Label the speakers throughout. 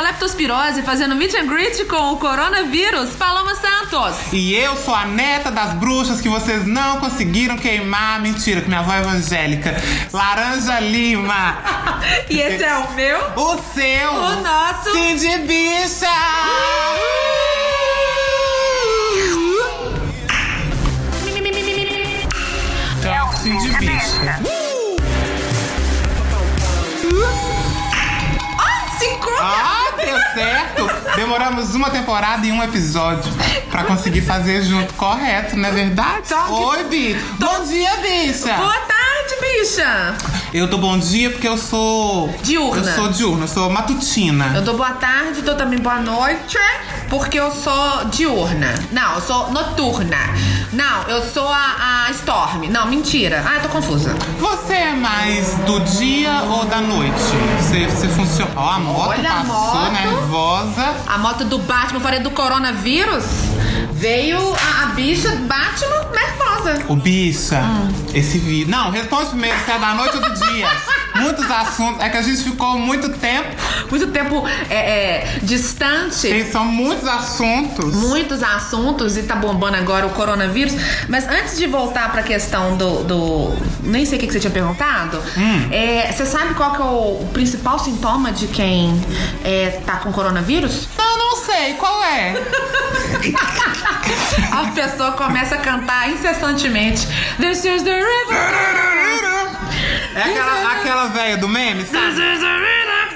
Speaker 1: leptospirose fazendo meet and greet com o coronavírus, Paloma Santos.
Speaker 2: E eu sou a neta das bruxas que vocês não conseguiram queimar. Mentira, que minha avó é evangélica. Laranja Lima.
Speaker 1: E esse é o meu,
Speaker 2: O seu.
Speaker 1: o nosso.
Speaker 2: Cindy Bicha. É o Cindy Bicha.
Speaker 1: Cinco.
Speaker 2: Ah, deu certo! Demoramos uma temporada e um episódio pra conseguir fazer junto correto, não é verdade?
Speaker 1: Só que-
Speaker 2: Oi, Bi! Bom dia, bicha!
Speaker 1: Boa tarde, bicha.
Speaker 2: Eu dou bom dia porque eu sou.
Speaker 1: Diurna.
Speaker 2: Eu sou diurna, eu sou matutina.
Speaker 1: Eu dou boa tarde, dou também boa noite, porque eu sou diurna. Não, eu sou noturna. Não, eu sou a, a Storm. Não, mentira. Ah, eu tô confusa.
Speaker 2: Você é mais do dia ou da noite? Você, você funciona. Ó, a moto
Speaker 1: Olha a
Speaker 2: passou
Speaker 1: moto.
Speaker 2: nervosa.
Speaker 1: A moto do Batman, eu falei do coronavírus, veio a, a bicha Batman nervosa.
Speaker 2: Ô, bicha, esse vídeo. Não, responde primeiro se é da noite ou do dia. Muitos assuntos. É que a gente ficou muito tempo.
Speaker 1: Muito tempo é, é, distante.
Speaker 2: Tem, são muitos assuntos.
Speaker 1: muitos assuntos e tá bombando agora o coronavírus. Mas antes de voltar pra questão do. do- nem sei o que, que você tinha perguntado.
Speaker 2: Hum.
Speaker 1: É, você sabe qual que é o principal sintoma de quem é, tá com coronavírus?
Speaker 2: Não, não sei. Qual é?
Speaker 1: A pessoa começa a cantar incessantemente. This is the river.
Speaker 2: É aquela, aquela velha do meme, sabe?
Speaker 1: This is the river.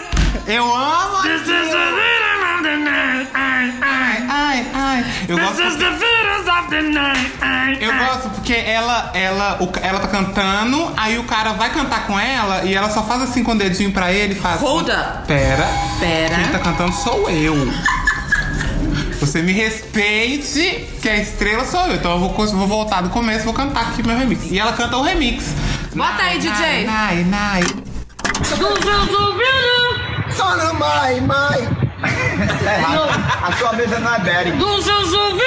Speaker 2: Eu amo.
Speaker 1: This is the rhythm of the night. Ai, ai.
Speaker 2: Ai, ai. Eu
Speaker 1: This
Speaker 2: gosto,
Speaker 1: is the virus of the night. Ai,
Speaker 2: eu
Speaker 1: ai.
Speaker 2: gosto porque ela, ela, o ca- ela tá cantando, aí o cara vai cantar com ela e ela só faz assim com o dedinho pra ele e faz.
Speaker 1: Hold up.
Speaker 2: Pera.
Speaker 1: Pera.
Speaker 2: Quem tá cantando sou eu. Você me respeite, que a estrela sou eu. Então eu vou, co- vou voltar do começo e vou cantar aqui meu remix. E ela canta o remix.
Speaker 1: Bota aí, DJ.
Speaker 2: Nai, nai.
Speaker 3: Só na mãe, mãe. É A sua mesa não é Berry. Só mãe.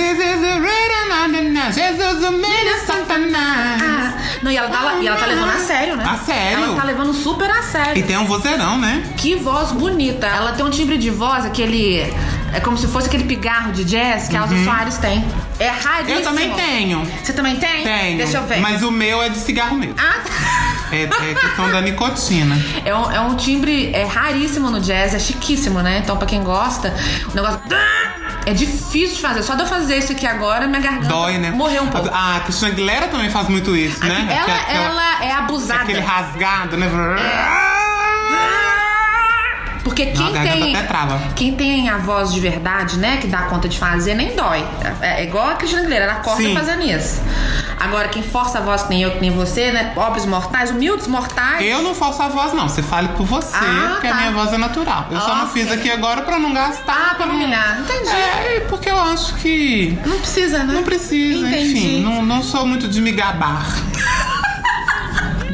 Speaker 2: This is the rhythm of the night. Jesus, o é menino Santa Night.
Speaker 1: Ah, Não, e ela, tá, e ela tá levando a sério, né?
Speaker 2: A sério?
Speaker 1: Ela tá levando super a
Speaker 2: E
Speaker 1: sério.
Speaker 2: tem um vozeirão, né?
Speaker 1: Que voz bonita. Ela tem um timbre de voz, aquele. É como se fosse aquele pigarro de jazz que a Elza Soares tem. É raríssimo.
Speaker 2: Uhum. Eu também tenho.
Speaker 1: Você também tem?
Speaker 2: Tenho.
Speaker 1: Deixa eu ver.
Speaker 2: Mas o meu é de cigarro mesmo.
Speaker 1: Ah, tá.
Speaker 2: É, é questão da nicotina.
Speaker 1: É um, é um timbre é raríssimo no jazz, é chiquíssimo, né? Então, pra quem gosta, o negócio. É difícil de fazer. Só de eu fazer isso aqui agora, minha garganta
Speaker 2: Dói, né?
Speaker 1: morreu um pouco.
Speaker 2: A Cristina Aguilera também faz muito isso, né?
Speaker 1: ela,
Speaker 2: Aquela- aquela-
Speaker 1: ela é abusada.
Speaker 2: Aquele rasgado, né?
Speaker 1: Porque quem
Speaker 2: Não, a garganta
Speaker 1: tem.
Speaker 2: até trava.
Speaker 1: Quem tem a voz de verdade, né? Que dá conta de fazer, nem dói. É, é igual a Cristina Aguilera, ela corta
Speaker 2: Sim.
Speaker 1: fazendo isso. Agora, quem força a voz, que nem eu, que nem você, né? Pobres mortais, humildes mortais.
Speaker 2: Eu não faço a voz, não. Você fale por você,
Speaker 1: Ah,
Speaker 2: porque a
Speaker 1: tá.
Speaker 2: minha voz é natural. Eu só não
Speaker 1: Ok.
Speaker 2: fiz aqui agora pra não gastar.
Speaker 1: Ah, pra não humilhar. Entendi.
Speaker 2: É, porque eu acho que.
Speaker 1: Não precisa, né?
Speaker 2: Não precisa,
Speaker 1: Entendi.
Speaker 2: enfim. Não, não sou muito de me gabar.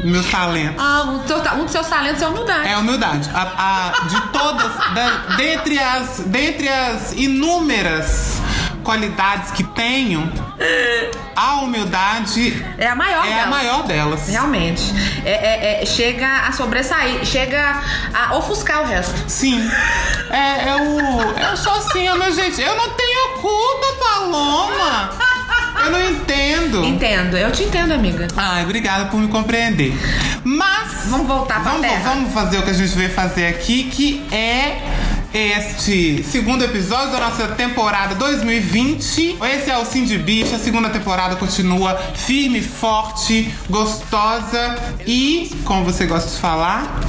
Speaker 2: Meus talentos.
Speaker 1: Ah, um, teu ta- um dos seus talentos é a humildade.
Speaker 2: É humildade. A, a- de todas, da- dentre, as, dentre as inúmeras qualidades que tenho, a humildade
Speaker 1: É, a maior
Speaker 2: é a
Speaker 1: delas.
Speaker 2: maior delas.
Speaker 1: Realmente. É, é- é- chega a sobressair, chega a ofuscar o resto.
Speaker 2: Sim. É, eu. Eu sou assim, eu não, gente. Eu não tenho culpa, Paloma! Eu não entendo.
Speaker 1: Entendo, eu te entendo, amiga.
Speaker 2: Ai, obrigada por me compreender. Mas.
Speaker 1: Vamos voltar pra
Speaker 2: vamos,
Speaker 1: terra.
Speaker 2: vamos fazer o que a gente veio fazer aqui, que é este segundo episódio da nossa temporada 2020. Esse é o Sim de Bicha. A segunda temporada continua firme, forte, gostosa e, como você gosta de falar,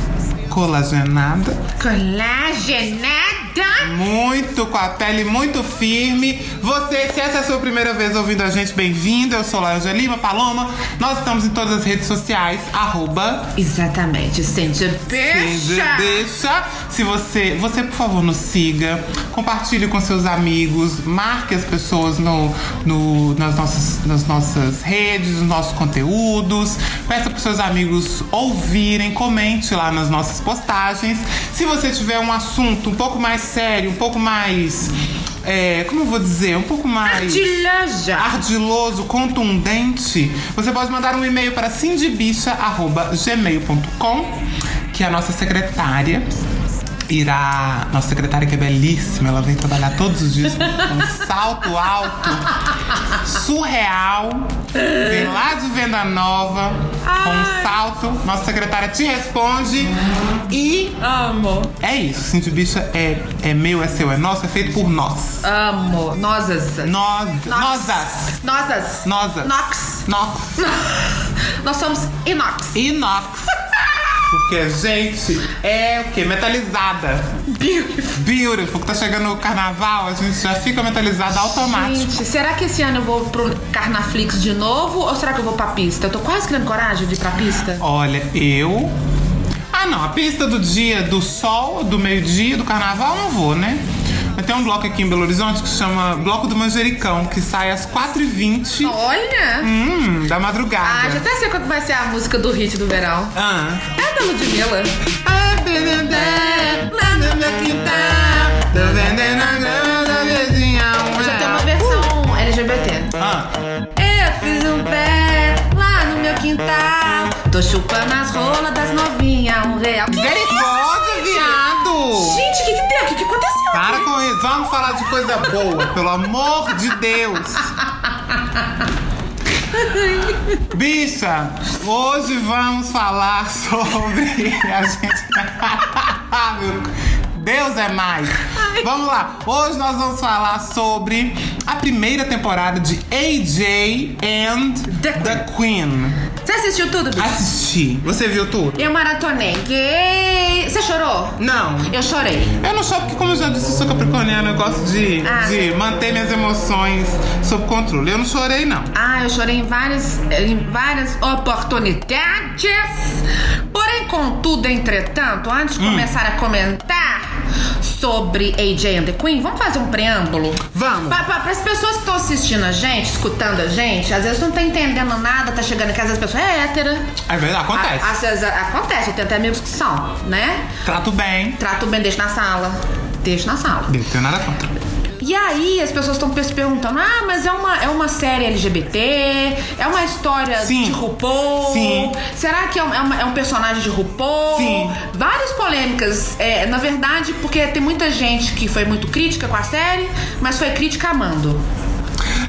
Speaker 2: colagenada.
Speaker 1: Colagenada! Eita!
Speaker 2: Muito com a pele muito firme. Você, se essa é a sua primeira vez ouvindo a gente, bem-vindo. Eu sou Laranja Lima, Paloma. Nós estamos em todas as redes sociais, arroba
Speaker 1: Exatamente, Cindy. Deixa!
Speaker 2: Deixa, deixa. Se você, você por favor nos siga, compartilhe com seus amigos, marque as pessoas no, no- nas, nossas, nas nossas redes, nos nossos conteúdos. Peça para seus amigos ouvirem, comente lá nas nossas postagens. Se você tiver um assunto um pouco mais sério, um pouco mais, é, como eu vou dizer, um pouco mais
Speaker 1: Artilhaja.
Speaker 2: ardiloso, contundente, você pode mandar um e-mail para cindybicha.gmail.com, que a nossa secretária irá. Nossa secretária que é belíssima, ela vem trabalhar todos os dias com um salto alto, surreal, vem lá de venda nova, com um salto. Nossa secretária te responde e.
Speaker 1: Amo.
Speaker 2: É isso, Cindy Bicha é, é meu, é seu, é nosso, é feito por nós.
Speaker 1: Amo. Nozas.
Speaker 2: Nós,
Speaker 1: Nox.
Speaker 2: nós,
Speaker 1: Nozas.
Speaker 2: Nozas.
Speaker 1: Nox.
Speaker 2: nós.
Speaker 1: Nós somos inox.
Speaker 2: inox. Porque, gente, é o quê? Metalizada.
Speaker 1: Beautiful.
Speaker 2: Beautiful, que tá chegando o carnaval, a gente já fica metalizada automático.
Speaker 1: Gente, será que esse ano eu vou pro Carnaflix de novo? Ou será que eu vou pra pista? Eu tô quase criando coragem de ir pra pista.
Speaker 2: Olha, eu. Ah, não, a pista do dia do sol, do meio-dia, do carnaval, eu não vou, né? Mas tem um bloco aqui em Belo Horizonte que chama Bloco do Manjericão, que sai às 4h20
Speaker 1: Olha!
Speaker 2: hum, da
Speaker 1: Ah, já
Speaker 2: madrugada.
Speaker 1: até sei qual que vai ser a música do hit do verão.
Speaker 2: Ah.
Speaker 1: É da Ludmilla. Já tem uma versão LGBT.
Speaker 2: Ah.
Speaker 1: Eu fiz um pé lá no meu quintal. Tô chupando as rolas das novinhas, um real.
Speaker 2: Misericórdia, viado!
Speaker 1: Gente, o que que deu? O que que aconteceu?
Speaker 2: Para com isso, vamos falar de coisa boa, pelo amor de Deus! Bicha, hoje vamos falar sobre a gente. Ah, meu Deus é mais! Vamos lá, hoje nós vamos falar sobre a primeira temporada de AJ and
Speaker 1: The
Speaker 2: The, Queen.
Speaker 1: Você assistiu tudo, bicho?
Speaker 2: Assisti. Você viu tudo?
Speaker 1: Eu maratonei. Gay. Você chorou?
Speaker 2: Não.
Speaker 1: Eu chorei.
Speaker 2: Eu não choro porque, como eu já disse, eu sou capricorniana. Eu gosto de,
Speaker 1: Ah.
Speaker 2: de manter minhas emoções sob controle. Eu não chorei, não.
Speaker 1: Ah, eu chorei em várias, em várias oportunidades. Porém, contudo, entretanto, antes
Speaker 2: Hum.
Speaker 1: de começar a comentar sobre AJ and the Queen, vamos fazer um preâmbulo?
Speaker 2: Vamos.
Speaker 1: Para as pessoas que estão assistindo a gente, escutando a gente, às vezes não tá entendendo nada, tá chegando em casa, as pessoas é hétera.
Speaker 2: É verdade, acontece.
Speaker 1: A- às vezes a- acontece, eu tenho até amigos que são, né?
Speaker 2: Trato bem.
Speaker 1: Trato bem, deixo na sala. Deixo na sala.
Speaker 2: Não tenho nada contra.
Speaker 1: E aí as pessoas estão se perguntando: ah, mas é uma, é uma série LGBT? É uma história
Speaker 2: Sim.
Speaker 1: de RuPaul?
Speaker 2: Sim.
Speaker 1: Será que é um, é uma- é um personagem de RuPaul?
Speaker 2: Sim.
Speaker 1: Várias polêmicas. é, na verdade, porque tem muita gente que foi muito crítica com a série, mas foi crítica amando.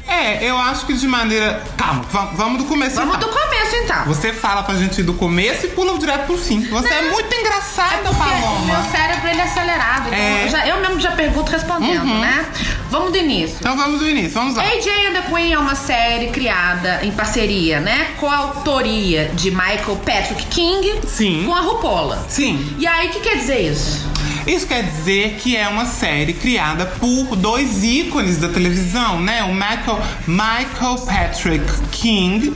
Speaker 2: É, eu acho que de maneira. Calma, va- vamos do começo.
Speaker 1: Vamos do
Speaker 2: então.
Speaker 1: começo então.
Speaker 2: Você fala pra gente ir do começo e pula direto pro fim. Você é muito engraçada,
Speaker 1: Porque
Speaker 2: Paloma.
Speaker 1: meu cérebro ele é acelerado. Então
Speaker 2: É. Uhum.
Speaker 1: eu, já- eu mesmo já pergunto respondendo, né? Vamos do início.
Speaker 2: Então vamos do início, vamos lá.
Speaker 1: AJ and the Queen é uma série criada em parceria, né? Com a autoria de Michael Patrick King
Speaker 2: Sim.
Speaker 1: com a Rupola.
Speaker 2: Sim.
Speaker 1: E aí, o que quer dizer isso?
Speaker 2: Isso quer dizer que é uma série criada por dois ícones da televisão, né? O Michael, Michael Patrick King.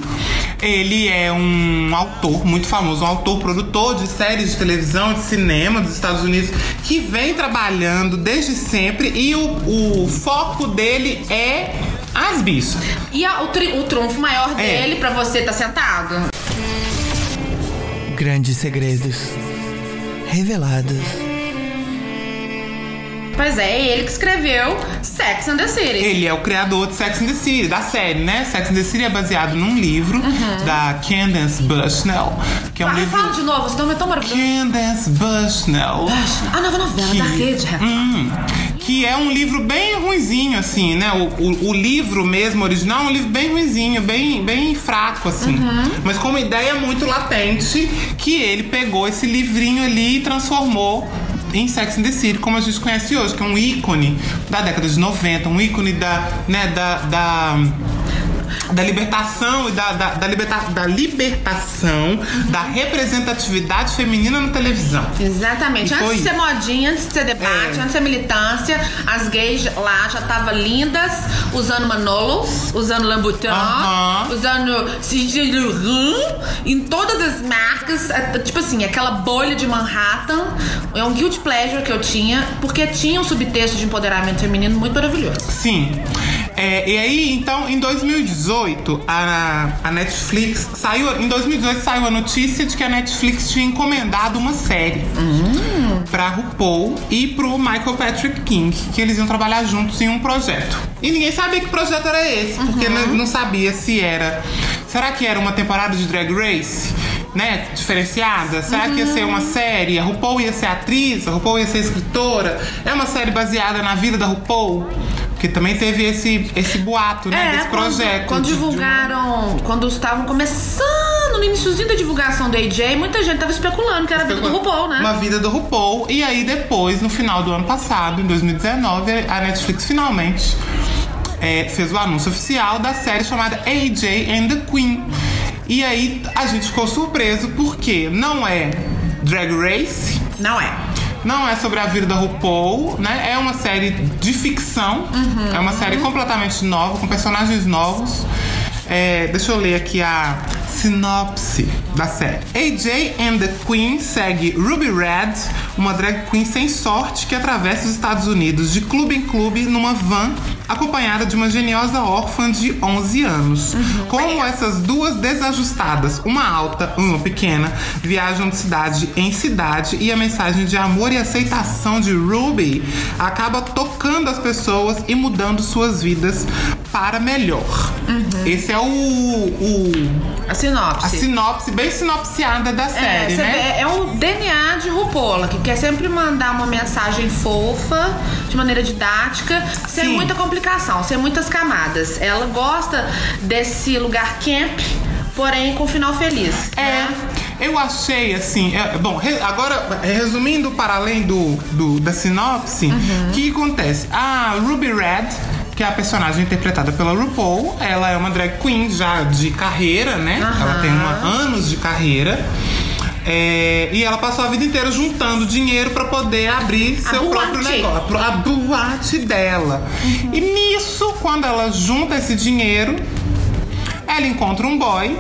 Speaker 2: Ele é um autor muito famoso, um autor produtor de séries de televisão e de cinema dos Estados Unidos, que vem trabalhando desde sempre e o, o foco dele é as bichas.
Speaker 1: E a- o, tri- o trunfo maior
Speaker 2: É.
Speaker 1: dele pra você tá sentado?
Speaker 4: Grandes segredos revelados.
Speaker 1: Pois é, é ele que escreveu Sex and the City.
Speaker 2: Ele é o criador de Sex and the City, da série, né? Sex and the City é baseado num livro da Candace Bushnell, que é um
Speaker 1: Ah,
Speaker 2: livro
Speaker 1: Fala de novo, esse nome é tão maravilhoso.
Speaker 2: Candace Bushnell.
Speaker 1: A nova novela da rede.
Speaker 2: Hum, que é um livro bem ruinzinho, assim, né? O, o- o livro mesmo, original, é um livro bem ruinzinho, bem, bem fraco, assim.
Speaker 1: Uhum.
Speaker 2: Mas com uma ideia muito latente, que ele pegou esse livrinho ali e transformou em Sex and the City, como a gente conhece hoje, que é um ícone da década de 90, um ícone da, né, da, da da libertação e da, da, da liberta, da libertação da representatividade feminina na televisão.
Speaker 1: Exatamente.
Speaker 2: E
Speaker 1: Antes
Speaker 2: foi
Speaker 1: de ser
Speaker 2: isso. É.
Speaker 1: modinha, antes de ser debate, antes de ser militância, as gays lá já estavam lindas, usando Manolos, usando Lambutão,
Speaker 2: Aham.
Speaker 1: usando Sigilurun, em todas as marcas. É, Tipo assim, aquela bolha de Manhattan. É um guilt pleasure que eu tinha, porque tinha um subtexto de empoderamento feminino muito maravilhoso.
Speaker 2: Sim. É, e aí, então, em 2018, a, a Netflix saiu. Em 2018 saiu a notícia de que a Netflix tinha encomendado uma série Então, pra RuPaul e pro Michael Patrick King, que eles iam trabalhar juntos em um projeto. E ninguém sabia que projeto era esse, porque
Speaker 1: Uhum.
Speaker 2: não, não sabia se era. Será que era uma temporada de Drag Race? Né? Diferenciada? Será que ia
Speaker 1: Uhum.
Speaker 2: ser uma série? A RuPaul ia ser atriz? A RuPaul ia ser escritora? É uma série baseada na vida da RuPaul? Porque também teve esse, esse boato, né?
Speaker 1: É,
Speaker 2: desse
Speaker 1: quando-
Speaker 2: projeto.
Speaker 1: Quando
Speaker 2: de- de um-
Speaker 1: divulgaram, quando estavam começando, no iníciozinho da divulgação do AJ, muita gente tava especulando que era a vida do RuPaul, né?
Speaker 2: Uma vida do RuPaul. E aí depois, no final do ano passado, em 2019, a Netflix finalmente é, fez o anúncio oficial da série chamada AJ and the Queen. E aí a gente ficou surpreso porque não é Drag Race,
Speaker 1: Não é.
Speaker 2: não é sobre a vida da RuPaul, né? É uma série de ficção. É uma série completamente nova, com personagens novos. É, deixa eu ler aqui a sinopse da série. AJ and the Queen segue Ruby Red, uma drag queen sem sorte que atravessa os Estados Unidos de clube em clube numa van acompanhada de uma geniosa órfã de 11 anos.
Speaker 1: Uhum.
Speaker 2: Como essas duas desajustadas, uma alta, uma pequena, viajam de cidade em cidade e a mensagem de amor e aceitação de Ruby acaba tocando as pessoas e mudando suas vidas para melhor.
Speaker 1: Uhum.
Speaker 2: Esse é o, o-
Speaker 1: A sinopse.
Speaker 2: a sinopse bem sinopseada da série,
Speaker 1: é, você
Speaker 2: né?
Speaker 1: vê, é o DNA de Rupola, que quer sempre mandar uma mensagem fofa, de maneira didática, sem
Speaker 2: Sim.
Speaker 1: muita complicação, sem muitas camadas. Ela gosta desse lugar camp, porém com final feliz. né?
Speaker 2: É. Eu achei assim. é, bom, re- agora, resumindo para além do, do- da sinopse, o que acontece? A Ruby Red. Que é a personagem interpretada pela RuPaul. Ela é uma drag queen já de carreira, né? Ela tem uma, anos de carreira. É, e ela passou a vida inteira juntando dinheiro para poder abrir
Speaker 1: A
Speaker 2: seu próprio
Speaker 1: boate.
Speaker 2: negócio pro- a boate dela.
Speaker 1: Uhum.
Speaker 2: E nisso, quando ela junta esse dinheiro, ela encontra um boy.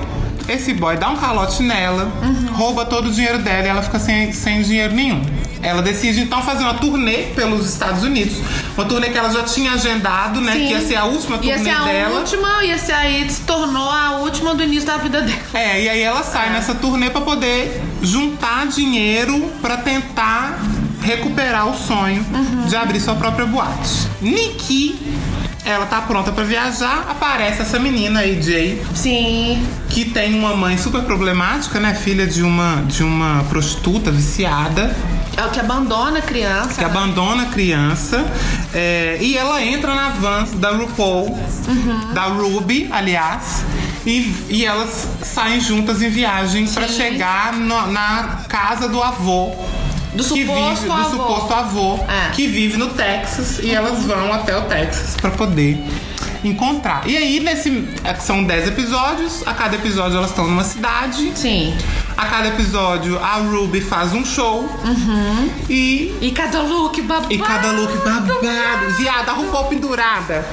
Speaker 2: Esse boy dá um calote nela,
Speaker 1: Uhum.
Speaker 2: rouba todo o dinheiro dela e ela fica sem, sem dinheiro nenhum. Ela decide então fazer uma turnê pelos Estados Unidos. Uma turnê que ela já tinha agendado, né?
Speaker 1: Sim.
Speaker 2: Que ia ser a última turnê
Speaker 1: Ia ser a
Speaker 2: dela.
Speaker 1: última, ia ser aí, se tornou a última do início da vida dela.
Speaker 2: É, e aí ela sai nessa turnê pra poder juntar dinheiro pra tentar recuperar o sonho de abrir sua própria boate. Nikki, ela tá pronta pra viajar, aparece essa menina aí, Jay,
Speaker 1: Sim.
Speaker 2: que tem uma mãe super problemática, né, filha de uma de uma prostituta viciada
Speaker 1: É o que abandona a criança.
Speaker 2: que abandona a criança é, e ela entra na van da RuPaul,
Speaker 1: Uhum.
Speaker 2: da Ruby, aliás, e, e elas saem juntas em viagem pra chegar no- na casa do avô.
Speaker 1: Do
Speaker 2: que
Speaker 1: suposto
Speaker 2: vive, do
Speaker 1: avô.
Speaker 2: suposto avô
Speaker 1: É.
Speaker 2: que vive no Texas e elas vão até o Texas pra poder encontrar. E aí nesse é, são 10 episódios, a cada episódio elas estão numa cidade.
Speaker 1: Sim.
Speaker 2: A cada episódio a Ruby faz um show.
Speaker 1: Uhum.
Speaker 2: E
Speaker 1: E cada look babado.
Speaker 2: e cada look tá
Speaker 1: Ah,
Speaker 2: babado. Viada, RuPaul pendurada.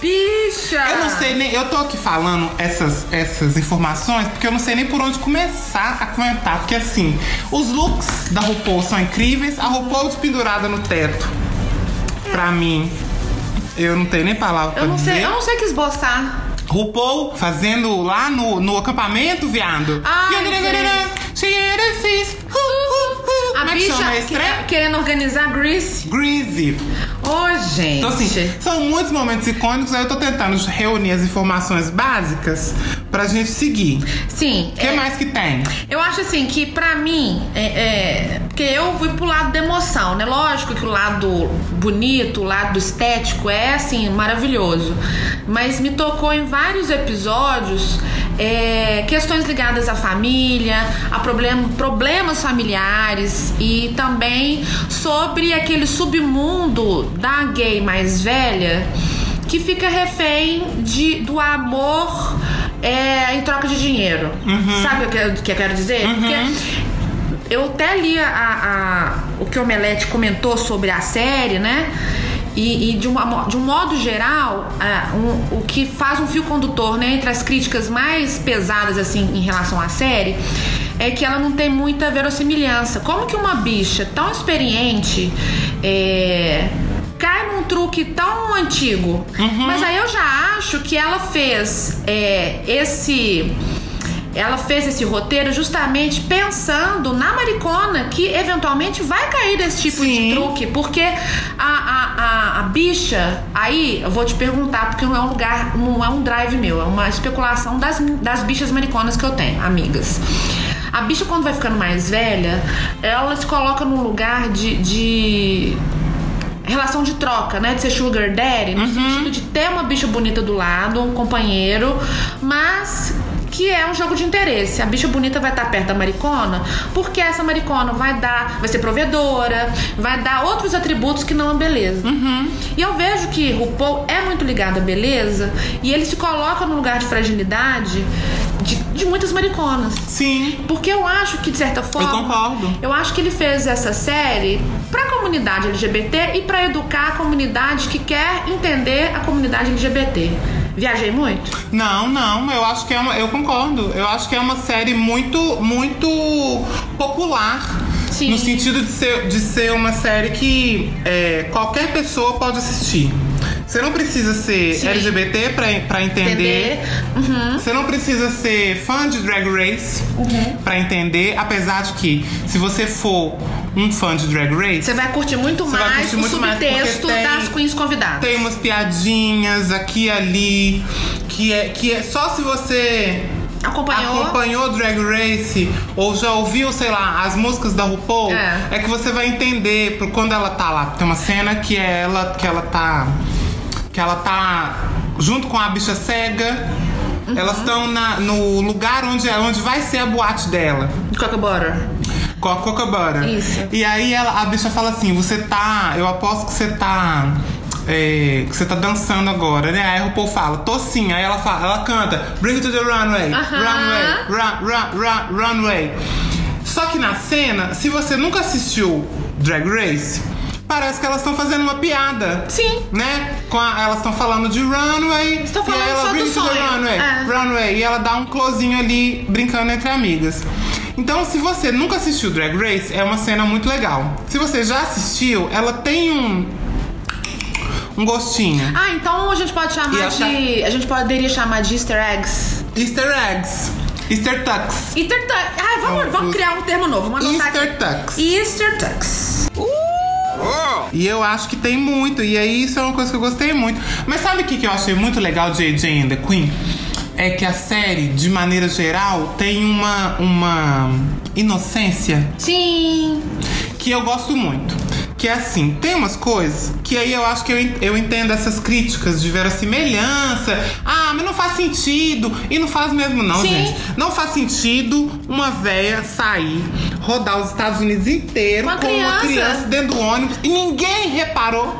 Speaker 1: Bicha!
Speaker 2: Eu não sei nem. Eu tô aqui falando essas, essas informações porque eu não sei nem por onde começar a comentar. Porque assim, os looks da RuPaul são incríveis. A RuPaul pendurada no teto. Pra mim. Eu não tenho nem palavra pra
Speaker 1: Eu não sei,
Speaker 2: dizer.
Speaker 1: eu não sei o que esboçar.
Speaker 2: RuPaul fazendo lá no, no acampamento, viado.
Speaker 1: Ai,
Speaker 2: She had a fist. Uh, uh, uh.
Speaker 1: A
Speaker 2: Como é que
Speaker 1: bicha
Speaker 2: chama esse
Speaker 1: que- tá é-
Speaker 2: trem?
Speaker 1: querendo organizar Grease.
Speaker 2: Greasy.
Speaker 1: Ô, gente.
Speaker 2: Então, assim, são muitos momentos icônicos, aí eu tô tentando reunir as informações básicas pra gente seguir.
Speaker 1: Sim.
Speaker 2: O que
Speaker 1: é,
Speaker 2: mais que tem?
Speaker 1: Eu acho assim que pra mim, é, é, porque eu fui pro lado da emoção, né? Lógico que o lado bonito, o lado estético é assim, maravilhoso. Mas me tocou em vários episódios é, questões ligadas à família, a problem- problemas familiares e também sobre aquele submundo da gay mais velha que fica refém de, do amor é, em troca de dinheiro. Sabe o que, eu- o que eu quero dizer? Porque eu até li a, a- o que o Omelete comentou sobre a série, né? E, e de, uma mo- de um modo geral, a- um- o que faz um fio condutor né, entre as críticas mais pesadas assim em relação à série é que ela não tem muita verossimilhança. Como que uma bicha tão experiente é, cai num truque tão antigo. Mas aí eu já acho que ela fez é, esse. Ela fez esse roteiro justamente pensando na maricona que eventualmente vai cair desse tipo
Speaker 2: Sim.
Speaker 1: de truque. Porque a, a, a, a bicha, aí eu vou te perguntar, porque não é um lugar, não é um drive meu, é uma especulação das, das bichas mariconas que eu tenho, amigas. A bicha, quando vai ficando mais velha, ela se coloca num lugar de- de relação de troca, né? De ser sugar daddy, no sentido de ter uma bicha bonita do lado, um companheiro, mas que é um jogo de interesse. A bicha bonita vai estar perto da maricona, porque essa maricona vai dar, vai ser provedora, vai dar outros atributos que não a beleza. E eu vejo que RuPaul é muito ligado à beleza e ele se coloca num lugar de fragilidade de, de muitas mariconas.
Speaker 2: Sim.
Speaker 1: Porque eu acho que, de certa forma.
Speaker 2: concordo.
Speaker 1: Eu acho que ele fez essa série pra comunidade LGBT e pra educar a comunidade que quer entender a comunidade LGBT. Viajei muito?
Speaker 2: Não, não, eu acho que é uma. Eu concordo. Eu acho que é uma série muito, muito popular.
Speaker 1: Sim.
Speaker 2: No sentido de ser, de ser uma série que é, qualquer pessoa pode assistir. Você não precisa ser
Speaker 1: Sim.
Speaker 2: LGBT pra, pra entender.
Speaker 1: Uhum.
Speaker 2: Você não precisa ser fã de Drag Race pra entender. Apesar de que, se você for um fã de Drag Race,
Speaker 1: Você vai curtir muito
Speaker 2: Você vai
Speaker 1: mais
Speaker 2: curtir
Speaker 1: o
Speaker 2: muito mais, porque
Speaker 1: subtexto
Speaker 2: tem-
Speaker 1: das queens convidadas.
Speaker 2: tem umas piadinhas aqui e ali. Que é, que é só se você
Speaker 1: Acompanhou?
Speaker 2: acompanhou Drag Race ou já ouviu, sei lá, as músicas da RuPaul,
Speaker 1: É.
Speaker 2: é, que você vai entender por quando ela tá lá. Tem uma cena que é ela que ela tá que ela tá junto com a bicha cega. Elas estão na- no lugar onde, é- onde vai ser a boate dela.
Speaker 1: Coca Butter.
Speaker 2: Com a Coca Butter.
Speaker 1: Isso.
Speaker 2: E aí ela- a bicha fala assim: você tá. Eu aposto que você tá. é, que você tá dançando agora, né? Aí a RuPaul fala, tô sim. Aí ela fala, ela canta, bring it to the runway,
Speaker 1: Aham.
Speaker 2: runway, run, run, run, runway. Só que na cena, se você nunca assistiu Drag Race, parece que elas estão fazendo uma piada.
Speaker 1: Sim.
Speaker 2: Né? Com a- elas estão falando de runway.
Speaker 1: Estão
Speaker 2: e
Speaker 1: tá falando
Speaker 2: aí ela
Speaker 1: só do
Speaker 2: bring it to the
Speaker 1: sonho.
Speaker 2: runway.
Speaker 1: É.
Speaker 2: Runway e ela dá um closinho ali brincando entre amigas. Então, se você nunca assistiu Drag Race, é uma cena muito legal. Se você já assistiu, ela tem um um gostinho.
Speaker 1: Ah, então a gente pode
Speaker 2: E
Speaker 1: chamar
Speaker 2: ela tá-
Speaker 1: de. A gente poderia chamar de easter eggs.
Speaker 2: Easter eggs, Easter tucks.
Speaker 1: Easter tux. Ah, vamos,
Speaker 2: Não,
Speaker 1: vamos
Speaker 2: os-
Speaker 1: criar um termo novo. Vamos anotar
Speaker 2: Easter
Speaker 1: aqui.
Speaker 2: tux.
Speaker 1: Easter tux.
Speaker 2: E eu acho que tem muito. E aí isso é uma coisa que eu gostei muito. Mas sabe o que, que eu achei muito legal de AJ and the Queen? É que a série, de maneira geral, tem uma, uma inocência
Speaker 1: Sim.
Speaker 2: que eu gosto muito. Que é assim, tem umas coisas que aí eu acho que eu, en- eu entendo essas críticas de verossimilhança. Ah, mas não faz sentido. E não faz mesmo, não,
Speaker 1: Sim.
Speaker 2: gente. Não faz sentido uma véia sair, rodar os Estados Unidos inteiro
Speaker 1: Uma
Speaker 2: com uma
Speaker 1: criança.
Speaker 2: criança dentro do ônibus e ninguém reparou.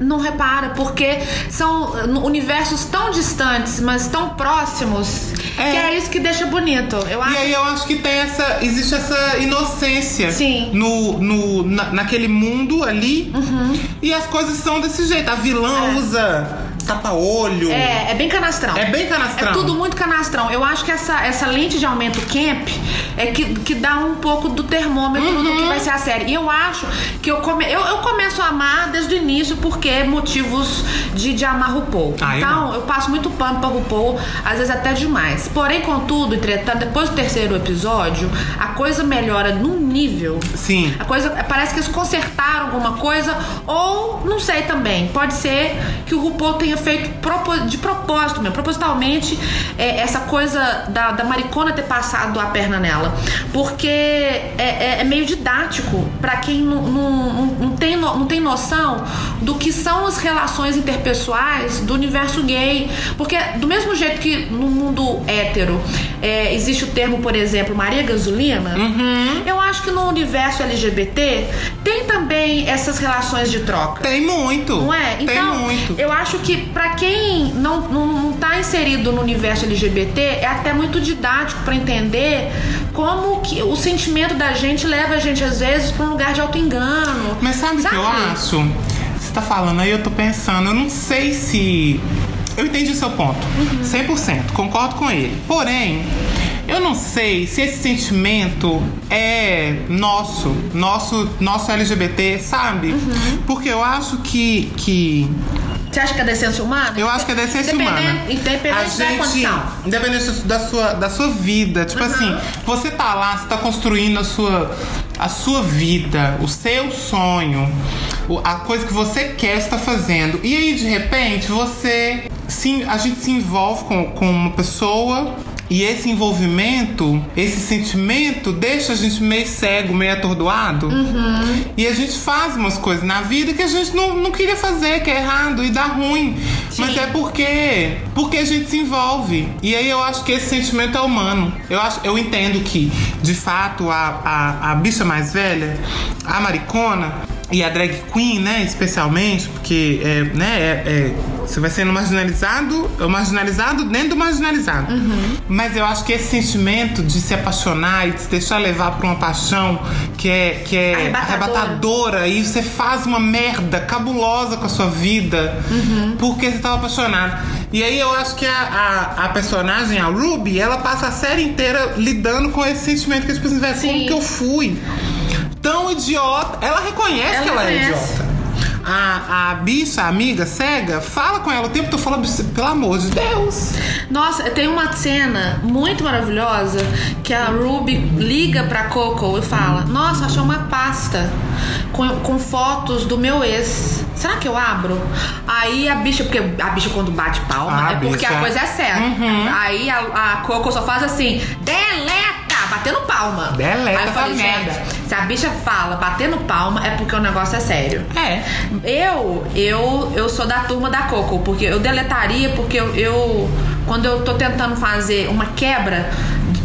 Speaker 1: não repara, porque são eh, universos tão distantes, mas tão próximos,
Speaker 2: É.
Speaker 1: que é isso que deixa bonito. Eu acho.
Speaker 2: E aí eu acho que tem essa. Existe essa inocência
Speaker 1: Sim.
Speaker 2: no, no, na- naquele mundo ali.
Speaker 1: Uhum.
Speaker 2: E as coisas são desse jeito. A vilã usa tapa-olho.
Speaker 1: É, é bem canastrão.
Speaker 2: É bem canastrão.
Speaker 1: É tudo muito canastrão. Eu acho que essa, essa lente de aumento camp é que, que dá um pouco do termômetro do
Speaker 2: Uhum.
Speaker 1: que vai ser a série. E eu acho que eu, come, eu, eu começo a amar desde o início porque é motivos de, de amar RuPaul.
Speaker 2: Ah, eu
Speaker 1: então, eu passo muito pano pra RuPaul, às vezes até demais. Porém, contudo, entretanto, depois do terceiro episódio, a coisa melhora num nível.
Speaker 2: Sim.
Speaker 1: A coisa parece que eles consertaram alguma coisa ou não sei também. Pode ser que o RuPaul tenha feito propo- de propósito, meu, propositalmente é, essa coisa da, da maricona ter passado a perna nela, porque é, é- é meio didático pra quem não, não- não- não tem no- não tem noção do que são as relações interpessoais do universo gay, porque do mesmo jeito que no mundo hétero é, existe o termo, por exemplo, Maria Gasolina, eu acho que no universo LGBT tem também essas relações de troca.
Speaker 2: Tem muito.
Speaker 1: Não é?
Speaker 2: Tem
Speaker 1: Então,
Speaker 2: muito.
Speaker 1: eu acho que pra quem não, não, não tá inserido no universo LGBT, é até muito didático pra entender como que o sentimento da gente leva a gente, às vezes, pra um lugar de auto-engano.
Speaker 2: Mas sabe o que eu acho? Você tá falando aí, eu tô pensando, eu não sei se. Eu entendi o seu ponto. 100%, concordo com ele. Porém, eu não sei se esse sentimento é nosso, nosso, nosso LGBT, sabe? Porque eu acho que, que
Speaker 1: Você acha que é decência humana?
Speaker 2: eu acho que é decência
Speaker 1: Dependendo-
Speaker 2: humana.
Speaker 1: independente
Speaker 2: a
Speaker 1: da
Speaker 2: gente,
Speaker 1: condição. Uhum.
Speaker 2: Independente da sua, da sua vida. Tipo assim, você tá lá, você tá construindo a sua, a sua vida, o seu sonho, o- a coisa que você quer, você tá fazendo. E aí, de repente, você. Sim, a gente se envolve com, com uma pessoa. E esse envolvimento, esse sentimento, deixa a gente meio cego, meio atordoado. E a gente faz umas coisas na vida que a gente não, não queria fazer, que é errado e dá ruim. Mas é porque porque a gente se envolve. E aí eu acho que esse sentimento é humano. Eu, acho, eu entendo que, de fato, a, a, a bicha mais velha, a maricona. E a drag queen, né, especialmente, porque é, né, é- é- você vai sendo marginalizado, é o marginalizado dentro do marginalizado.
Speaker 1: Uhum.
Speaker 2: Mas eu acho que esse sentimento de se apaixonar e de se deixar levar por uma paixão que é, que é
Speaker 1: Arrebatadora.
Speaker 2: arrebatadora dor, aí você faz uma merda cabulosa com a sua vida
Speaker 1: Uhum.
Speaker 2: porque você tava apaixonado. E aí eu acho que a, a, a personagem, a Ruby, ela passa a série inteira lidando com esse sentimento que as pessoas dizem, como
Speaker 1: Sim.
Speaker 2: que eu fui? Tão idiota. Ela reconhece
Speaker 1: Ela
Speaker 2: que ela é
Speaker 1: reconhece.
Speaker 2: idiota. A, a bicha, a amiga cega, fala com ela o tempo todo, fala, pelo amor de Deus.
Speaker 1: Nossa, tem uma cena muito maravilhosa que a Ruby liga pra Coco e fala: Nossa, achei uma pasta com, com fotos do meu ex. Será que eu abro? Aí a bicha, porque a bicha quando bate palma
Speaker 2: Ah,
Speaker 1: é porque
Speaker 2: bicha. Uhum.
Speaker 1: a coisa é séria. Aí a, a Coco só faz assim: deleta! Batendo palma.
Speaker 2: Deleta
Speaker 1: Aí eu falei,
Speaker 2: essa merda.
Speaker 1: "Gente, Se a bicha fala batendo palma, é porque o negócio é sério.
Speaker 2: É.
Speaker 1: Eu, eu, eu sou da turma da Coco, porque eu deletaria, porque eu, eu- quando eu tô tentando fazer uma quebra,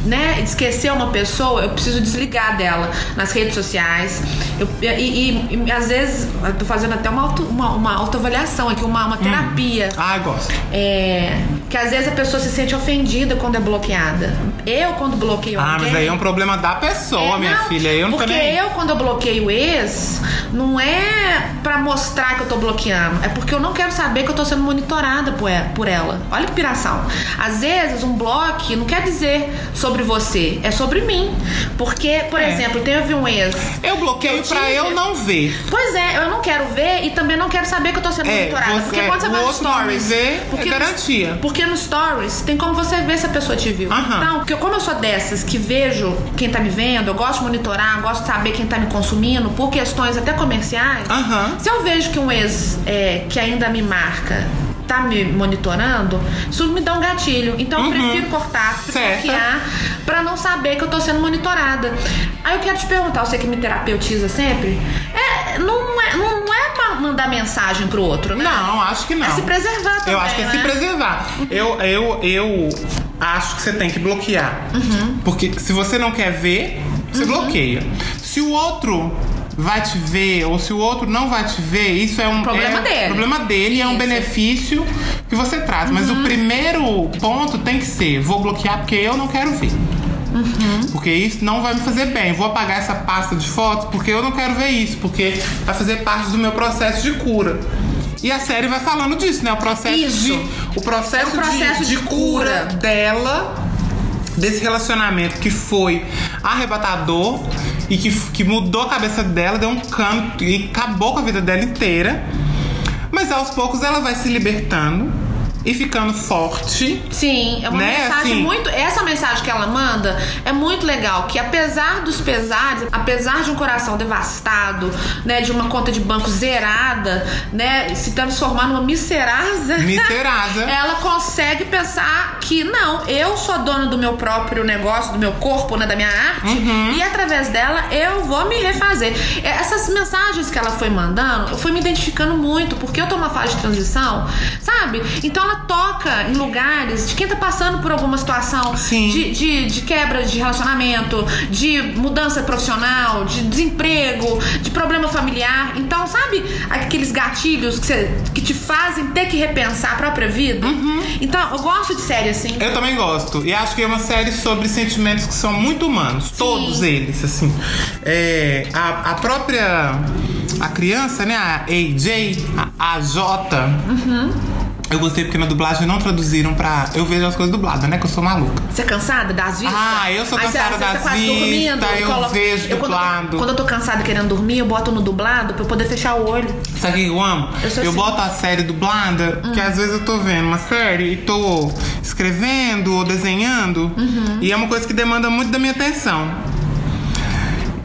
Speaker 1: né, de esquecer uma pessoa, eu preciso desligar dela nas redes sociais. Eu- e, e- e às vezes eu tô fazendo até uma, auto, uma, uma autoavaliação aqui, uma, uma terapia.
Speaker 2: Ah, eu gosto.
Speaker 1: É, que às vezes a pessoa se sente ofendida quando é bloqueada. Eu, quando bloqueio
Speaker 2: Ah,
Speaker 1: alguém...
Speaker 2: mas aí é um problema da pessoa,
Speaker 1: É,
Speaker 2: minha
Speaker 1: não,
Speaker 2: filha. Eu não tô
Speaker 1: Porque
Speaker 2: nem aí.
Speaker 1: eu, quando eu bloqueio ex, não é pra mostrar que eu tô bloqueando. É porque eu não quero saber que eu tô sendo monitorada por e- por ela. Olha que piração. Às vezes, um bloco não quer dizer sobre você, é sobre mim. Porque, por
Speaker 2: É.
Speaker 1: exemplo, teve um ex.
Speaker 2: Eu bloqueio
Speaker 1: Eu
Speaker 2: pra
Speaker 1: tive-
Speaker 2: eu não ver.
Speaker 1: Pois é, eu não quero ver e também não quero saber que eu tô sendo
Speaker 2: É,
Speaker 1: monitorada.
Speaker 2: você-
Speaker 1: porque quando você
Speaker 2: o
Speaker 1: vai no
Speaker 2: outro não me
Speaker 1: stories.
Speaker 2: vê é
Speaker 1: porque no-
Speaker 2: garantia.
Speaker 1: porque no stories tem como você ver se a pessoa te viu.
Speaker 2: Aham.
Speaker 1: Então, porque como eu sou dessas que vejo quem tá me vendo, eu gosto de monitorar, gosto de saber quem tá me consumindo, por questões até comerciais.
Speaker 2: Aham.
Speaker 1: Se eu vejo que um ex é, que ainda me marca tá me monitorando, isso me dá um gatilho. Então eu prefiro cortar, prefiro
Speaker 2: Uhum. Certo.
Speaker 1: bloquear, pra não saber que eu tô sendo monitorada. Aí eu quero te perguntar, você que me terapeutiza sempre, é, não, é, não, não é ma- mandar mensagem pro outro, né?
Speaker 2: Não, acho que não.
Speaker 1: É se preservar também,
Speaker 2: Eu acho que é
Speaker 1: né?
Speaker 2: se preservar. Eu, eu, eu acho que você tem que bloquear.
Speaker 1: Uhum.
Speaker 2: Porque se você não quer ver, você bloqueia. Se o outro vai te ver ou se o outro não vai te ver, isso é um
Speaker 1: Problema
Speaker 2: é,
Speaker 1: dele.
Speaker 2: Problema dele é um
Speaker 1: Isso. Uhum.
Speaker 2: benefício que você traz. Mas o primeiro ponto tem que ser: vou bloquear porque eu não quero ver.
Speaker 1: Uhum.
Speaker 2: Porque isso não vai me fazer bem. Vou apagar essa pasta de fotos porque eu não quero ver isso, porque vai fazer parte do meu processo de cura. E a série vai falando disso, né? O processo
Speaker 1: Isso.
Speaker 2: de o processo,
Speaker 1: É um processo de
Speaker 2: de, cura
Speaker 1: cura.
Speaker 2: dela desse relacionamento que foi arrebatador e que, que mudou a cabeça dela, deu um canto e acabou com a vida dela inteira. Mas aos poucos ela vai se libertando e ficando forte.
Speaker 1: Sim, é uma
Speaker 2: Né,
Speaker 1: mensagem
Speaker 2: assim?
Speaker 1: muito. Essa mensagem que ela manda é muito legal. Que apesar dos pesares, apesar de um coração devastado, né? De uma conta de banco zerada, né? Se transformar numa miserasa.
Speaker 2: Miserasa.
Speaker 1: ela consegue pensar que não, eu sou dona do meu próprio negócio, do meu corpo, né, da minha arte,
Speaker 2: Uhum.
Speaker 1: e através dela eu vou me refazer. É, Essas mensagens que ela foi mandando, eu fui me identificando muito, porque eu tô numa fase de transição, sabe? Então ela ela toca em lugares de quem tá passando por alguma situação
Speaker 2: Sim.
Speaker 1: De, de, de quebra de relacionamento, de mudança profissional, de desemprego, de problema familiar. Então, sabe aqueles gatilhos que, cê- que te fazem ter que repensar a própria vida?
Speaker 2: Uhum.
Speaker 1: Então, eu gosto de série assim.
Speaker 2: Eu também gosto. E acho que é uma série sobre sentimentos que são muito humanos. Todos eles, assim. É, a, a própria... A criança, né? A AJ, a, a J... Eu gostei porque na dublagem não traduziram pra... Eu vejo as coisas dubladas, né? Que eu sou maluca.
Speaker 1: Você é cansada das vistas?
Speaker 2: Ah, eu sou
Speaker 1: Aí cê-
Speaker 2: cansada
Speaker 1: às vezes
Speaker 2: das
Speaker 1: cê tá quase tô
Speaker 2: vistas,
Speaker 1: dormindo,
Speaker 2: eu vejo
Speaker 1: quando-
Speaker 2: dublado.
Speaker 1: Quando, eu tô cansada e querendo dormir, eu boto no dublado pra eu poder fechar o olho.
Speaker 2: Sabe o que eu amo?
Speaker 1: Eu sou assim. Hum.
Speaker 2: boto a série dublada, que às vezes eu tô vendo uma série e tô escrevendo ou desenhando,
Speaker 1: Uhum.
Speaker 2: e é uma coisa que demanda muito da minha atenção.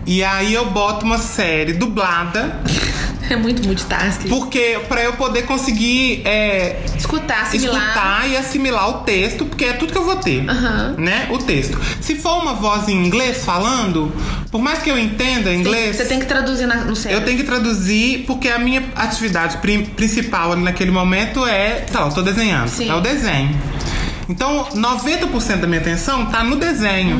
Speaker 2: E aí eu boto uma série dublada,
Speaker 1: É muito multitasking.
Speaker 2: porque pra eu poder conseguir é,
Speaker 1: Escutar, assimilar.
Speaker 2: escutar e assimilar o texto, porque é tudo que eu vou ter,
Speaker 1: Aham.
Speaker 2: né? O texto. Se for uma voz em inglês falando, por mais que eu entenda inglês,
Speaker 1: Você tem que traduzir na, no cérebro.
Speaker 2: eu tenho que traduzir porque a minha atividade prim- principal ali naquele momento é. Tá, eu tô desenhando.
Speaker 1: Sim.
Speaker 2: É o desenho. Então, 90% da minha atenção tá no desenho.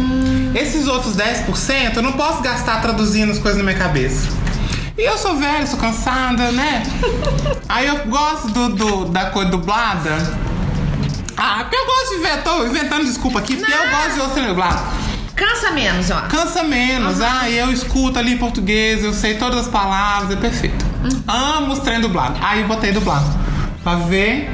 Speaker 2: Esses outros 10% eu não posso gastar traduzindo as coisas na minha cabeça. E eu sou velha, sou cansada, né? Aí eu gosto do, do- da coisa dublada. Ah, porque eu gosto de ver, tô inventando desculpa aqui, porque eu gosto de ouvir dublado.
Speaker 1: Cansa menos, ó.
Speaker 2: Cansa menos. Ah, eu escuto ali em português, eu sei todas as palavras, é perfeito.
Speaker 1: Uhum.
Speaker 2: Amo os trem dublado. Aí eu botei dublado. Pra ver.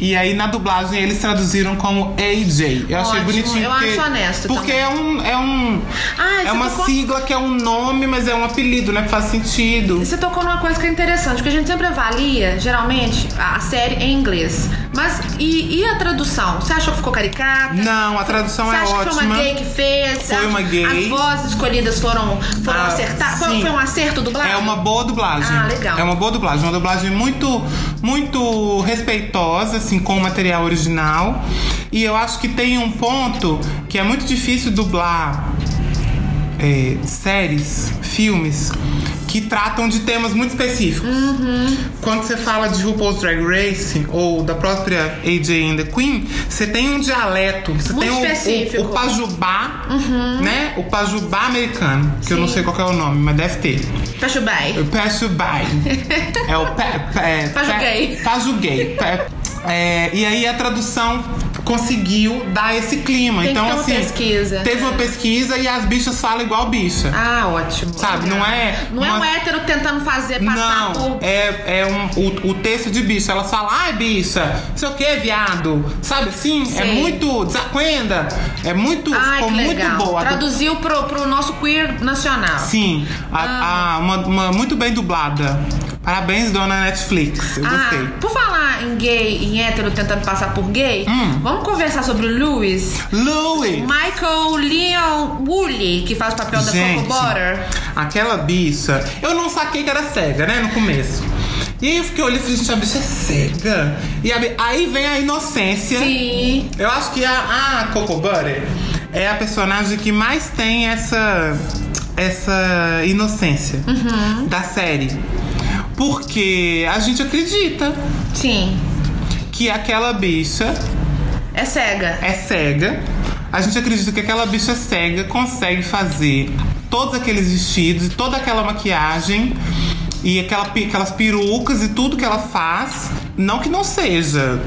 Speaker 2: E aí na dublagem eles traduziram como AJ. Eu achei
Speaker 1: Ótimo,
Speaker 2: bonitinho.
Speaker 1: eu
Speaker 2: porque,
Speaker 1: acho honesto
Speaker 2: Porque é um. É, um,
Speaker 1: Ah,
Speaker 2: é
Speaker 1: você
Speaker 2: uma
Speaker 1: tocou-
Speaker 2: sigla que é um nome, mas é um apelido, né? Que faz sentido.
Speaker 1: Você tocou numa coisa que é interessante, porque a gente sempre avalia, geralmente, a a série em inglês. Mas e, e a tradução? Você achou que ficou caricata?
Speaker 2: Não, a tradução
Speaker 1: Você
Speaker 2: é
Speaker 1: acha
Speaker 2: ótima.
Speaker 1: que foi uma gay que fez? Você
Speaker 2: Foi
Speaker 1: acha
Speaker 2: uma
Speaker 1: que
Speaker 2: gay.
Speaker 1: As vozes escolhidas foram, foram
Speaker 2: Ah,
Speaker 1: acertadas? Foi,
Speaker 2: sim.
Speaker 1: foi um acerto dublado?
Speaker 2: É uma boa dublagem.
Speaker 1: Ah, legal.
Speaker 2: É uma boa dublagem. Uma dublagem muito, muito respeitosa, assim, com o material original. E eu acho que tem um ponto que é muito difícil dublar é, séries, filmes, que tratam de temas muito específicos.
Speaker 1: Uhum.
Speaker 2: Quando você fala de RuPaul's Drag Race ou da própria AJ and the Queen, você tem um dialeto. Você
Speaker 1: Muito
Speaker 2: tem o- o-
Speaker 1: específico. Uhum.
Speaker 2: o pajubá, né? O pajubá americano, que eu não sei qual que é o nome, mas deve ter.
Speaker 1: Fecha o bem.
Speaker 2: O Passubai. É o pe, pe,
Speaker 1: Pajuguei.
Speaker 2: pe- Pajuguei. Pe- é, e aí a tradução conseguiu dar esse clima.
Speaker 1: Tem que
Speaker 2: então,
Speaker 1: ter uma
Speaker 2: assim.
Speaker 1: pesquisa.
Speaker 2: Teve uma pesquisa e as bichas falam igual bicha.
Speaker 1: Ah, ótimo.
Speaker 2: Sabe,
Speaker 1: Legal.
Speaker 2: não é
Speaker 1: Não é
Speaker 2: uma-
Speaker 1: um hétero tentando fazer passar
Speaker 2: Não,
Speaker 1: por.
Speaker 2: é, é um, o, o texto de bicha. Elas falam, ai bicha, não sei o que, viado. Sabe assim? É
Speaker 1: Sei.
Speaker 2: muito desacuenda. É muito.
Speaker 1: Ai,
Speaker 2: ficou
Speaker 1: que legal.
Speaker 2: muito boa. a
Speaker 1: Traduziu pro, pro nosso queer nacional.
Speaker 2: Sim, a, a- uma, uma muito bem dublada. Parabéns, dona Netflix. Eu
Speaker 1: Ah,
Speaker 2: gostei.
Speaker 1: por falar em gay, em hétero tentando passar por gay,
Speaker 2: Hum.
Speaker 1: vamos conversar sobre o Lewis.
Speaker 2: Louie!
Speaker 1: Michael Leon Woolley, que faz o papel
Speaker 2: Gente,
Speaker 1: da Coco Butter.
Speaker 2: aquela bicha, eu não saquei que era cega, né, no começo. E aí eu fiquei olhando e falei, gente, a bicha é cega. E a bi- aí vem a inocência.
Speaker 1: Sim.
Speaker 2: Eu acho que a, a Coco Butter é a personagem que mais tem essa, essa inocência
Speaker 1: Uhum.
Speaker 2: da série. Porque a gente acredita
Speaker 1: Sim.
Speaker 2: que aquela bicha
Speaker 1: É cega.
Speaker 2: é cega. A gente acredita que aquela bicha cega consegue fazer todos aqueles vestidos, e toda aquela maquiagem e aquela pi- aquelas perucas e tudo que ela faz. Não que não seja.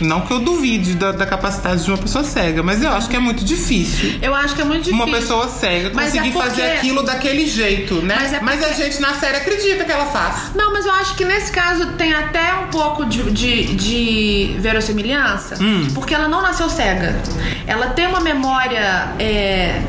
Speaker 2: Não que eu duvide da, da capacidade de uma pessoa cega, mas eu acho que é muito difícil.
Speaker 1: Eu acho que é muito difícil.
Speaker 2: Uma pessoa cega
Speaker 1: Mas é
Speaker 2: conseguir fazer
Speaker 1: porque-
Speaker 2: aquilo daquele jeito, né?
Speaker 1: Mas é
Speaker 2: a gente na série acredita que ela faz.
Speaker 1: Não, mas eu acho que nesse caso tem até um pouco de, de, de verossimilhança, porque ela não nasceu cega. Ela tem uma memória. é,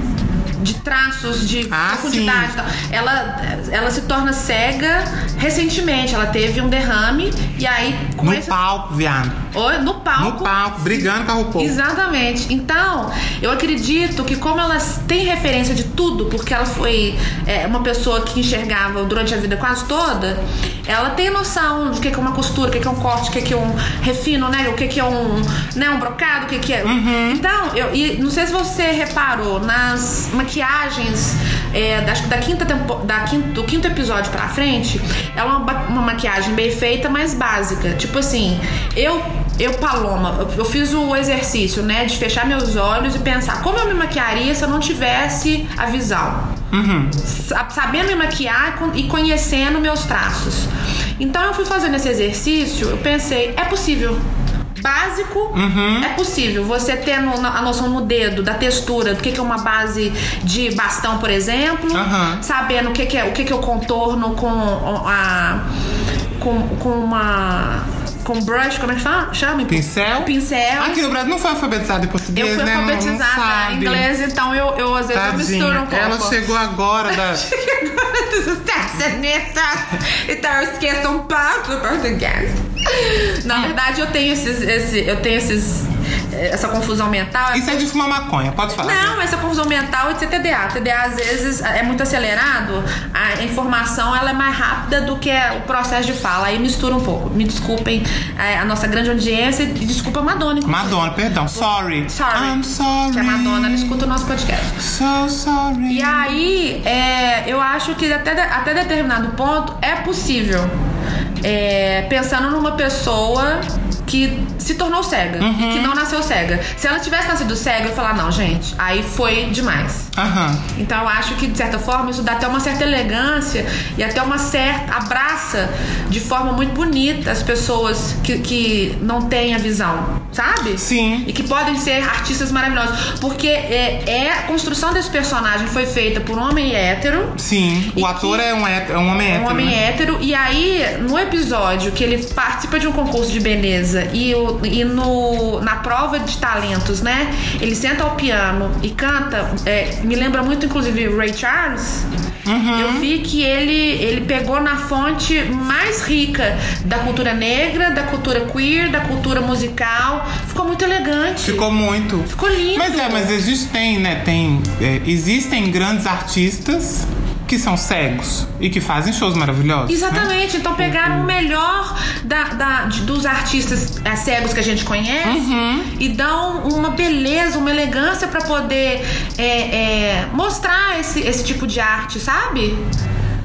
Speaker 1: de traços, de
Speaker 2: Ah,
Speaker 1: profundidade.
Speaker 2: sim.
Speaker 1: e tal. Ela, ela se torna cega recentemente. Ela teve um derrame e aí com
Speaker 2: No
Speaker 1: esse-
Speaker 2: palco, viado.
Speaker 1: Oi, no
Speaker 2: No
Speaker 1: palco.
Speaker 2: palco, brigando com a RuPaul.
Speaker 1: Exatamente. Então, eu acredito que como ela tem referência de tudo, porque ela foi é, uma pessoa que enxergava durante a vida quase toda, ela tem noção do que que é uma costura, o que que é um corte, o que que é um refino, né? O que que é um, né, um brocado, o que que é... Então, eu e não sei se você reparou, nas maquiagens, é, da- acho que da quinta, tempo- da quinta- do quinto episódio pra frente, ela é uma, ba- uma maquiagem bem feita, mas básica. Tipo assim, eu Eu, Paloma, eu fiz o exercício, né, de fechar meus olhos e pensar como eu me maquiaria se eu não tivesse a visão. Sa- Sabendo me maquiar e con- e conhecendo meus traços. Então eu fui fazendo esse exercício, eu pensei, é possível. Básico,
Speaker 2: Uhum.
Speaker 1: é possível. Você ter no- na- a noção no dedo da textura, do que, que é uma base de bastão, por exemplo.
Speaker 2: Aham.
Speaker 1: Sabendo o que, que é o que, que eu contorno com a. com, com uma. com brush, como é que fala? chama?
Speaker 2: Pincel?
Speaker 1: Pincel.
Speaker 2: Aqui no Brasil não foi alfabetizada em português,
Speaker 1: É um Eu fui
Speaker 2: né? Não- não
Speaker 1: alfabetizada
Speaker 2: sabe.
Speaker 1: em inglês, então eu, eu às vezes eu misturo um
Speaker 2: Tadinha.
Speaker 1: pouco.
Speaker 2: Ela chegou agora da.
Speaker 1: Então eu esqueço um pouco do português. Na verdade, eu tenho esses. esse- eu tenho esses. Essa confusão mental.
Speaker 2: Isso é de fumar maconha, pode falar.
Speaker 1: Não, essa confusão mental é de ser TDA. TDA, às vezes, é muito acelerado. A informação, ela é mais rápida do que o processo de fala. Aí mistura um pouco. Me desculpem é, a nossa grande audiência e desculpa a Madonna. inclusive.
Speaker 2: Madonna, perdão. Sorry.
Speaker 1: Sorry.
Speaker 2: I'm sorry.
Speaker 1: Que a Madonna, ela escuta o nosso podcast.
Speaker 2: So sorry.
Speaker 1: E aí, é, eu acho que até, de- até determinado ponto é possível. É, pensando numa pessoa que se tornou cega, e que não nasceu cega. Se ela tivesse nascido cega, eu ia falar, não, gente, aí foi demais.
Speaker 2: Aham.
Speaker 1: Então eu acho que, de certa forma, isso dá até uma certa elegância e até uma certa. abraça de forma muito bonita as pessoas que, que não têm a visão, sabe?
Speaker 2: Sim.
Speaker 1: E que podem ser artistas maravilhosos. Porque é, é- a construção desse personagem foi feita por um homem hétero.
Speaker 2: Sim.
Speaker 1: E
Speaker 2: o ator
Speaker 1: que-
Speaker 2: é, um hétero, é um homem
Speaker 1: Um
Speaker 2: hétero.
Speaker 1: homem
Speaker 2: né?
Speaker 1: hétero, e aí, no episódio que ele participa de um concurso de beleza e, o- e no, na prova de talentos, né? Ele senta ao piano e canta. é, me lembra muito, inclusive, Ray Charles.
Speaker 2: Uhum.
Speaker 1: Eu vi que ele, ele pegou na fonte mais rica da cultura negra, da cultura queer, da cultura musical. Ficou muito elegante.
Speaker 2: Ficou muito.
Speaker 1: Ficou lindo.
Speaker 2: Mas é, mas existe, tem, né? Tem, é, existem grandes artistas que são cegos e que fazem shows maravilhosos. né?
Speaker 1: Exatamente, então pegaram o melhor da, da- de- dos artistas é, cegos que a gente conhece
Speaker 2: Uhum.
Speaker 1: e dão uma beleza, uma elegância pra poder é, é, mostrar esse, esse tipo de arte, sabe?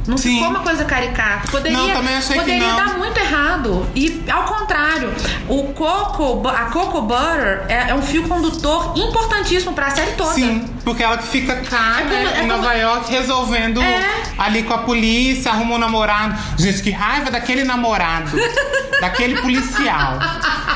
Speaker 1: Não
Speaker 2: Sim.
Speaker 1: ficou uma coisa caricata. Poderia,
Speaker 2: Não, também achei que
Speaker 1: poderia
Speaker 2: não.
Speaker 1: dar muito errado. E ao contrário, o coco, bu- a Coco Butter é, é um fio condutor importantíssimo pra série toda.
Speaker 2: Sim, porque ela que fica cá,
Speaker 1: É
Speaker 2: né,
Speaker 1: como- é
Speaker 2: em Nova
Speaker 1: como-
Speaker 2: York, resolvendo
Speaker 1: É.
Speaker 2: ali com a polícia, arruma um namorado. Gente, que raiva daquele namorado, daquele policial.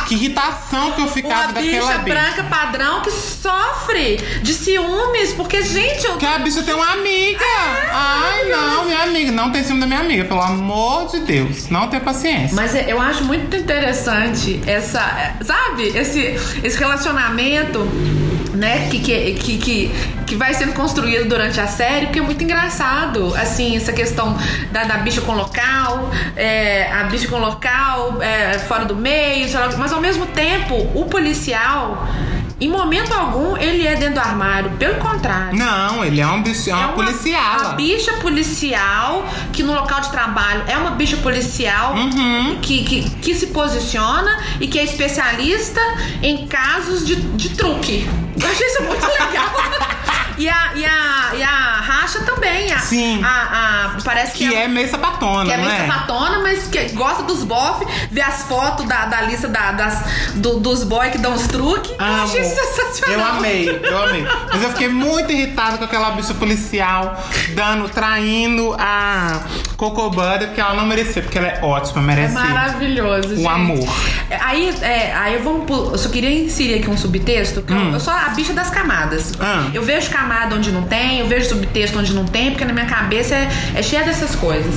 Speaker 2: Que irritação que eu ficava
Speaker 1: Uma
Speaker 2: daquela
Speaker 1: bicha
Speaker 2: bicha.
Speaker 1: branca padrão que sofre de ciúmes, porque, gente, eu
Speaker 2: Que a bicha tem uma amiga. Ai, não, minha amiga. Não tem ciúme da minha amiga, pelo amor de Deus. Não tem paciência.
Speaker 1: Mas é- eu acho muito interessante essa, é, sabe, esse, esse relacionamento, né, que, que, que, que, que vai sendo construído durante a série, porque é muito engraçado, assim, essa questão da, da bicha com local, é, a bicha com local, é, fora do meio, sei lá, mas ao mesmo tempo, o policial, em momento algum, ele é dentro do armário, pelo contrário.
Speaker 2: Não, ele é um bicho, é uma, policial.
Speaker 1: Uma bicha policial que no local de trabalho é uma bicha policial
Speaker 2: Uhum.
Speaker 1: que, que, que se posiciona e que é especialista em casos de, de truque. Eu achei isso muito legal. E a, e, a, e a Racha também. A,
Speaker 2: Sim.
Speaker 1: a- a- parece que,
Speaker 2: Que é meio sapatona,
Speaker 1: que é
Speaker 2: não
Speaker 1: meio
Speaker 2: é?
Speaker 1: sapatona, mas que gosta dos bofs, vê as fotos da, da lista da- das, do- dos boy que dão os truques. Eu achei
Speaker 2: Amo.
Speaker 1: sensacional.
Speaker 2: Eu amei, eu amei. Mas eu fiquei muito irritada com aquela bicha policial dando, traindo a Coco Butter, porque ela não merecia, porque ela é ótima,
Speaker 1: É
Speaker 2: merece.
Speaker 1: maravilhoso,
Speaker 2: O
Speaker 1: gente.
Speaker 2: Um amor.
Speaker 1: Aí, é, aí eu vou. pu- Eu só queria inserir aqui um subtexto. que eu- Eu sou a bicha das camadas.
Speaker 2: Hum. Ah.
Speaker 1: Eu vejo camada onde não tem, eu vejo subtexto onde não tem, porque na minha cabeça é, é cheia dessas coisas.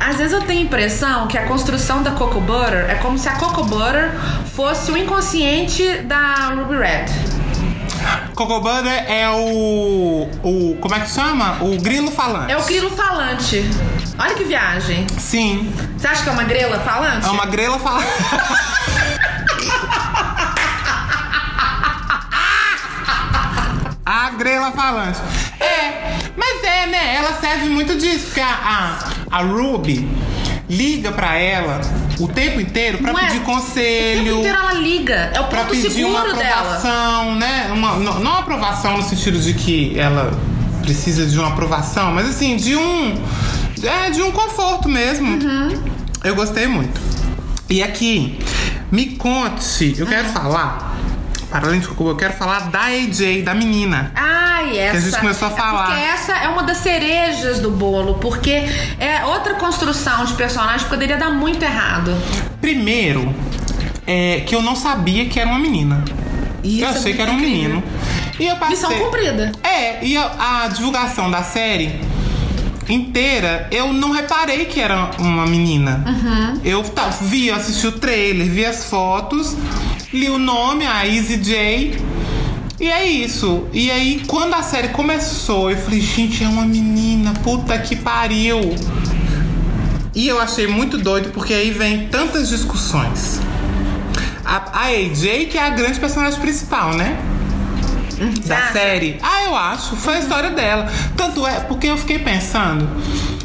Speaker 1: Às vezes eu tenho a impressão que a construção da Coco Butter é como se a Coco Butter fosse o inconsciente da Ruby Red.
Speaker 2: Coco Butter é o, o. Como é que chama? O grilo falante.
Speaker 1: É o grilo falante. Olha que viagem.
Speaker 2: Sim.
Speaker 1: Você acha que é uma grela falante?
Speaker 2: É uma grela falante. A grela falante. É, mas é, né? Ela serve muito disso, porque a, a, a Ruby liga pra ela o tempo inteiro pra
Speaker 1: Não é?
Speaker 2: pedir
Speaker 1: O tempo
Speaker 2: conselho.
Speaker 1: inteiro ela liga. É o
Speaker 2: Pra
Speaker 1: ponto
Speaker 2: pedir uma
Speaker 1: seguro dela.
Speaker 2: aprovação, né? Uma, não, não aprovação no sentido de que ela precisa de uma aprovação, mas assim, de um.
Speaker 1: Uhum.
Speaker 2: É, de um conforto mesmo. Eu gostei muito. E aqui, Me conte, eu
Speaker 1: Uhum.
Speaker 2: quero falar. Para além de Cucuba, eu quero falar da AJ, da menina.
Speaker 1: Ai, essa.
Speaker 2: a gente começou a falar.
Speaker 1: É porque essa é uma das cerejas do bolo, porque é outra construção de personagem que poderia dar muito errado.
Speaker 2: Primeiro, é, que eu não sabia que era uma menina.
Speaker 1: Isso
Speaker 2: eu
Speaker 1: é
Speaker 2: achei
Speaker 1: muito
Speaker 2: que era um
Speaker 1: incrível.
Speaker 2: menino. E eu passei.
Speaker 1: Missão cumprida.
Speaker 2: É, e a, a divulgação da série inteira, eu não reparei que era uma menina. Eu tá, vi, eu assisti o trailer, vi as fotos, li o nome, a Easy J. E é isso. E aí, quando a série começou, eu falei, gente, é uma menina, puta que pariu. E eu achei muito doido, porque aí vem tantas discussões. A, a AJ, que é a grande personagem principal, né? da
Speaker 1: Acha?
Speaker 2: série? Ah, eu acho. Foi a história dela. Tanto é, porque eu fiquei pensando.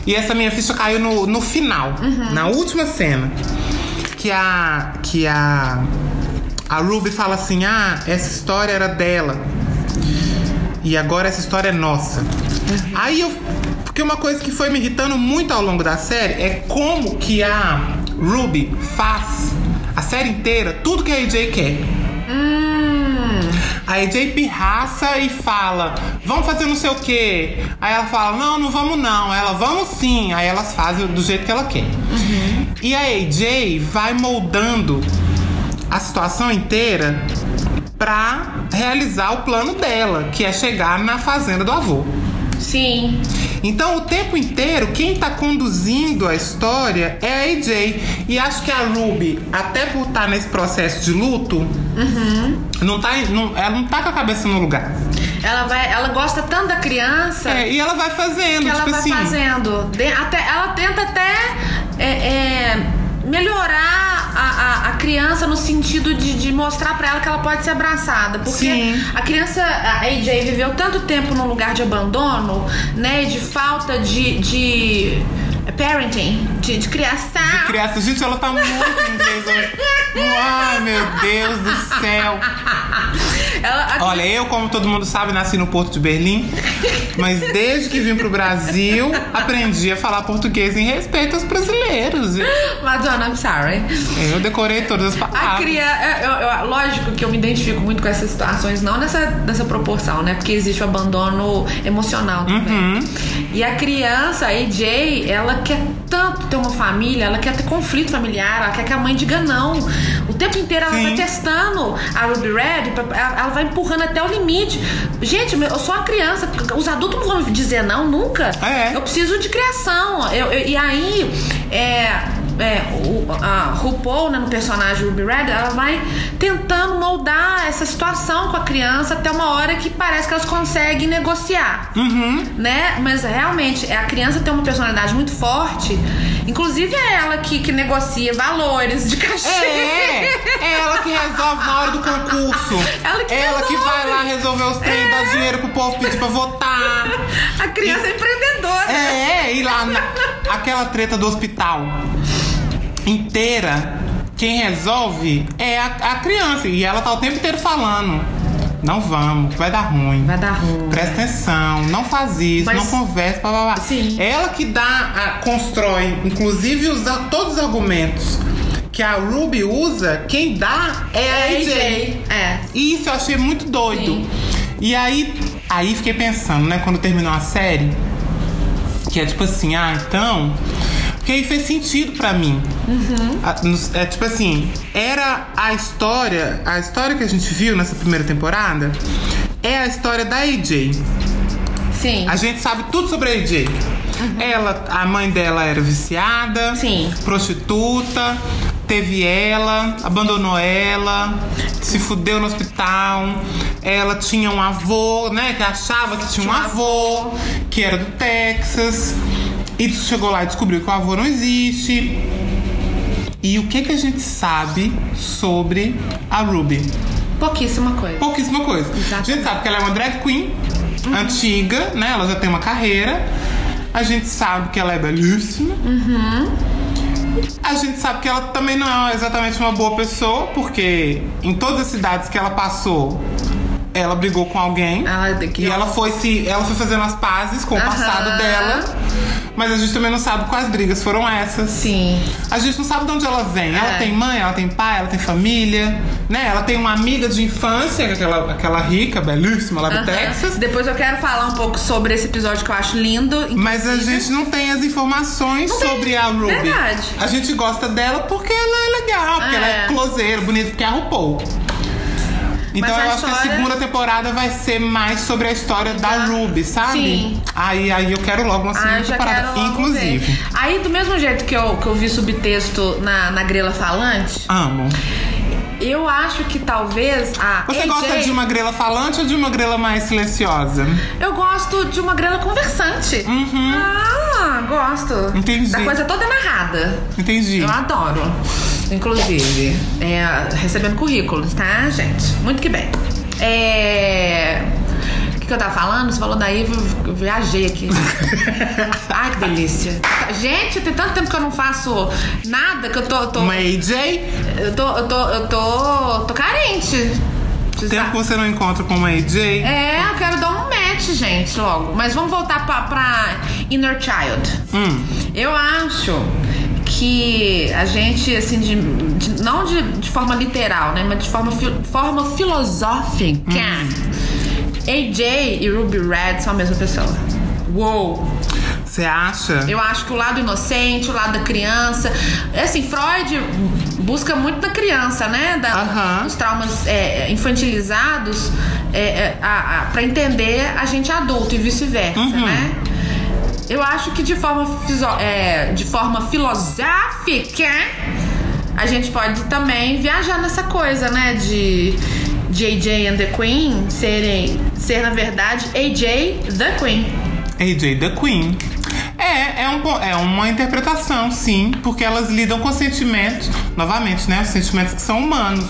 Speaker 2: E essa minha ficha caiu no, no final, na última cena. Que a. Que a. A Ruby fala assim: ah, essa história era dela. E agora essa história é nossa. Aí eu. Porque uma coisa que foi me irritando muito ao longo da série é como que a Ruby faz a série inteira tudo que a AJ quer. Aí AJ pirraça e fala, vamos fazer não sei o quê. Aí ela fala, não, não vamos não. Ela, vamos sim. Aí elas fazem do jeito que ela quer. E a AJ vai moldando a situação inteira pra realizar o plano dela, que é chegar na fazenda do avô.
Speaker 1: Sim.
Speaker 2: Então, o tempo inteiro, quem tá conduzindo a história é a AJ. E acho que a Ruby, até por estar nesse processo de luto,
Speaker 1: Uhum.
Speaker 2: não tá, não- ela não tá com a cabeça no lugar.
Speaker 1: Ela, vai, ela gosta tanto da criança
Speaker 2: É, e ela vai fazendo,
Speaker 1: Tá. que ela
Speaker 2: tipo
Speaker 1: vai
Speaker 2: assim.
Speaker 1: fazendo. De- até, ela tenta até é, é, melhorar a, a- a criança no sentido de, de mostrar pra ela que ela pode ser abraçada. Porque
Speaker 2: Sim.
Speaker 1: a criança, a AJ, viveu tanto tempo num lugar de abandono, né? e De falta de. de parenting, de, de criação.
Speaker 2: Criança, gente, ela tá muito em inglês hoje. Ai, meu Deus do céu.
Speaker 1: Ela, a-
Speaker 2: Olha, eu, como todo mundo sabe, nasci no Porto de Berlim. Mas desde que vim pro Brasil, aprendi a falar português em respeito aos brasileiros.
Speaker 1: Madonna, I'm sorry.
Speaker 2: Eu decorei todas as
Speaker 1: A
Speaker 2: palavras.
Speaker 1: cria... é, eu- eu- lógico que eu me identifico muito com essas situações, não nessa, nessa proporção, né? Porque existe o abandono emocional também. E a criança, a AJ, ela quer tanto ter uma família, ela quer ter conflito familiar, ela quer que a mãe diga não. O tempo inteiro ela
Speaker 2: Sim.
Speaker 1: vai testando a Ruby Red, pra- ela ela vai empurrando até o limite. Gente, meu, eu sou uma criança, os adultos não vão me dizer não nunca.
Speaker 2: É.
Speaker 1: Eu preciso de criação. Eu, eu- e aí, é, é, o, a RuPaul, né, no personagem Ruby Red, ela vai tentando moldar essa situação com a criança até uma hora que parece que elas conseguem negociar.
Speaker 2: Uhum.
Speaker 1: Né? Mas realmente, é, a criança tem uma personalidade muito forte. Inclusive é ela que, que negocia valores de cachê.
Speaker 2: É, é ela que resolve na hora do concurso.
Speaker 1: Ela que resolve. É.
Speaker 2: vai lá resolver os trem, dá dinheiro pro povo pedir pra votar.
Speaker 1: A criança é empreendedora.
Speaker 2: É, é, e lá na, aquela treta do hospital inteira, quem resolve é a, a criança. E ela tá o tempo inteiro falando. Não vamos, vai dar ruim.
Speaker 1: Vai dar ruim.
Speaker 2: Presta atenção, não faz isso,
Speaker 1: Mas-
Speaker 2: não conversa, blá, blá, blá.
Speaker 1: Sim.
Speaker 2: Ela que dá, a- constrói, inclusive usa todos os argumentos que a Ruby usa, quem dá é, a
Speaker 1: É,
Speaker 2: AJ.
Speaker 1: AJ. É.
Speaker 2: E Isso eu achei muito doido.
Speaker 1: Sim.
Speaker 2: E aí, aí fiquei pensando, né, quando terminou a série, que é tipo assim, ah, então. Porque aí fez sentido pra mim. Ah, nos- É tipo assim, era a história, a história que a gente viu nessa primeira temporada é a história da AJ.
Speaker 1: Sim.
Speaker 2: A gente sabe tudo sobre a AJ. Ela, a mãe dela era viciada,
Speaker 1: Sim.
Speaker 2: prostituta, teve ela, abandonou ela, se fudeu no hospital. Ela tinha um avô, né, que achava que tinha um avô, que era do Texas. E chegou lá e descobriu que o avô não existe. E o que que a gente sabe sobre a Ruby?
Speaker 1: Pouquíssima coisa.
Speaker 2: pouquíssima coisa.
Speaker 1: Exatamente.
Speaker 2: A gente sabe que ela é uma drag queen antiga, né? Ela já tem uma carreira. A gente sabe que ela é belíssima.
Speaker 1: Uhum.
Speaker 2: A gente sabe que ela também não é exatamente uma boa pessoa, porque em todas as cidades que ela passou, ela brigou com alguém.
Speaker 1: Ela daqui,
Speaker 2: e
Speaker 1: ó.
Speaker 2: ela foi se. Ela foi fazendo as pazes com o
Speaker 1: Aham.
Speaker 2: passado dela. Mas a gente também não sabe quais brigas foram essas.
Speaker 1: Sim.
Speaker 2: A gente não sabe de onde ela vem. Ela
Speaker 1: É.
Speaker 2: tem mãe, ela tem pai, ela tem família, né? Ela tem uma amiga de infância, é aquela, aquela rica, belíssima lá do
Speaker 1: Aham.
Speaker 2: Texas.
Speaker 1: Depois eu quero falar um pouco sobre esse episódio que eu acho lindo.
Speaker 2: Mas a
Speaker 1: inclusive.
Speaker 2: gente não tem as informações
Speaker 1: Não tem,
Speaker 2: sobre a Ruby.
Speaker 1: verdade.
Speaker 2: A gente gosta dela porque ela é legal, porque
Speaker 1: É.
Speaker 2: ela é closeira, bonita, porque arrupou. Então
Speaker 1: Mas a
Speaker 2: eu acho que a
Speaker 1: história-
Speaker 2: segunda temporada vai ser mais sobre a história da Ruby, sabe?
Speaker 1: Sim.
Speaker 2: Aí, aí eu quero logo uma segunda
Speaker 1: Ah, eu já
Speaker 2: temporada.
Speaker 1: quero logo
Speaker 2: Inclusive.
Speaker 1: ver. Aí, do mesmo jeito que eu, que eu vi subtexto na, na grela falante,
Speaker 2: Amo.
Speaker 1: eu acho que talvez a.
Speaker 2: Você
Speaker 1: AJ
Speaker 2: gosta de uma grela falante ou de uma grela mais silenciosa?
Speaker 1: Eu gosto de uma grela conversante. Uhum. Ah, gosto.
Speaker 2: Entendi.
Speaker 1: Da coisa toda narrada.
Speaker 2: Entendi.
Speaker 1: Eu adoro. Inclusive, é, recebendo currículos, tá, gente? Muito que bem. É. O que, que eu tava falando? Você falou daí, eu eu viajei aqui. Ai, que delícia. Gente, tem tanto tempo que eu não faço nada que eu tô. tô
Speaker 2: Uma AJ?
Speaker 1: eu tô. Eu tô. Eu tô. tô carente. Vocês
Speaker 2: Tempo
Speaker 1: tá-
Speaker 2: que você não encontra com uma AJ?
Speaker 1: É, eu quero dar um match, gente, logo. Mas vamos voltar pra, pra Inner Child.
Speaker 2: Hum.
Speaker 1: Eu acho que a gente, assim, de, de- não de, de forma literal, né? Mas de forma, fi- forma filosófica. AJ e Ruby Red são a mesma pessoa. Uou!
Speaker 2: Você acha?
Speaker 1: Eu acho que o lado inocente, o lado da criança. Assim, Freud busca muito da criança, né? Da,
Speaker 2: Aham.
Speaker 1: Os traumas é, infantilizados é, é, a- a- pra entender a gente adulto e vice-versa, né? Eu acho que de forma, fiso- é, de forma filosófica a gente pode também viajar nessa coisa, né? De JJ and the Queen serem, ser, na verdade, AJ the Queen.
Speaker 2: AJ The Queen. É, é, um, po- é uma interpretação, sim, porque elas lidam com sentimentos, novamente, né? Os sentimentos que são humanos.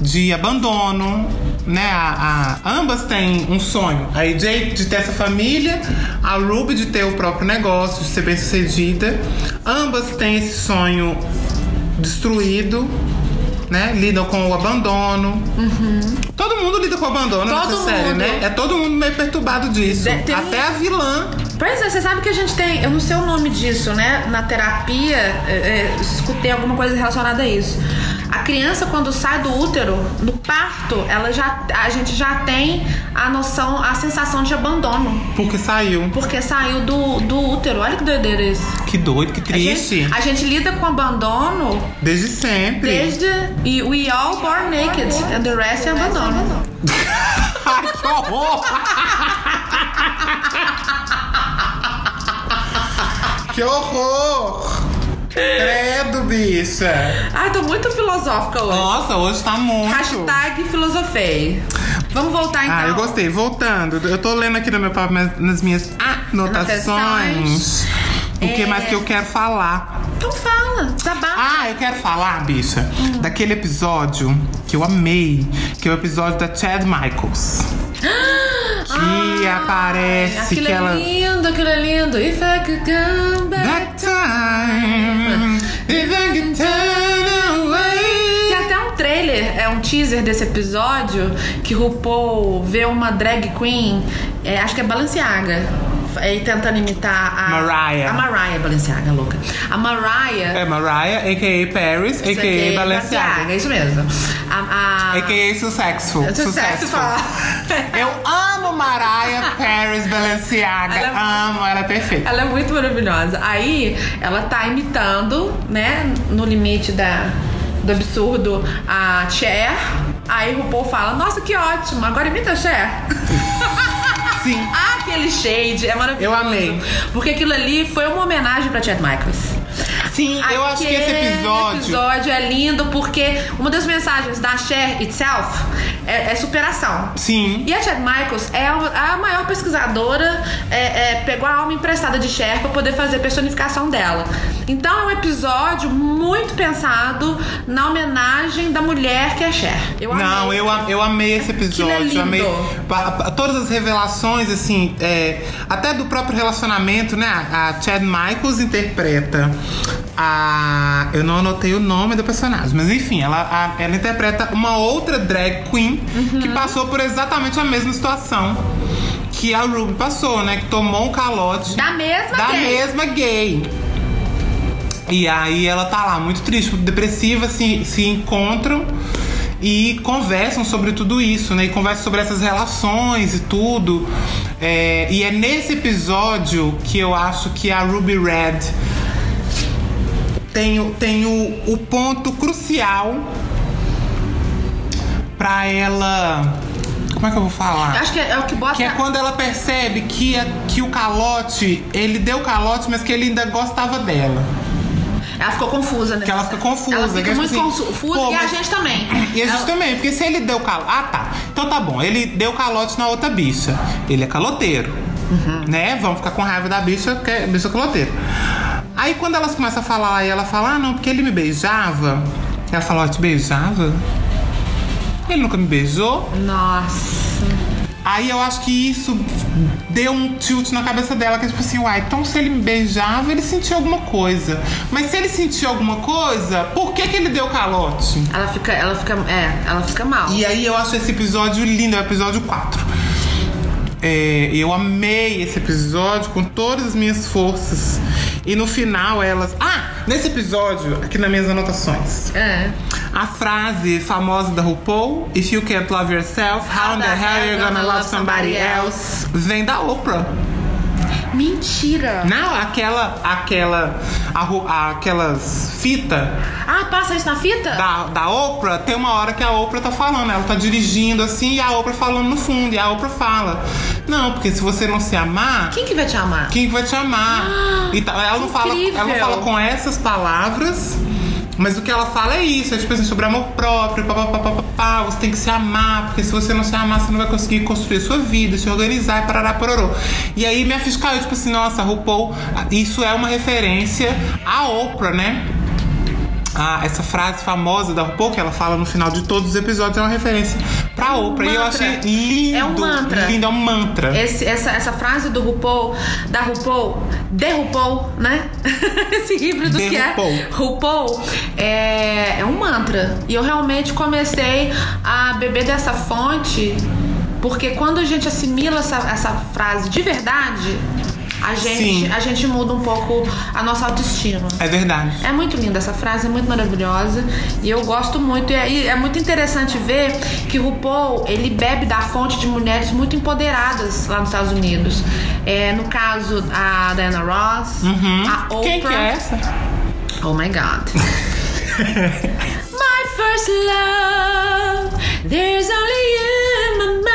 Speaker 2: De abandono, né? A, a- ambas têm um sonho. A AJ de ter essa família, a Ruby de ter o próprio negócio, de ser bem sucedida. Ambas têm esse sonho destruído, né? Lidam com o abandono. Todo mundo lida com o abandono
Speaker 1: Todo
Speaker 2: nessa série,
Speaker 1: mundo.
Speaker 2: né? É todo mundo meio perturbado disso.
Speaker 1: De- tem- um-
Speaker 2: Até a vilã.
Speaker 1: Pois é, você sabe que a gente tem, eu não sei o nome disso, né? Na terapia, é, é, escutei alguma coisa relacionada a isso. A criança, quando sai do útero, do parto, ela já, a gente já tem a noção, a sensação de abandono.
Speaker 2: Porque saiu.
Speaker 1: Porque saiu do, do útero. Olha que doideira isso.
Speaker 2: Que doido, que
Speaker 1: A
Speaker 2: triste.
Speaker 1: gente, a gente lida com abandono
Speaker 2: Desde sempre.
Speaker 1: desde. E we all born naked, and the rest é abandono.
Speaker 2: Ai, que horror! que horror! Credo, bicha!
Speaker 1: Ai, tô muito filosófica hoje.
Speaker 2: Nossa, hoje tá muito.
Speaker 1: Hashtag filosofei. Vamos voltar então.
Speaker 2: Ah, eu gostei. Voltando, eu tô lendo aqui no meu papo, mas nas minhas anotações.
Speaker 1: Anotações.
Speaker 2: O que
Speaker 1: É.
Speaker 2: mais que eu quero falar?
Speaker 1: Então fala, desabafa.
Speaker 2: Ah, eu quero falar, bicha, daquele episódio que eu amei, que é o episódio da Chad Michaels. Que aparece
Speaker 1: aquilo
Speaker 2: que ela.
Speaker 1: é lindo, aquilo é lindo. If I could come back.
Speaker 2: That time, if I could turn
Speaker 1: Tem
Speaker 2: away.
Speaker 1: até um trailer, é um teaser desse episódio que RuPaul vê uma drag queen, é, acho que é Balenciaga. é, E tentando imitar a.
Speaker 2: Mariah.
Speaker 1: A Mariah Balenciaga, louca. A Mariah.
Speaker 2: É Mariah, a.k.a. Paris,
Speaker 1: É,
Speaker 2: a.k.a. Balenciaga,
Speaker 1: Isso mesmo. A. a
Speaker 2: a.k.a. Successful.
Speaker 1: Sucesso falar.
Speaker 2: Eu amo Mariah Paris Balenciaga.
Speaker 1: Ela é-
Speaker 2: Amo, ela é perfeita.
Speaker 1: Ela é muito maravilhosa. Aí ela tá imitando, né, no limite da, do absurdo, a Cher. Aí o RuPaul fala: Nossa, que ótimo, agora imita a Cher.
Speaker 2: Sim.
Speaker 1: Ah, aquele shade é maravilhoso.
Speaker 2: Eu amei.
Speaker 1: Porque aquilo ali foi uma homenagem pra Chad Michaels.
Speaker 2: Sim, eu acho que esse
Speaker 1: Aquele
Speaker 2: episódio.
Speaker 1: episódio é lindo porque uma das mensagens da Cher itself é- é superação.
Speaker 2: Sim.
Speaker 1: E a Chad Michaels é a a maior pesquisadora, é, é, pegou a alma emprestada de Cher pra poder fazer a personificação dela. Então é um episódio muito pensado na homenagem da mulher que é Cher. Eu
Speaker 2: Não,
Speaker 1: amei.
Speaker 2: eu, a- eu amei esse
Speaker 1: Aquilo
Speaker 2: episódio.
Speaker 1: é lindo.
Speaker 2: eu amei pa- pa- todas as revelações, assim, é, até do próprio relacionamento, né? A Chad Michaels interpreta a. Eu não anotei o nome do personagem, mas enfim, ela, a- ela interpreta uma outra drag queen
Speaker 1: Uhum.
Speaker 2: que passou por exatamente a mesma situação que a Ruby passou, né? Que tomou um calote
Speaker 1: Da mesma é.
Speaker 2: da
Speaker 1: gay.
Speaker 2: mesma gay. E aí ela tá lá muito triste, depressiva, se, se encontram e conversam sobre tudo isso, né? E conversam sobre essas relações e tudo. É, e é nesse episódio que eu acho que a Ruby Red tem, o- tem o, o ponto crucial pra ela. Como é que eu vou falar?
Speaker 1: Eu Acho que é, é o que bota.
Speaker 2: Que é quando ela percebe que, a- que o calote, ele deu calote, mas que ele ainda gostava dela.
Speaker 1: Ela ficou confusa, né?
Speaker 2: Que ela fica confusa.
Speaker 1: Ela
Speaker 2: que
Speaker 1: fica
Speaker 2: é
Speaker 1: muito
Speaker 2: tipo assim,
Speaker 1: confusa
Speaker 2: pô,
Speaker 1: e a
Speaker 2: mas-
Speaker 1: gente também.
Speaker 2: E a gente
Speaker 1: Ela-
Speaker 2: também, porque se ele deu calote. Ah, tá. Então tá bom, ele deu calote na outra bicha. Ele é caloteiro.
Speaker 1: Uhum.
Speaker 2: Né? Vamos ficar com raiva da bicha, que é bicha caloteira. Aí quando elas começam a falar, e ela fala, ah, não, porque ele me beijava. Ela fala, ó, te beijava? Ele nunca me beijou.
Speaker 1: Nossa.
Speaker 2: Aí eu acho que isso deu um tilt na cabeça dela, que é tipo assim, uai, então se ele me beijava, ele sentia alguma coisa. Mas se ele sentia alguma coisa, por que, que ele deu calote?
Speaker 1: Ela fica, ela fica, é, ela fica mal.
Speaker 2: E aí eu acho esse episódio lindo, é o episódio 4. É, eu amei esse episódio com todas as minhas forças. E no final elas. Ah! Nesse episódio, aqui nas minhas anotações.
Speaker 1: É.
Speaker 2: A frase famosa da RuPaul, If you can't love yourself, how in the hell you gonna love somebody else? Vem da Oprah.
Speaker 1: Mentira.
Speaker 2: Não, aquela. aquela. a Ru- a- aquelas fita
Speaker 1: Ah, passa isso na fita?
Speaker 2: da, da Oprah, tem uma hora que a Oprah tá falando, ela tá dirigindo assim e a Oprah falando no fundo, e a Oprah fala: Não, porque se você não se amar,
Speaker 1: Quem que vai te amar?
Speaker 2: quem vai te amar? e tal. Ela, não
Speaker 1: que
Speaker 2: fala,
Speaker 1: incrível.
Speaker 2: ela não fala com essas palavras, mas o que ela fala é isso: é tipo assim, sobre amor próprio, papapá, você tem que se amar, porque se você não se amar, você não vai conseguir construir a sua vida, se organizar e parará, pororô. E aí minha fiscal, eu, tipo assim, nossa, RuPaul, isso é uma referência à Oprah, né? Ah, essa frase famosa da RuPaul que ela fala no final de todos os episódios é uma referência pra Oprah. E eu
Speaker 1: Um mantra.
Speaker 2: achei lindo.
Speaker 1: É um mantra.
Speaker 2: Lindo, é um mantra.
Speaker 1: Esse- essa, essa frase do RuPaul, da RuPaul, de RuPaul, né? Esse híbrido
Speaker 2: De
Speaker 1: que é RuPaul é, é um mantra. E eu realmente comecei a beber dessa fonte, porque quando a gente assimila essa, essa frase de verdade, a gente,
Speaker 2: Sim.
Speaker 1: a gente muda um pouco a nossa autoestima.
Speaker 2: É verdade.
Speaker 1: É muito linda essa frase, é muito maravilhosa e eu gosto muito. E aí é muito interessante ver que o RuPaul ele bebe da fonte de mulheres muito empoderadas lá nos Estados Unidos. É, no caso, a Diana Ross, a Oprah.
Speaker 2: Quem que é essa?
Speaker 1: Oh my god. my first love, there's only you in my mind.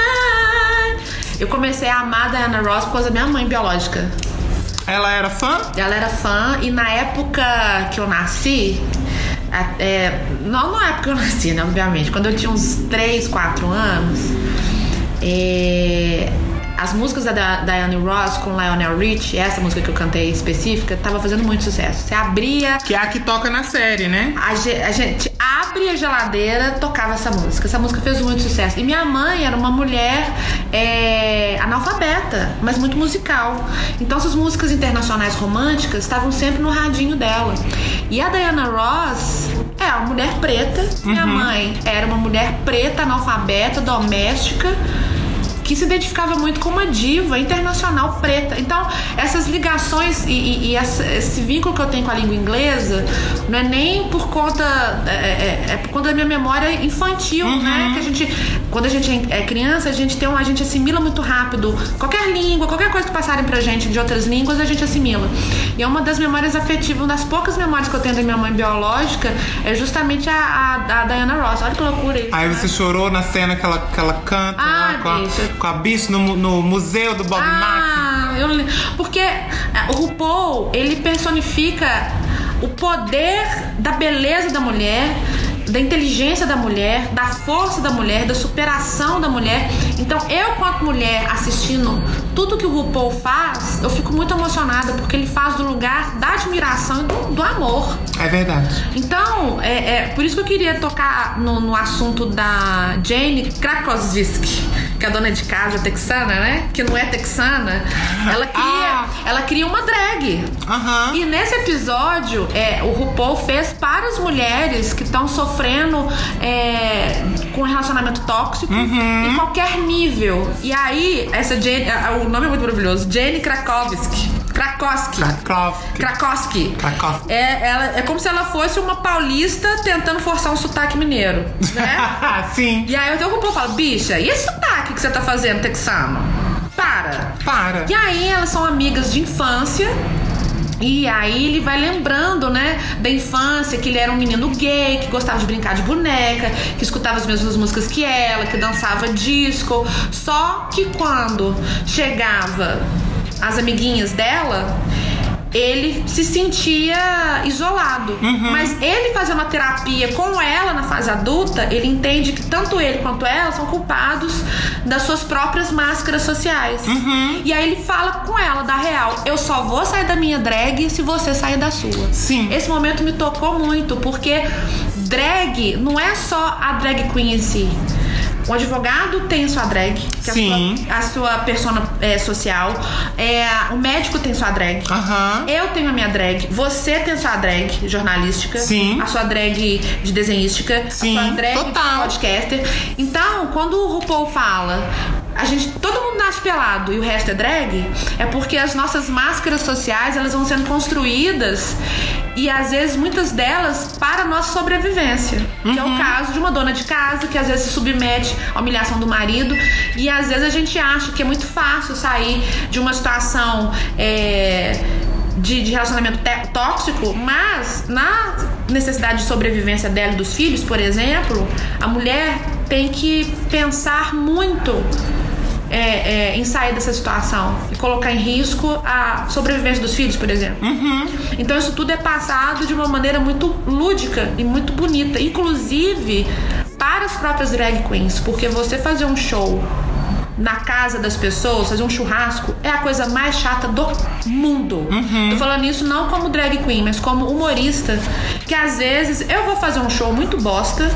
Speaker 1: Eu comecei a amar a Diana Ross por causa da minha mãe biológica.
Speaker 2: Ela era fã?
Speaker 1: Ela era fã e na época que eu nasci. a- é, não na época que eu nasci, né? Obviamente. Quando eu tinha uns 3, 4 anos. é, as músicas da da Diane Ross com Lionel Rich, essa música que eu cantei específica, tava fazendo muito sucesso. Você abria.
Speaker 2: Que é a que toca na série, né?
Speaker 1: A, ge- a gente abre a geladeira, tocava essa música. Essa música fez muito sucesso. E minha mãe era uma mulher é, analfabeta, mas muito musical. Então essas músicas internacionais românticas estavam sempre no radinho dela. E a Diana Ross é uma mulher preta. Minha mãe era uma mulher preta, analfabeta, doméstica que se identificava muito com uma diva internacional preta. Então, essas ligações e, e- e essa- esse vínculo que eu tenho com a língua inglesa não é nem por conta. É, é- é por conta da minha memória infantil,
Speaker 2: Uhum.
Speaker 1: né? Que a gente. Quando a gente é criança, a gente tem um. A gente assimila muito rápido. Qualquer língua, qualquer coisa que passarem pra gente de outras línguas, a gente assimila. E é uma das memórias afetivas, uma das poucas memórias que eu tenho da minha mãe biológica é justamente a, a- a Diana Ross. Olha que loucura isso.
Speaker 2: Aí
Speaker 1: né?
Speaker 2: você chorou na cena que ela, que ela canta
Speaker 1: Ah,
Speaker 2: lá com a,
Speaker 1: bicho.
Speaker 2: com a bicha no, mu- no museu do Bob Marley.
Speaker 1: Ah, eu le- porque é, o RuPaul, ele personifica o poder da beleza da mulher, da inteligência da mulher, da força da mulher, da superação da mulher. Então, eu, quanto mulher, assistindo tudo que o RuPaul faz, eu fico muito emocionada, porque ele faz do lugar da admiração e do, do amor.
Speaker 2: É verdade.
Speaker 1: Então, é, é por isso que eu queria tocar no, no assunto da Jane Krakowski, que é a dona de casa texana, né? Que não é texana. Ela cria,
Speaker 2: Ah.
Speaker 1: ela cria uma drag.
Speaker 2: Aham.
Speaker 1: E nesse episódio, é, o RuPaul fez para as mulheres que estão sofrendo é, com relacionamento tóxico
Speaker 2: Uhum.
Speaker 1: em qualquer nível. E aí, essa Jane, a- a- o nome é muito maravilhoso, Jane Krakowski. Krakowski.
Speaker 2: Krakowski.
Speaker 1: Krakowski.
Speaker 2: Krakowski.
Speaker 1: É, ela, é como se ela fosse uma paulista tentando forçar um sotaque mineiro, né?
Speaker 2: Sim.
Speaker 1: e aí então, o RuPaul fala, bicha, e esse sotaque que você tá fazendo, texano? Para.
Speaker 2: Para.
Speaker 1: E aí elas são amigas de infância. E aí ele vai lembrando, né, da infância, que ele era um menino gay, que gostava de brincar de boneca, que escutava as mesmas músicas que ela, que dançava disco. Só que quando chegava as amiguinhas dela, ele se sentia isolado.
Speaker 2: Uhum.
Speaker 1: Mas ele fazer uma terapia com ela na fase adulta, ele entende que tanto ele quanto ela são culpados das suas próprias máscaras sociais.
Speaker 2: Uhum.
Speaker 1: E aí ele fala com ela, da real, eu só vou sair da minha drag se você sair da sua.
Speaker 2: Sim.
Speaker 1: Esse momento me tocou muito, porque drag não é só a drag queen em si. O advogado tem a sua drag, que é a
Speaker 2: Sim.
Speaker 1: sua- a sua, persona é, social. É, o médico tem sua drag.
Speaker 2: Aham.
Speaker 1: Eu tenho a minha drag, você tem a sua drag jornalística,
Speaker 2: Sim.
Speaker 1: a sua drag de desenhística,
Speaker 2: Sim,
Speaker 1: a sua drag
Speaker 2: total.
Speaker 1: de podcaster. Então, quando o RuPaul fala, a gente, todo mundo nasce pelado e o resto é drag, é porque as nossas máscaras sociais, elas vão sendo construídas e às vezes muitas delas para a nossa sobrevivência. Que é
Speaker 2: Uhum.
Speaker 1: o caso de uma dona de casa que às vezes se submete à humilhação do marido e às vezes a gente acha que é muito fácil sair de uma situação é, de, de relacionamento te- tóxico, mas na necessidade de sobrevivência dela e dos filhos, por exemplo, a mulher tem que pensar muito é, é, em sair dessa situação e colocar em risco a sobrevivência dos filhos, por exemplo. Então isso tudo é passado de uma maneira muito lúdica e muito bonita, inclusive para as próprias drag queens, porque você fazer um show na casa das pessoas, fazer um churrasco é a coisa mais chata do mundo. Tô falando isso não como drag queen, mas como humorista, que às vezes eu vou fazer um show muito bosta,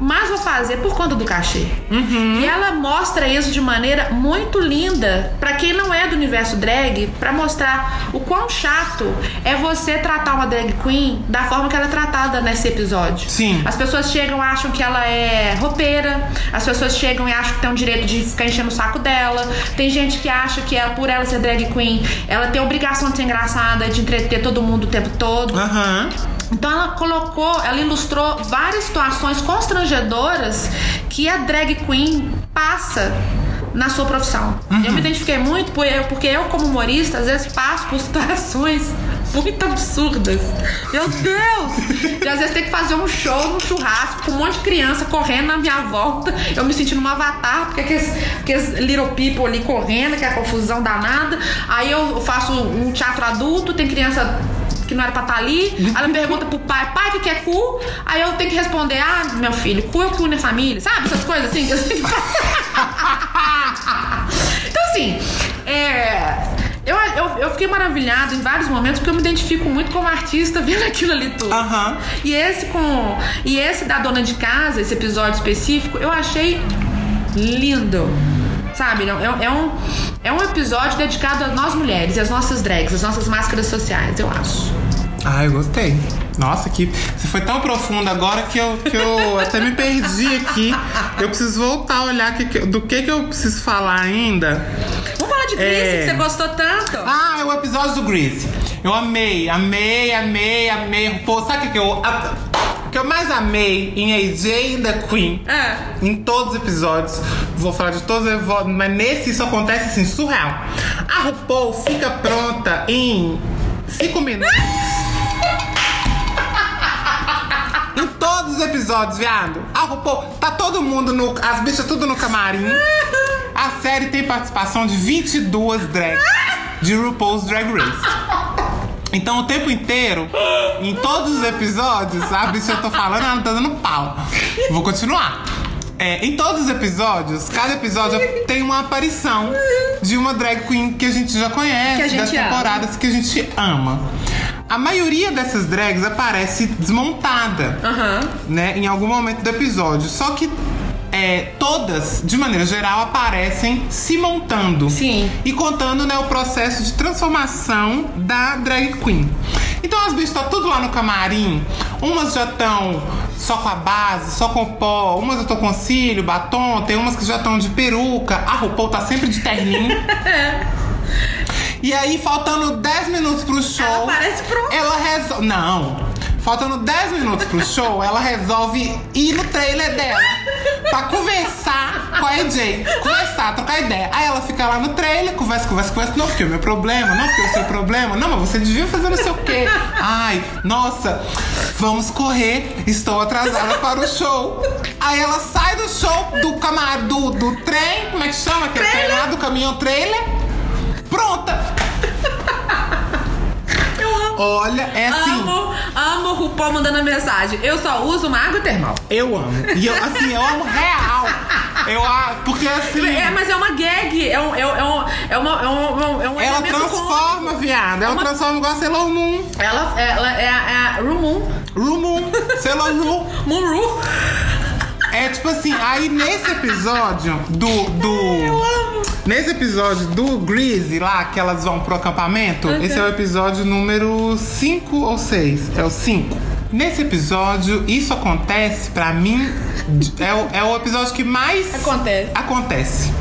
Speaker 1: mas vou fazer por conta do cachê. E ela mostra isso de maneira muito linda pra quem não é do universo drag, pra mostrar o quão chato é você tratar uma drag queen da forma que ela é tratada nesse episódio.
Speaker 2: Sim.
Speaker 1: As pessoas chegam e acham que ela é roupeira, as pessoas chegam e acham que tem o direito de ficar enchendo o saco dela. Tem gente que acha que ela, por ela ser drag queen, ela tem a obrigação de ser engraçada, de entreter todo mundo o tempo
Speaker 2: Ah,
Speaker 1: todo.
Speaker 2: Aham.
Speaker 1: Então ela colocou, ela ilustrou várias situações constrangedoras que a drag queen passa na sua profissão. Eu me identifiquei muito por- porque eu, como humorista, às vezes passo por situações muito absurdas. Meu Deus! E às vezes tem que fazer um show num churrasco com um monte de criança correndo na minha volta. Eu me sentindo um avatar, porque aqueles, aqueles little people ali correndo, que é a confusão danada. Aí eu faço um teatro adulto, tem criança que não era pra estar ali. Ela pergunta pro pai, pai, o que que é cu? Aí eu tenho que responder, ah, meu filho, cu é o cu na família. Sabe essas coisas assim? que eu tenho que falar? então, assim, é... Eu, eu, eu fiquei maravilhada em vários momentos porque eu me identifico muito como artista vendo aquilo ali tudo.
Speaker 2: Aham.
Speaker 1: E esse com. E esse da dona de casa, esse episódio específico, eu achei lindo. Sabe, não, é, é um, é um episódio dedicado a nós mulheres, e às nossas drags, às nossas máscaras sociais, eu acho.
Speaker 2: Ah, eu gostei. Nossa, que você foi tão profunda agora que eu, que eu até me perdi aqui. Eu preciso voltar a olhar que- que- do que, que eu preciso falar ainda.
Speaker 1: Vamos falar de Grease,
Speaker 2: É.
Speaker 1: que você gostou tanto.
Speaker 2: Ah, é o episódio do Grease. Eu amei, amei, amei, amei. Pô, sabe o que, que eu. a- o que eu mais amei em AJ and the Queen?
Speaker 1: É.
Speaker 2: Em todos os episódios. Vou falar de todos os episódios, mas nesse isso acontece assim, surreal. A RuPaul fica pronta em cinco minutos. Em todos os episódios, viado. A RuPaul, tá todo mundo no. As bichas tudo no camarim. A série tem participação de 22 drags de RuPaul's Drag Race. Então o tempo inteiro, em todos os episódios, a bicha eu tô falando, ela tá dando pau. Vou um continuar. É, em todos os episódios, cada episódio tem uma aparição de uma drag queen que a gente já conhece,
Speaker 1: Que a gente
Speaker 2: das
Speaker 1: ama.
Speaker 2: temporadas que a gente ama. A maioria dessas drags aparece desmontada
Speaker 1: Aham.
Speaker 2: né, em algum momento do episódio. Só que é, todas, de maneira geral, aparecem se montando.
Speaker 1: Sim.
Speaker 2: E contando né, o processo de transformação da drag queen. Então as bichas estão tudo lá no camarim. Umas já estão só com a base, só com o pó. Umas eu tô com cílio, batom. Tem umas que já estão de peruca. A RuPaul tá sempre de terninho. E aí, faltando 10 minutos pro show.
Speaker 1: Ela aparece pronta.
Speaker 2: Ela resolve. Não! Faltando 10 minutos pro show, ela resolve ir no trailer dela pra conversar com a EJ. Conversar, trocar ideia. Aí ela fica lá no trailer, conversa, conversa, conversa. Não, porque o meu problema, não, porque o seu problema. Não, mas você devia fazer não sei o quê. Ai, nossa, vamos correr, estou atrasada para o show. Aí ela sai do show, do camar, do, do trem, como é que chama aquele trem lá, do caminhão trailer. Pronta!
Speaker 1: Eu amo.
Speaker 2: Olha, é assim.
Speaker 1: Amo, amo o RuPaul mandando a mensagem. Eu só uso uma água termal.
Speaker 2: Eu amo. E eu, assim, eu amo real. Eu amo, porque assim.
Speaker 1: É, mas é uma gag. É um. É um, é um, é uma- é um- é um- é um
Speaker 2: Ela
Speaker 1: elemento
Speaker 2: transforma, viado. Ela
Speaker 1: Uma-
Speaker 2: transforma igual a Sailor Moon.
Speaker 1: cômico. Ela, ela é a, é a Rumun.
Speaker 2: Rumum. Sailor Moon.
Speaker 1: Muru.
Speaker 2: É tipo assim, aí nesse episódio do. do
Speaker 1: amo.
Speaker 2: nesse episódio do Greasy lá, que elas vão pro acampamento,
Speaker 1: Uhum.
Speaker 2: esse é o episódio número 5 ou 6? É o 5. Nesse episódio, isso acontece, pra mim, de- é o, é o episódio que mais.
Speaker 1: Acontece.
Speaker 2: Acontece.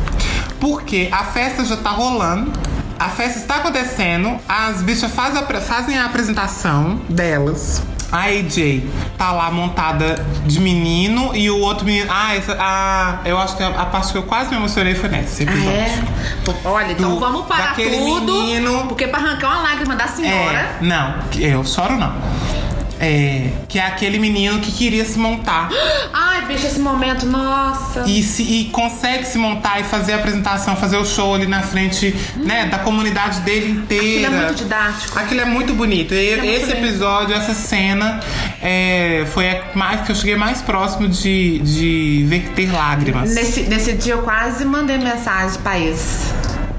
Speaker 2: Porque a festa já tá rolando. A festa está acontecendo, as bichas faz a pre- fazem a apresentação delas. A AJ tá lá montada de menino e o outro menino. Ah, essa, ah eu acho que a, a parte que eu quase me emocionei foi nesse
Speaker 1: Ah,
Speaker 2: episódio.
Speaker 1: é? Olha, então
Speaker 2: Do-
Speaker 1: vamos parar
Speaker 2: Hum, daquele
Speaker 1: tudo.
Speaker 2: menino-
Speaker 1: Porque pra arrancar uma lágrima da senhora.
Speaker 2: É, não, eu choro não. É, que é aquele menino que queria se montar
Speaker 1: Ai, bicho, esse momento, nossa.
Speaker 2: É. e, se, e consegue se montar e fazer a apresentação, fazer o show ali na frente, né, da comunidade dele inteira.
Speaker 1: Aquilo é muito didático.
Speaker 2: Aquilo é muito bonito. E
Speaker 1: muito
Speaker 2: esse
Speaker 1: lindo.
Speaker 2: episódio, essa cena, é, foi a mais que eu cheguei mais próximo de, de ver que ter lágrimas.
Speaker 1: Nesse, nesse dia eu quase mandei mensagem pra ex.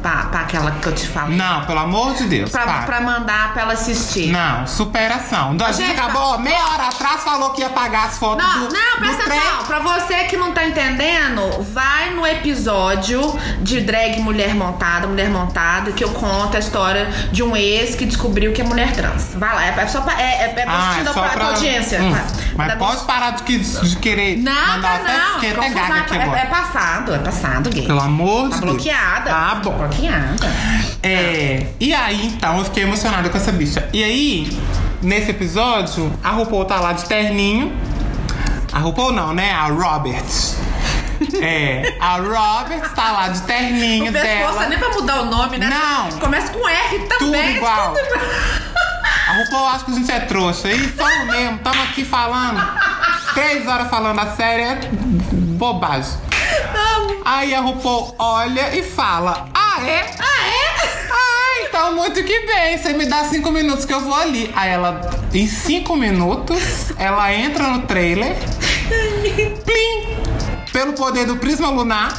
Speaker 1: Pra, pra aquela que eu te falo.
Speaker 2: Não, pelo amor de Deus.
Speaker 1: Pra,
Speaker 2: para.
Speaker 1: pra mandar pra ela assistir.
Speaker 2: Não, superação. A gente
Speaker 1: Gente,
Speaker 2: acabou meia hora atrás, falou que ia pagar as fotos
Speaker 1: Não,
Speaker 2: do,
Speaker 1: não,
Speaker 2: do
Speaker 1: presta
Speaker 2: trem.
Speaker 1: atenção. Pra você que não tá entendendo, vai no episódio de drag Mulher Montada, Mulher Montada, que eu conto a história de um ex que descobriu que é mulher trans. Vai lá, é, é só pra, é, é, é pra
Speaker 2: Ah,
Speaker 1: assistir
Speaker 2: é
Speaker 1: da
Speaker 2: só
Speaker 1: pra,
Speaker 2: pra...
Speaker 1: audiência.
Speaker 2: Hum,
Speaker 1: tá?
Speaker 2: Mas
Speaker 1: Da-
Speaker 2: pode parar de, que- de querer
Speaker 1: Não,
Speaker 2: mandar
Speaker 1: não, não.
Speaker 2: até fiquei até
Speaker 1: Confusão,
Speaker 2: gaga aqui
Speaker 1: é,
Speaker 2: agora.
Speaker 1: é passado, é passado, gay.
Speaker 2: Pelo
Speaker 1: Tá
Speaker 2: amor de Deus.
Speaker 1: bloqueada.
Speaker 2: Tá
Speaker 1: Bloqueada.
Speaker 2: bom. É, e aí então eu fiquei emocionada com essa bicha. E aí, nesse episódio, a RuPaul tá lá de terninho. A RuPaul não, né? A Roberts. É, a Roberts tá lá de terninho
Speaker 1: Não fez força
Speaker 2: dela.
Speaker 1: nem pra mudar o nome, né?
Speaker 2: Não.
Speaker 1: Começa com R também.
Speaker 2: Tudo igual.
Speaker 1: tudo igual.
Speaker 2: A RuPaul acha que a gente é trouxa. E são mesmo, tamo aqui falando. Três horas falando a série é bobagem. Aí a RuPaul olha e fala: Ah, é? Ah, é? Ah, então muito que bem. Você me dá cinco minutos que eu vou ali. Aí ela, em cinco minutos, ela entra no trailer. Plim! Pelo poder do prisma lunar.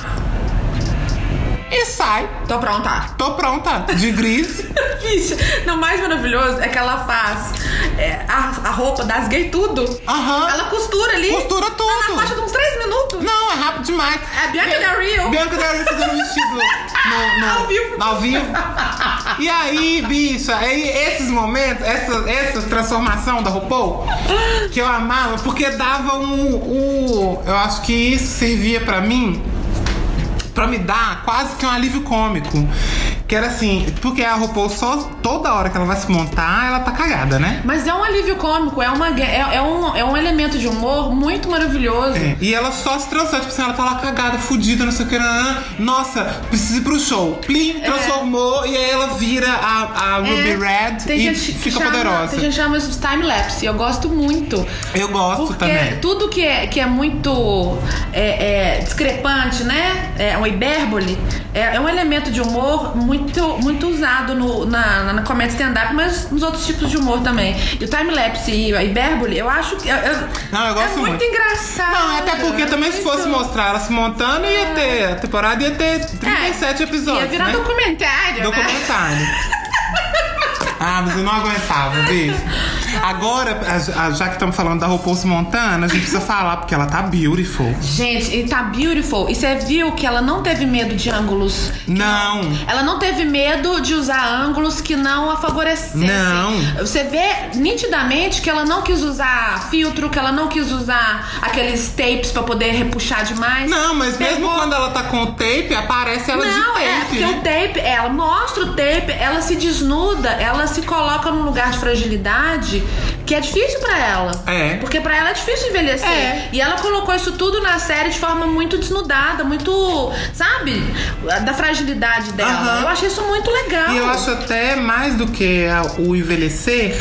Speaker 2: E sai.
Speaker 1: Tô pronta.
Speaker 2: Tô pronta. De gris.
Speaker 1: Bicha, não, o mais maravilhoso é que ela faz é, a, a roupa das gay tudo.
Speaker 2: Aham.
Speaker 1: Ela costura ali.
Speaker 2: Costura
Speaker 1: Tá
Speaker 2: tudo.
Speaker 1: na faixa de uns 3 minutos.
Speaker 2: Não, é rápido demais.
Speaker 1: É a Bianca Del Rio.
Speaker 2: Bianca Del Rio fazendo um vestido no, no-
Speaker 1: Ao vivo.
Speaker 2: Ao vivo. E aí, bicha, aí esses momentos, essa, essa transformação da RuPaul, que eu amava, porque dava um, um- Eu acho que isso servia pra mim, pra me dar quase que um alívio cômico. Que era assim, porque a RuPaul só toda hora que ela vai se montar, ela tá cagada, né?
Speaker 1: Mas é um alívio cômico, é, uma, é, é um, é um elemento de humor muito maravilhoso.
Speaker 2: É, E ela só se transforma, tipo assim, ela tá lá cagada, fudida, não sei o que, nananã. nossa, precisa ir pro show. Plim, transformou, e aí ela vira a, a Ruby
Speaker 1: É,
Speaker 2: Red
Speaker 1: tem
Speaker 2: e
Speaker 1: gente que
Speaker 2: fica
Speaker 1: chama-
Speaker 2: poderosa.
Speaker 1: Tem gente que chama isso de time-lapse, e eu gosto muito.
Speaker 2: Eu gosto
Speaker 1: Porque
Speaker 2: também.
Speaker 1: tudo que é, que é muito é, é, discrepante, né? É uma hipérbole. É, é um elemento de humor muito, muito usado no, na, na- na comédia stand-up, mas nos outros tipos de humor também. E o time-lapse e a hipérbole, eu acho que. eu- eu-
Speaker 2: Não, eu gosto
Speaker 1: é muito,
Speaker 2: muito.
Speaker 1: engraçado.
Speaker 2: Não, até porque também se fosse
Speaker 1: Muito.
Speaker 2: mostrar ela se montando, ia ter. A temporada ia ter 37
Speaker 1: É,
Speaker 2: episódios.
Speaker 1: Ia virar
Speaker 2: né?
Speaker 1: documentário, né?
Speaker 2: Documentário. Ah, mas eu não aguentava, bicho. Agora, a- a- já que estamos falando da RuPaul's Montana, a gente precisa falar, porque ela tá beautiful.
Speaker 1: Gente, e tá beautiful. E você viu que ela não teve medo de ângulos. que
Speaker 2: Não.
Speaker 1: Ela não teve medo de usar ângulos que não a favorecessem.
Speaker 2: Não.
Speaker 1: Você vê nitidamente que ela não quis usar filtro, que ela não quis usar aqueles tapes pra poder repuxar demais.
Speaker 2: Não, mas mesmo
Speaker 1: Pegou-
Speaker 2: quando ela tá com o tape, aparece ela de
Speaker 1: não,
Speaker 2: tape.
Speaker 1: é porque o
Speaker 2: né?
Speaker 1: tape, ela mostra o tape, ela se desnuda, ela se coloca num lugar de fragilidade que é difícil pra ela.
Speaker 2: É.
Speaker 1: Porque pra ela é difícil envelhecer.
Speaker 2: É.
Speaker 1: E ela colocou isso tudo na série de forma muito desnudada, muito, sabe? Da fragilidade dela.
Speaker 2: Aham.
Speaker 1: Eu achei isso muito legal.
Speaker 2: E eu acho até mais do que a- o envelhecer.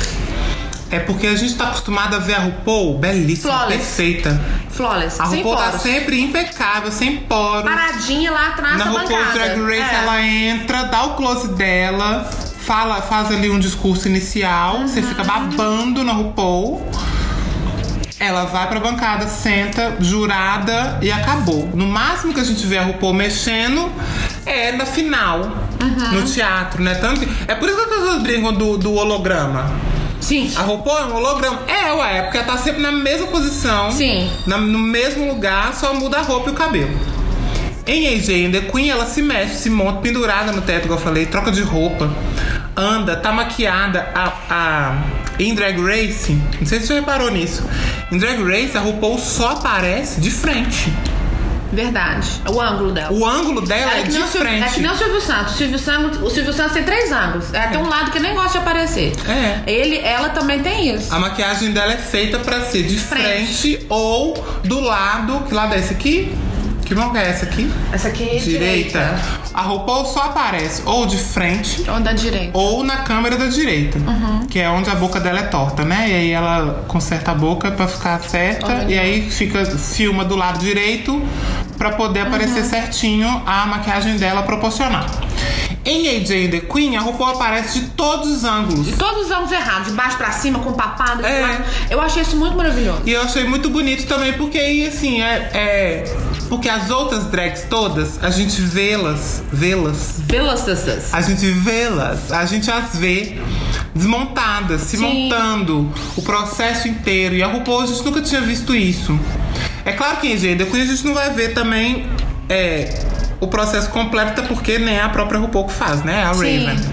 Speaker 2: É porque a gente tá acostumado a ver a RuPaul belíssima,
Speaker 1: Flawless.
Speaker 2: perfeita.
Speaker 1: Flawless,
Speaker 2: A
Speaker 1: sem
Speaker 2: RuPaul tá
Speaker 1: poros.
Speaker 2: sempre impecável, sem poros.
Speaker 1: Paradinha lá atrás
Speaker 2: Na
Speaker 1: da
Speaker 2: RuPaul's
Speaker 1: bancada.
Speaker 2: Drag Race,
Speaker 1: É.
Speaker 2: ela entra, dá o close dela, fala, faz ali um discurso inicial, você
Speaker 1: Uhum.
Speaker 2: fica babando na RuPaul. Ela vai pra bancada, senta, jurada e acabou. No máximo que a gente vê a RuPaul mexendo é na final,
Speaker 1: Uhum.
Speaker 2: no teatro, né? Tanto que- é por isso que as pessoas brincam do, do holograma.
Speaker 1: Sim.
Speaker 2: A RuPaul é um holograma? É, ué, porque ela tá sempre na mesma posição.
Speaker 1: Sim.
Speaker 2: na- no mesmo lugar, só muda a roupa e o cabelo. Em AJ and the Queen, ela se mexe, se monta pendurada no teto, igual eu falei, troca de roupa, anda, tá maquiada. A, a- em Drag Race, não sei se você reparou nisso, em Drag Race a RuPaul só aparece de frente.
Speaker 1: Verdade. O ângulo dela.
Speaker 2: O ângulo dela
Speaker 1: Ela
Speaker 2: é,
Speaker 1: é que
Speaker 2: de
Speaker 1: nem o Silvio-
Speaker 2: frente.
Speaker 1: é que nem o Silvio Santos. O Silvio Santos, o Silvio Santos tem três ângulos. É, Tem um lado que nem gosta de aparecer.
Speaker 2: É.
Speaker 1: Ele, ela também tem isso.
Speaker 2: A maquiagem dela é feita pra ser de
Speaker 1: Frente.
Speaker 2: frente. ou do lado. Que lado é esse aqui? Que mão é essa aqui?
Speaker 1: Essa aqui é
Speaker 2: Direita.
Speaker 1: direita.
Speaker 2: A RuPaul só aparece ou de frente
Speaker 1: Ou da direita.
Speaker 2: ou na câmera da direita, que é onde a boca dela é torta, né? E aí ela conserta a boca pra ficar certa e aí fica filma do lado direito pra poder aparecer certinho a maquiagem dela proporcional. Em AJ and the Queen, a RuPaul aparece de todos os ângulos.
Speaker 1: Todos os ângulos errados, de baixo pra cima, com papado. de
Speaker 2: É.
Speaker 1: baixo. Eu achei isso muito maravilhoso.
Speaker 2: E eu achei muito bonito também, porque aí, assim, é. é- porque as outras drags todas, a gente vê-las, vê-las,
Speaker 1: Velocistas.
Speaker 2: a gente vê-las, a gente as vê desmontadas, se
Speaker 1: Sim.
Speaker 2: montando, o processo inteiro. E a RuPaul, a gente nunca tinha visto isso. É claro que em Gênero Queen a gente não vai ver também é, o processo completo, até porque nem é a própria RuPaul que faz, né? É A
Speaker 1: Sim.
Speaker 2: Raven.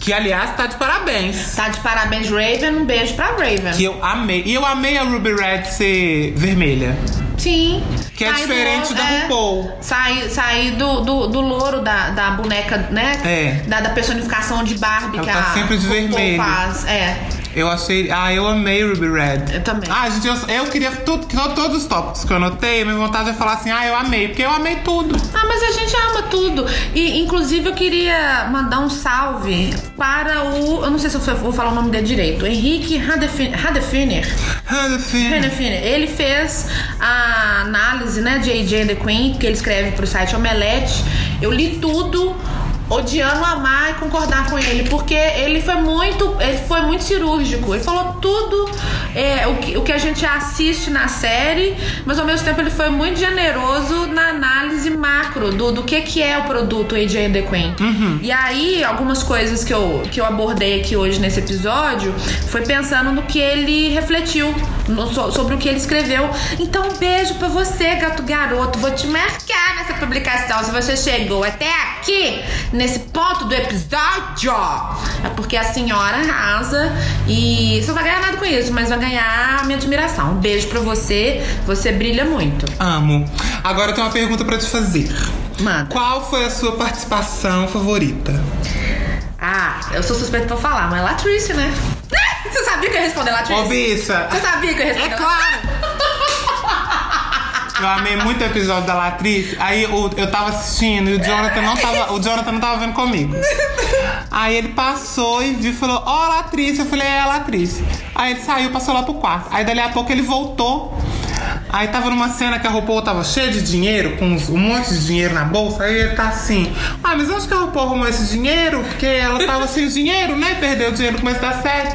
Speaker 2: Que, aliás, tá de parabéns.
Speaker 1: Tá de parabéns, Raven. Um beijo pra Raven.
Speaker 2: Que eu amei. E eu amei a Ruby Red ser vermelha.
Speaker 1: Sim.
Speaker 2: Que é
Speaker 1: Sai do
Speaker 2: diferente
Speaker 1: ouro,
Speaker 2: da
Speaker 1: é.
Speaker 2: RuPaul.
Speaker 1: Sair sai do, do, do louro da, da boneca, né?
Speaker 2: É.
Speaker 1: Da, da personificação de Barbie
Speaker 2: Ela
Speaker 1: que
Speaker 2: tá
Speaker 1: a
Speaker 2: sempre de
Speaker 1: RuPaul
Speaker 2: vermelho.
Speaker 1: faz. É.
Speaker 2: Eu achei. Ah, eu amei Ruby Red.
Speaker 1: Eu também.
Speaker 2: Ah, gente, eu, eu queria tudo, que- todos os tópicos que eu anotei, minha vontade é falar assim, ah, eu amei, porque eu amei tudo.
Speaker 1: Ah, mas a gente ama tudo. E, inclusive, eu queria mandar um salve para o. Eu não sei se eu vou falar o nome dele direito. Henrique Radefin- Radefiner. Radefiner. Ele fez a análise, né, de AJ and the Queen, que ele escreve pro site Omelete. Eu li tudo. Odiando amar e concordar com ele, porque ele foi muito. Ele foi muito cirúrgico. Ele falou tudo é, o, que, o que a gente assiste na série, mas ao mesmo tempo ele foi muito generoso na análise macro do, do que, que é o produto AJ and the Queen. E aí, algumas coisas que eu, que eu abordei aqui hoje nesse episódio foi pensando no que ele refletiu, no- so- sobre o que ele escreveu. Então, um beijo pra você, gato garoto. Vou te marcar nessa publicação se você chegou até aqui, nesse ponto do episódio. É porque a senhora arrasa e você não vai ganhar nada com isso, mas vai ganhar a minha admiração. Um beijo pra você, você brilha muito.
Speaker 2: Amo. Agora eu tenho uma pergunta pra te fazer.
Speaker 1: Manda.
Speaker 2: Qual foi a sua participação favorita?
Speaker 1: Ah, eu sou suspeita pra falar, mas Latrice, né? Você sabia que eu ia responder Latrice?
Speaker 2: Ô, bicha!
Speaker 1: Você sabia que eu ia responder?
Speaker 2: É claro! Eu amei muito o episódio da Latriz. Aí o- eu tava assistindo e o Jonathan não tava, o Jonathan não tava vendo comigo. Aí ele passou e viu e falou: Ó, é, Latriz. Eu falei: É, Latriz. Aí ele saiu, passou lá pro quarto. Aí dali a pouco ele voltou. Aí tava numa cena que a RuPaul tava cheia de dinheiro, com uns- um monte de dinheiro na bolsa, aí ele tá assim, ah, mas onde que a RuPaul arrumou esse dinheiro? Porque ela tava sem dinheiro, né? Perdeu o dinheiro no começo da série.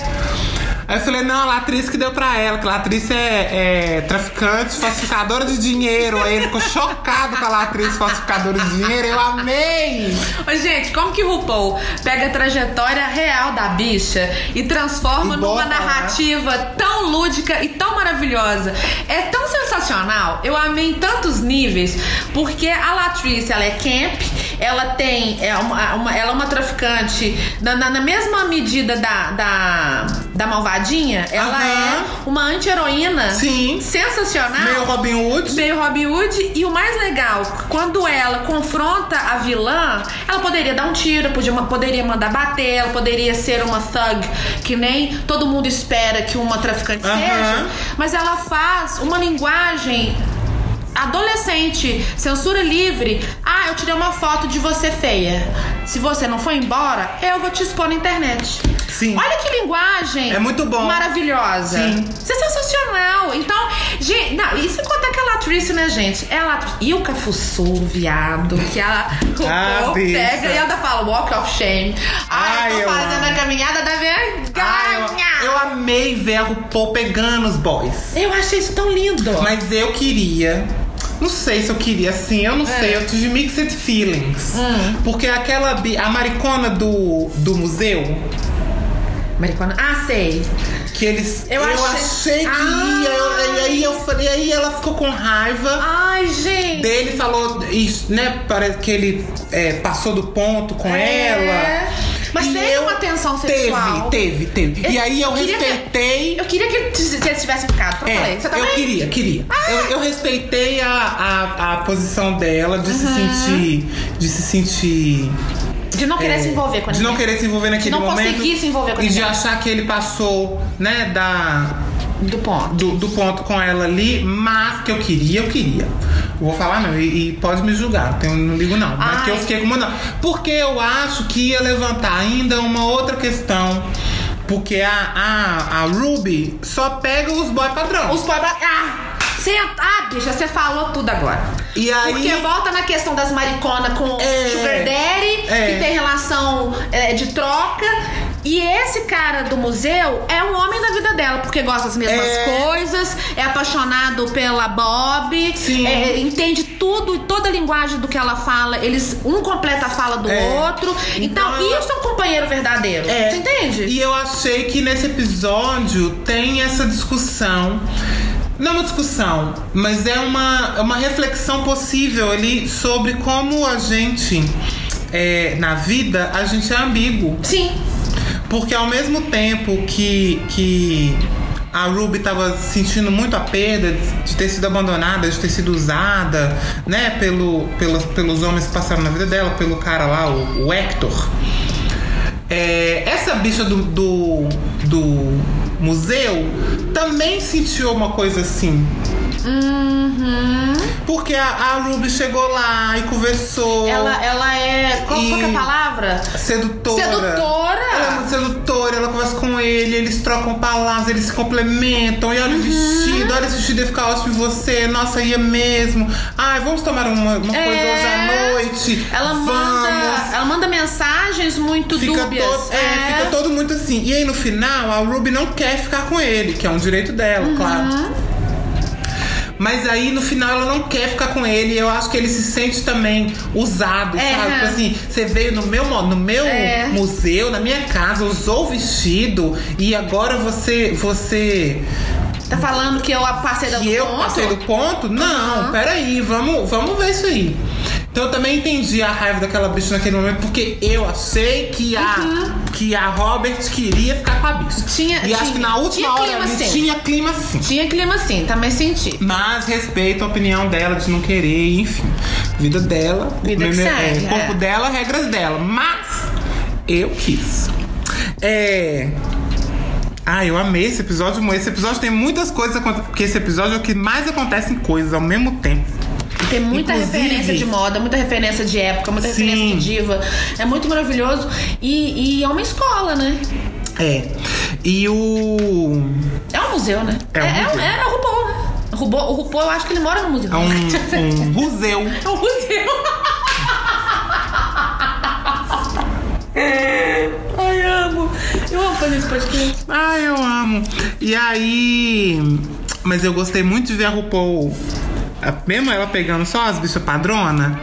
Speaker 2: Aí eu falei, não, a atriz que deu pra ela, que a atriz é, é traficante, falsificadora de dinheiro. Aí ele ficou chocado com a atriz falsificadora de dinheiro, eu amei!
Speaker 5: Ô, gente, como que RuPaul pega a trajetória real da bicha e transforma
Speaker 2: E
Speaker 5: numa
Speaker 2: bota lá.
Speaker 5: narrativa tão lúdica e tão maravilhosa? É tão sensacional. Eu amei em tantos níveis, porque a Latrice, ela é camp, ela tem. É uma, uma- ela é uma traficante na, na- na mesma medida da, da, da malvadinha, ela
Speaker 2: Aham.
Speaker 5: é uma anti-heroína.
Speaker 2: Sim.
Speaker 5: Sensacional.
Speaker 2: Meio Robin Hood.
Speaker 5: Veio Robin Hood e o mais legal, quando ela confronta a vilã, ela poderia dar um tiro, podia, poderia mandar bater, ela poderia ser uma thug que nem todo mundo espera que uma traficante
Speaker 2: Aham.
Speaker 5: seja, mas ela faz uma linguagem adolescente, censura livre. Ah, eu tirei uma foto de você feia. Se você não for embora, eu vou te expor na internet.
Speaker 2: Sim.
Speaker 5: Olha que linguagem
Speaker 2: É muito bom.
Speaker 5: maravilhosa.
Speaker 2: Sim.
Speaker 5: Sensacional. Então, gente, não, e sem
Speaker 1: é
Speaker 5: contar que a Latrice, né, gente? Ela e o Cafuçu, viado, que ela
Speaker 2: Ah,
Speaker 5: RuPaul
Speaker 2: bicha.
Speaker 5: pega e ela fala walk of shame. Ai,
Speaker 2: Ai,
Speaker 5: eu
Speaker 2: eu
Speaker 5: tô fazendo
Speaker 2: amo.
Speaker 5: a caminhada da
Speaker 2: Ai,
Speaker 5: vergonha.
Speaker 2: eu, eu amei ver a RuPaul pegando os boys.
Speaker 5: eu... achei isso tão lindo.
Speaker 2: Mas eu queria. Não sei se eu queria, assim, eu não
Speaker 5: É.
Speaker 2: sei. Eu tive mixed feelings.
Speaker 5: Hum.
Speaker 2: Porque aquela. bi- A maricona do, do museu,
Speaker 5: Maricona. Ah, sei.
Speaker 2: que eles.
Speaker 5: Eu achei-
Speaker 2: achei que
Speaker 5: Ah!
Speaker 2: ia. eu- e aí eu falei. Aí ela ficou com raiva.
Speaker 5: Ai, gente.
Speaker 2: Dele falou, isso, né? Parece que ele é, passou do ponto com
Speaker 5: É.
Speaker 2: ela.
Speaker 5: Mas
Speaker 2: E
Speaker 5: teve
Speaker 2: eu-
Speaker 5: uma tensão sexual.
Speaker 2: Teve, teve, teve. e aí eu
Speaker 5: queria que-
Speaker 2: respeitei.
Speaker 5: Eu queria que t- que eles tivessem ficado. Eu falei. Você tá
Speaker 2: É, eu
Speaker 5: bem? Ah!
Speaker 2: queria, queria. Eu, eu respeitei a, a, a posição dela de se sentir. De se sentir.
Speaker 5: De não querer se envolver com
Speaker 2: É, De não
Speaker 5: ninguém.
Speaker 2: querer se envolver naquele
Speaker 5: não
Speaker 2: momento.
Speaker 5: conseguir se envolver com
Speaker 2: E de
Speaker 5: ninguém.
Speaker 2: achar que ele passou, né, da.
Speaker 5: Do ponto.
Speaker 2: Do, do ponto com ela ali, mas que eu queria, eu queria. Eu vou falar, não, e, e pode me julgar, eu não ligo não. Mas
Speaker 5: Ai.
Speaker 2: que eu fiquei com não. Porque eu acho que ia levantar ainda uma outra questão. Porque a, a, a Ruby só pega os boy padrão.
Speaker 5: Os pobres. Ah! Senta, ah, bicha, você falou tudo agora.
Speaker 2: E aí-
Speaker 5: Porque volta na questão das mariconas com
Speaker 2: É.
Speaker 5: Sugar Daddy,
Speaker 2: É.
Speaker 5: que tem relação é, de troca. E esse cara do museu é um homem da vida dela, porque gosta das mesmas
Speaker 2: É.
Speaker 5: coisas, é apaixonado pela Bob,
Speaker 2: Sim.
Speaker 5: é, entende tudo e toda a linguagem do que ela fala. Eles um completa a fala do
Speaker 2: É.
Speaker 5: outro. Então,
Speaker 2: Então,
Speaker 5: isso é um companheiro verdadeiro.
Speaker 2: É.
Speaker 5: Você entende?
Speaker 2: E eu achei que nesse episódio tem essa discussão. Não é uma discussão, mas é uma, é uma reflexão possível ali sobre como a gente, é, na vida, a gente é ambíguo.
Speaker 5: Sim.
Speaker 2: Porque ao mesmo tempo que, que a Ruby tava sentindo muito a perda de- de ter sido abandonada, de ter sido usada, né, pelo, pelos, pelos homens que passaram na vida dela, pelo cara lá, o, o Hector. É, essa bicha do, do, do museu também sentiu uma coisa assim. Porque a, a Ruby chegou lá e conversou.
Speaker 5: Ela, ela é. Qual, qual que é a
Speaker 2: E-
Speaker 5: palavra?
Speaker 2: Sedutora.
Speaker 5: Sedutora?
Speaker 2: Ela é muito sedutora, ela conversa com ele, eles trocam palavras, eles se complementam. E
Speaker 5: Uhum.
Speaker 2: olha o vestido, olha esse vestido ia ficar ótimo em você. Nossa, ia mesmo. Ai, vamos tomar uma, uma
Speaker 5: É.
Speaker 2: coisa hoje à noite.
Speaker 5: Ela
Speaker 2: vamos.
Speaker 5: manda, ela manda mensagens muito
Speaker 2: Fica
Speaker 5: dúbias.
Speaker 2: todo, é, fica todo muito assim. E aí no final, a Ruby não quer ficar com ele, que é um direito dela,
Speaker 5: Uhum.
Speaker 2: claro. Mas aí no final ela não quer ficar com ele. E eu acho que ele se sente também usado,
Speaker 5: É.
Speaker 2: sabe? Tipo assim, você veio no meu, mo- no meu
Speaker 5: É.
Speaker 2: museu, na minha casa, usou o vestido e agora você. você
Speaker 5: Tá falando que eu passei da
Speaker 2: que eu passei do ponto? Não, peraí, vamos, vamos ver isso aí. Então eu também entendi a raiva daquela bicha naquele momento, porque eu achei que a, que a Robert queria ficar com a bicha.
Speaker 5: Uhum. Tinha-
Speaker 2: e
Speaker 5: tinha-
Speaker 2: acho que na
Speaker 5: tinha
Speaker 2: última hora
Speaker 5: clima,
Speaker 2: ali
Speaker 5: sim.
Speaker 2: tinha clima sim.
Speaker 5: Tinha clima sim, tá também senti.
Speaker 2: Mas respeito a opinião dela de não querer, enfim. Vida dela,
Speaker 5: Vida que
Speaker 2: né, é,
Speaker 5: segue,
Speaker 2: corpo
Speaker 5: é.
Speaker 2: dela, regras dela. Mas eu quis. É. Ah, eu amei esse episódio. muito. Esse episódio tem muitas coisas acontecendo. Porque esse episódio é o que mais acontecem coisas ao mesmo tempo.
Speaker 5: Tem muita
Speaker 2: Inclusive-
Speaker 5: referência de moda, muita referência de época, muita
Speaker 2: Sim.
Speaker 5: referência de diva. É muito maravilhoso. E, e é uma escola, né?
Speaker 2: É. E o.
Speaker 5: É um museu, né?
Speaker 2: É um museu.
Speaker 5: Era RuPaul, né? Rubô, o Rupô, eu acho que ele mora no museu.
Speaker 2: É um, um museu.
Speaker 5: É um museu. Ai, amo. Eu amo fazer esse podcast.
Speaker 2: Ai, Ah, eu amo. E aí. Mas eu gostei muito de ver a RuPaul. a- Mesmo ela pegando só as bichas padrona,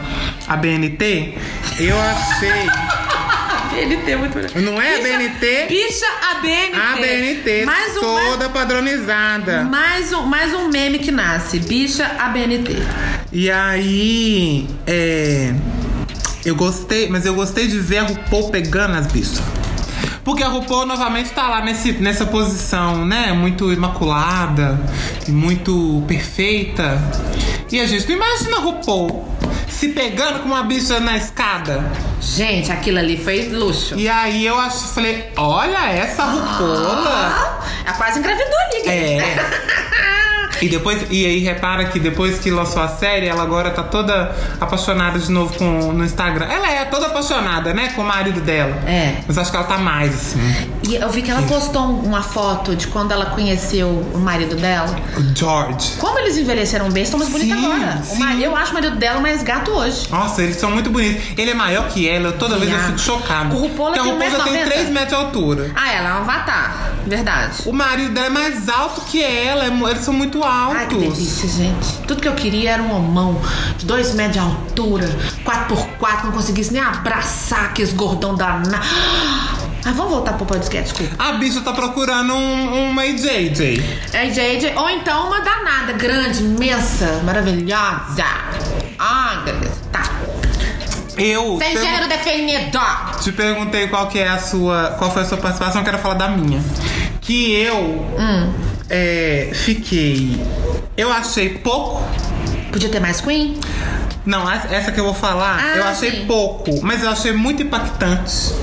Speaker 2: a BNT, eu achei.
Speaker 5: A BNT é muito melhor.
Speaker 2: Não é a
Speaker 5: Bicha-
Speaker 2: BNT?
Speaker 5: Bicha a BNT.
Speaker 2: A BNT
Speaker 5: Mais um,
Speaker 2: toda padronizada.
Speaker 5: mais, mais um, mais um meme que nasce. Bicha a BNT.
Speaker 2: E aí, é, eu gostei, mas eu gostei de ver a RuPaul pegando as bichas. Porque a RuPaul novamente tá lá nesse, nessa posição, né? Muito imaculada, e muito perfeita. E a gente não imagina a RuPaul se pegando com uma bicha na escada.
Speaker 5: Gente, aquilo ali foi luxo.
Speaker 2: E aí eu acho, falei, olha essa RuPaula!
Speaker 5: Ah, ela quase engravidou ali.
Speaker 2: É. E depois, e aí repara que depois que lançou a série, ela agora tá toda apaixonada de novo com, no Instagram. Ela é toda apaixonada, né? Com o marido dela.
Speaker 5: É.
Speaker 2: Mas acho que ela tá mais, assim.
Speaker 5: E eu vi que ela postou um- uma foto de quando ela conheceu o marido dela.
Speaker 2: O George.
Speaker 5: Como eles envelheceram bem, estão mais bonitos
Speaker 2: Sim,
Speaker 5: agora. O
Speaker 2: sim.
Speaker 5: marido, eu acho o marido dela mais gato hoje.
Speaker 2: Nossa, eles são muito bonitos. Ele é maior que ela, eu- toda vez eu
Speaker 5: Viado.
Speaker 2: fico chocada.
Speaker 5: ah. O RuPaul, ela
Speaker 2: Porque
Speaker 5: tem
Speaker 2: a RuPaul já tem
Speaker 5: 1,90.
Speaker 2: 3 metros de altura.
Speaker 5: Ah, ela é um avatar. Verdade.
Speaker 2: O marido dela é mais alto que ela, é mu- eles são muito altos.
Speaker 5: Ai, que delícia, gente. Tudo que eu queria era um homão de dois metros de altura, 4x4, não conseguisse nem abraçar aqueles gordão danado. Ah, vamos voltar pro podcast, desculpa.
Speaker 2: A bicha tá procurando um, uma JJ.
Speaker 5: É, JJ, ou então uma danada, grande, imensa, maravilhosa. Ai, beleza. Tá.
Speaker 2: Eu.
Speaker 5: Sem
Speaker 2: pelo-
Speaker 5: gênero definido.
Speaker 2: Te perguntei qual que é a sua. Qual foi a sua participação, eu quero falar da minha. Que eu
Speaker 5: Hum.
Speaker 2: é, fiquei. Eu achei pouco.
Speaker 5: Podia ter mais Queen?
Speaker 2: Não, as- essa que eu vou falar,
Speaker 5: Ah,
Speaker 2: eu achei
Speaker 5: sim.
Speaker 2: pouco, mas eu achei muito impactante.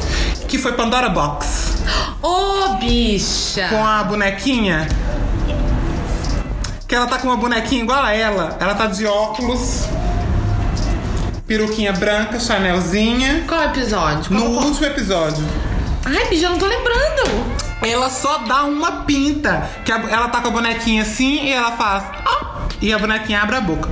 Speaker 2: Que foi Pandora Box.
Speaker 5: Ô, bicha.
Speaker 2: Com a bonequinha. Que ela tá com uma bonequinha igual a ela. Ela tá de óculos. Peruquinha branca, Chanelzinha.
Speaker 5: Qual episódio?
Speaker 2: No
Speaker 5: Qual- qual-
Speaker 2: último episódio.
Speaker 5: Ai, bicha, eu não tô lembrando.
Speaker 2: Ela só dá uma pinta. Que a- ela tá com a bonequinha assim e ela faz. "Ah", E a bonequinha abre a boca.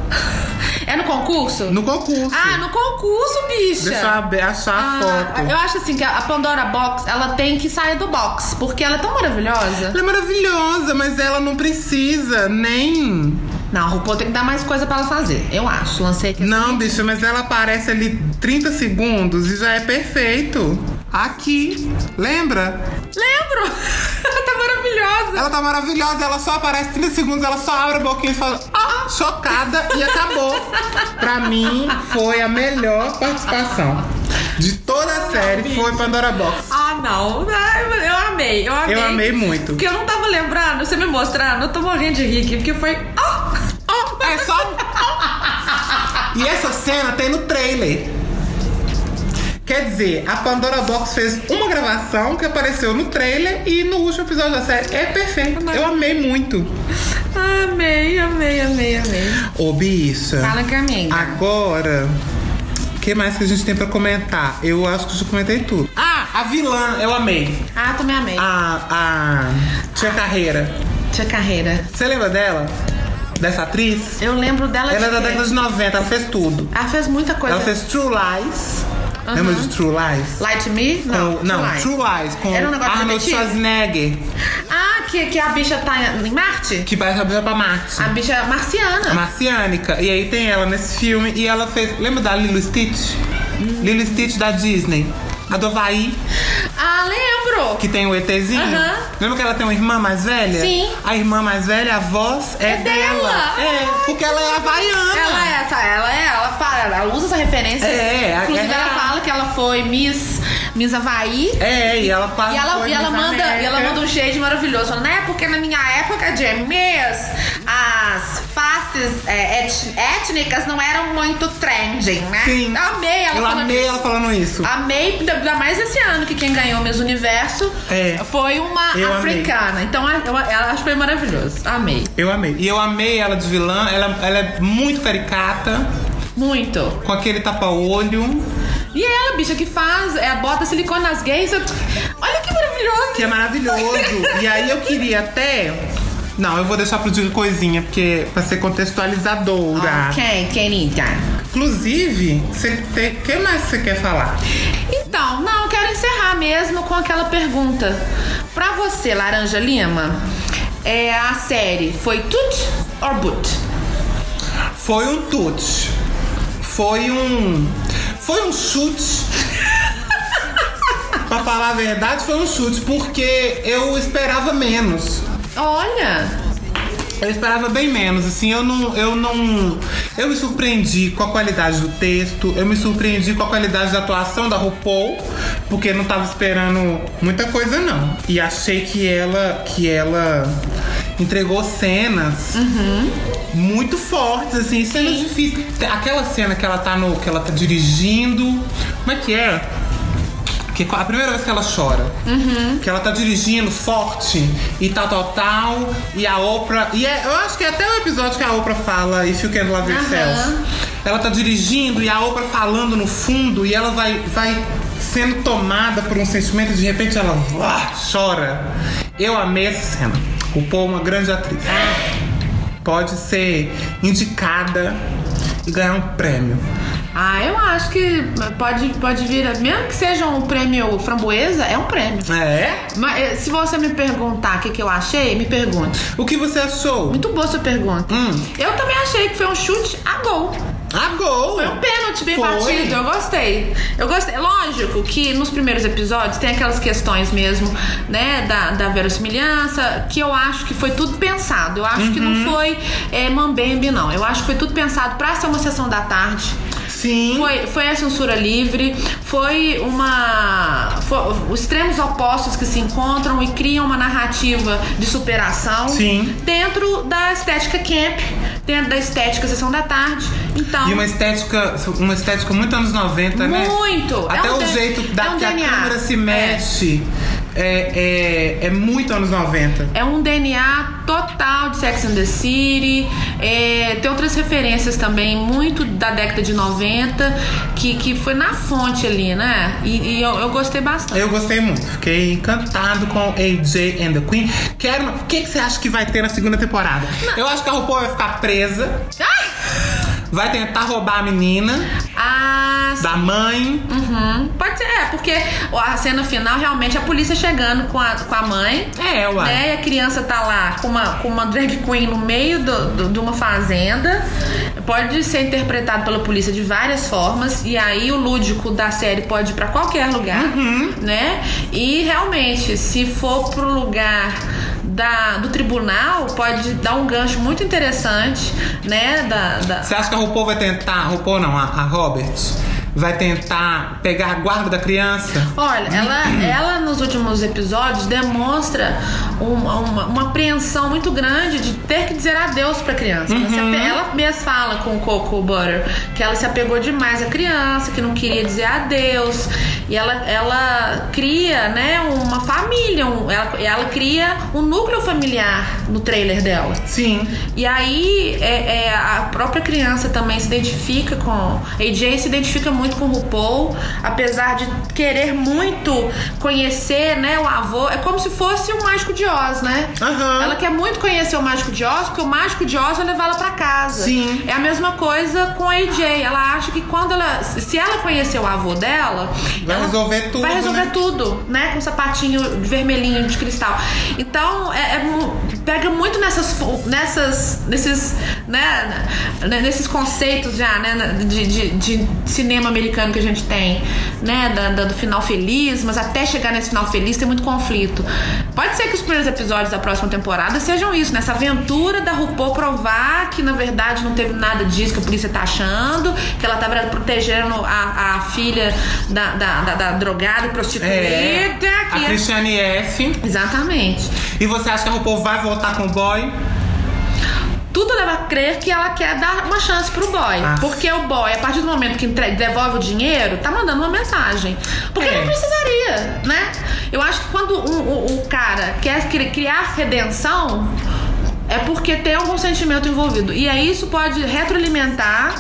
Speaker 5: É no concurso?
Speaker 2: No concurso.
Speaker 5: Ah, no concurso, bicha.
Speaker 2: Deixa eu ab- achar a
Speaker 5: Ah,
Speaker 2: foto.
Speaker 5: eu acho assim que a Pandora Box, ela tem que sair do box, porque ela é tão maravilhosa.
Speaker 2: Ela é maravilhosa, mas ela não precisa nem.
Speaker 5: Não, a RuPaul tem que dar mais coisa pra ela fazer. Eu acho. Lancei aqui.
Speaker 2: Não, bicho, mas ela aparece ali 30 segundos e já é perfeito. Aqui. Lembra?
Speaker 5: Lembro! ela tá maravilhosa.
Speaker 2: Ela tá maravilhosa, ela só aparece 30 segundos, ela só abre a boquinha e fala, ah, chocada, e acabou. pra mim, foi a melhor participação de toda a série, foi Pandora Box.
Speaker 5: Ah, não. Ah, eu- Eu amei, eu amei.
Speaker 2: Eu amei muito.
Speaker 5: Porque eu não tava lembrando, você me mostrando, eu tô morrendo de rir aqui, porque foi. Ah!
Speaker 2: Ah, é só. ah. E essa cena tem no trailer. Quer dizer, a Pandora Box fez uma gravação que apareceu no trailer e no último episódio da série. É perfeito. Eu amei muito.
Speaker 5: Amei, amei, amei, amei.
Speaker 2: Ô, bicha.
Speaker 5: Fala que amei.
Speaker 2: Agora, o que mais que a gente tem pra comentar? Eu acho que eu já comentei tudo. Ah, a vilã, eu amei.
Speaker 5: Ah, também amei.
Speaker 2: A, a Tia Carreira.
Speaker 5: Tia Carreira.
Speaker 2: Você lembra dela? Dessa atriz?
Speaker 5: Eu lembro dela
Speaker 2: Ela é
Speaker 5: de
Speaker 2: da
Speaker 5: quê?
Speaker 2: década de 90, ela fez tudo.
Speaker 5: Ela fez muita coisa.
Speaker 2: Ela fez True Lies. Lembra de True Lies?
Speaker 5: Light Me? Não,
Speaker 2: Com- não,
Speaker 5: Light.
Speaker 2: True Lies, com
Speaker 5: Era um negócio
Speaker 2: Arnold
Speaker 5: repetido?
Speaker 2: Schwarzenegger,
Speaker 5: Ah, que, que a bicha tá em Marte?
Speaker 2: que vai saber pra Marte.
Speaker 5: A bicha é marciana.
Speaker 2: Marciânica. E aí tem ela nesse filme. E ela fez. Lembra da Lilo Stitch?
Speaker 5: Hum.
Speaker 2: Lilo Stitch da Disney. A do Havaí,
Speaker 5: Ah, lembro.
Speaker 2: que tem o ETzinho.
Speaker 5: Aham.
Speaker 2: Lembra que ela tem uma irmã mais velha?
Speaker 5: Sim.
Speaker 2: A irmã mais velha, a voz é,
Speaker 5: É dela.
Speaker 2: É, porque ela é havaiana.
Speaker 5: Ela é essa, ela é, ela fala, ela usa essa referência.
Speaker 2: É, é,
Speaker 5: Inclusive,
Speaker 2: é
Speaker 5: ela
Speaker 2: real.
Speaker 5: fala que ela foi Miss, Miss Havaí.
Speaker 2: É, e ela quase
Speaker 5: E ela,
Speaker 2: foi
Speaker 5: e ela
Speaker 2: Miss
Speaker 5: manda, e ela
Speaker 2: América.
Speaker 5: manda um shade maravilhoso. Falando, é porque na minha época de Miss, as faces é, et- étnicas não eram muito trending, né?
Speaker 2: Sim.
Speaker 5: Amei ela
Speaker 2: Eu
Speaker 5: falando
Speaker 2: amei
Speaker 5: isso.
Speaker 2: ela falando isso.
Speaker 5: Amei, ainda mais esse ano, que quem ganhou o Miss Universo
Speaker 2: É.
Speaker 5: foi uma
Speaker 2: Eu amei.
Speaker 5: africana. Então, eu, eu acho que foi maravilhoso. Amei.
Speaker 2: Eu amei. E eu amei ela de vilã. Ela, ela é muito caricata,
Speaker 5: Muito.
Speaker 2: com aquele tapa-olho.
Speaker 5: E ela, bicha, que faz, é, bota silicone nas gays. eu- Olha que maravilhoso.
Speaker 2: Que é maravilhoso. e aí eu queria até Não, eu vou deixar pro de coisinha, porque pra ser
Speaker 5: Ah,
Speaker 2: contextualizadora.
Speaker 1: Ok, querida.
Speaker 2: Inclusive, você tem. O que mais você quer falar?
Speaker 1: Então, não, eu quero encerrar mesmo com aquela pergunta. Pra você, Laranja Lima, é, a série foi tut or boot?
Speaker 2: Foi um tute. Foi um. Foi um chute. pra falar a verdade, foi um chute, porque eu esperava menos.
Speaker 1: Olha!
Speaker 2: Eu esperava bem menos, assim, eu não, eu não. Eu me surpreendi com a qualidade do texto, eu me surpreendi com a qualidade da atuação da RuPaul, porque não tava esperando muita coisa, não. E achei que ela. que ela entregou cenas muito fortes, assim, cenas difíceis. Aquela cena que ela tá no. que ela tá dirigindo. Como é que é? Que é a primeira vez que ela chora. Que ela tá dirigindo forte e tal, tal, tal. E a Oprah. E é- eu acho que é até o episódio que a Oprah fala If You Can Love Yourself.
Speaker 1: Aham.
Speaker 2: Ela tá dirigindo e a Oprah falando no fundo e ela vai, vai sendo tomada por um sentimento e de repente ela vá, chora. Eu amei essa cena. O Paul é uma grande atriz. Pode ser indicada e ganhar um prêmio.
Speaker 1: Ah, eu acho que pode, pode vir, mesmo que seja um prêmio framboesa, é um prêmio.
Speaker 2: É?
Speaker 1: Mas eh, se você me perguntar o que, que eu achei, me pergunte.
Speaker 2: O que você achou?
Speaker 1: Muito boa sua pergunta.
Speaker 2: Hum.
Speaker 1: Eu também achei que foi um chute a gol.
Speaker 2: A Ah, gol!
Speaker 1: Foi um pênalti bem
Speaker 2: Foi.
Speaker 1: batido, eu gostei. Eu gostei. Lógico que nos primeiros episódios tem aquelas questões mesmo, né, da, da verossimilhança, que eu acho que foi tudo pensado. Eu acho que não
Speaker 2: Uhum.
Speaker 1: foi é, mambembe, não. Eu acho que foi tudo pensado pra ser uma sessão da tarde.
Speaker 2: Sim.
Speaker 1: Foi, foi a censura livre, foi uma. foi os extremos opostos que se encontram e criam uma narrativa de superação
Speaker 2: Sim.
Speaker 1: dentro da estética camp, dentro da estética sessão da tarde. Então.
Speaker 2: E uma estética, uma estética muito anos 90, né?
Speaker 1: Muito!
Speaker 2: Até
Speaker 1: É um
Speaker 2: o
Speaker 1: D-
Speaker 2: jeito da,
Speaker 1: é um
Speaker 2: que a
Speaker 1: DNA.
Speaker 2: câmera se
Speaker 1: É.
Speaker 2: mexe é, é, é muito anos 90.
Speaker 1: É um DNA total de Sex and the City. É, tem outras referências também, muito da década de 90, que, que foi na fonte ali, né? E, e eu, eu gostei bastante.
Speaker 2: Eu gostei muito, fiquei encantado com AJ and the Queen. Quero. O que, que você acha que vai ter na segunda temporada? Eu acho que a RuPaul vai ficar presa,
Speaker 1: Ah!
Speaker 2: vai tentar roubar a menina
Speaker 1: Ah,
Speaker 2: da mãe.
Speaker 1: Uhum. Pode ser, é, porque a cena final realmente é a polícia chegando com a, com a mãe.
Speaker 2: É, uai.
Speaker 1: Né? E a criança tá lá com uma, com uma drag queen no meio do, do- de uma fazenda. Pode ser interpretado pela polícia de várias formas. E aí o lúdico da série pode ir pra qualquer lugar, né? E realmente, se for pro lugar da, do tribunal, pode dar um gancho muito interessante, né? Da, da-
Speaker 2: Você acha que a RuPaul vai tentar. A RuPaul não, a, a Robert vai tentar pegar a guarda da criança?
Speaker 1: Olha, ela, ela nos últimos episódios demonstra uma, uma, uma apreensão muito grande de ter que dizer adeus pra criança. Ela, se ape- ela mesma fala com o Coco Butter que ela se apegou demais à criança, que não queria dizer adeus. E ela, ela cria, né, uma família, um- ela, ela cria um núcleo familiar no trailer dela.
Speaker 2: Sim.
Speaker 1: E aí é- é, a própria criança também se identifica com. AJ se identifica muito com o RuPaul, apesar de querer muito conhecer né, o avô. É como se fosse o Mágico de Oz, né?
Speaker 2: Aham.
Speaker 1: Ela quer muito conhecer o Mágico de Oz, porque o Mágico de Oz vai levar ela pra casa.
Speaker 2: Sim.
Speaker 1: É a mesma coisa com a AJ. Ela acha que quando ela. Se ela conhecer o avô dela.
Speaker 2: Vai
Speaker 1: ela
Speaker 2: resolver tudo,
Speaker 1: Vai resolver
Speaker 2: né?
Speaker 1: tudo, né? Com sapatinho vermelhinho de cristal. Então, é, é mu- pega muito nessas, fo- nessas, nesses, né, né, nesses conceitos já, né, na- de, de- de cinema americano que a gente tem, né, da- da- do final feliz, mas até chegar nesse final feliz tem muito conflito. Pode ser que os primeiros episódios da próxima temporada sejam isso, nessa aventura da RuPaul provar que na verdade não teve nada disso que a polícia tá achando, que ela tava protegendo a, a filha da, da, da- da drogada e prostituta.
Speaker 2: É. A
Speaker 1: que-
Speaker 2: Cristiane F.
Speaker 1: Exatamente.
Speaker 2: E você acha que a RuPaul vai voltar com o boy?
Speaker 1: Tudo leva a crer que ela quer dar uma chance pro boy.
Speaker 2: Ah.
Speaker 1: Porque o boy, a partir do momento que entre- devolve o dinheiro, tá mandando uma mensagem. Porque
Speaker 2: É.
Speaker 1: não precisaria, né? Eu acho que quando um, o, o- o cara quer cri- criar redenção, é porque tem algum sentimento envolvido. E aí isso pode retroalimentar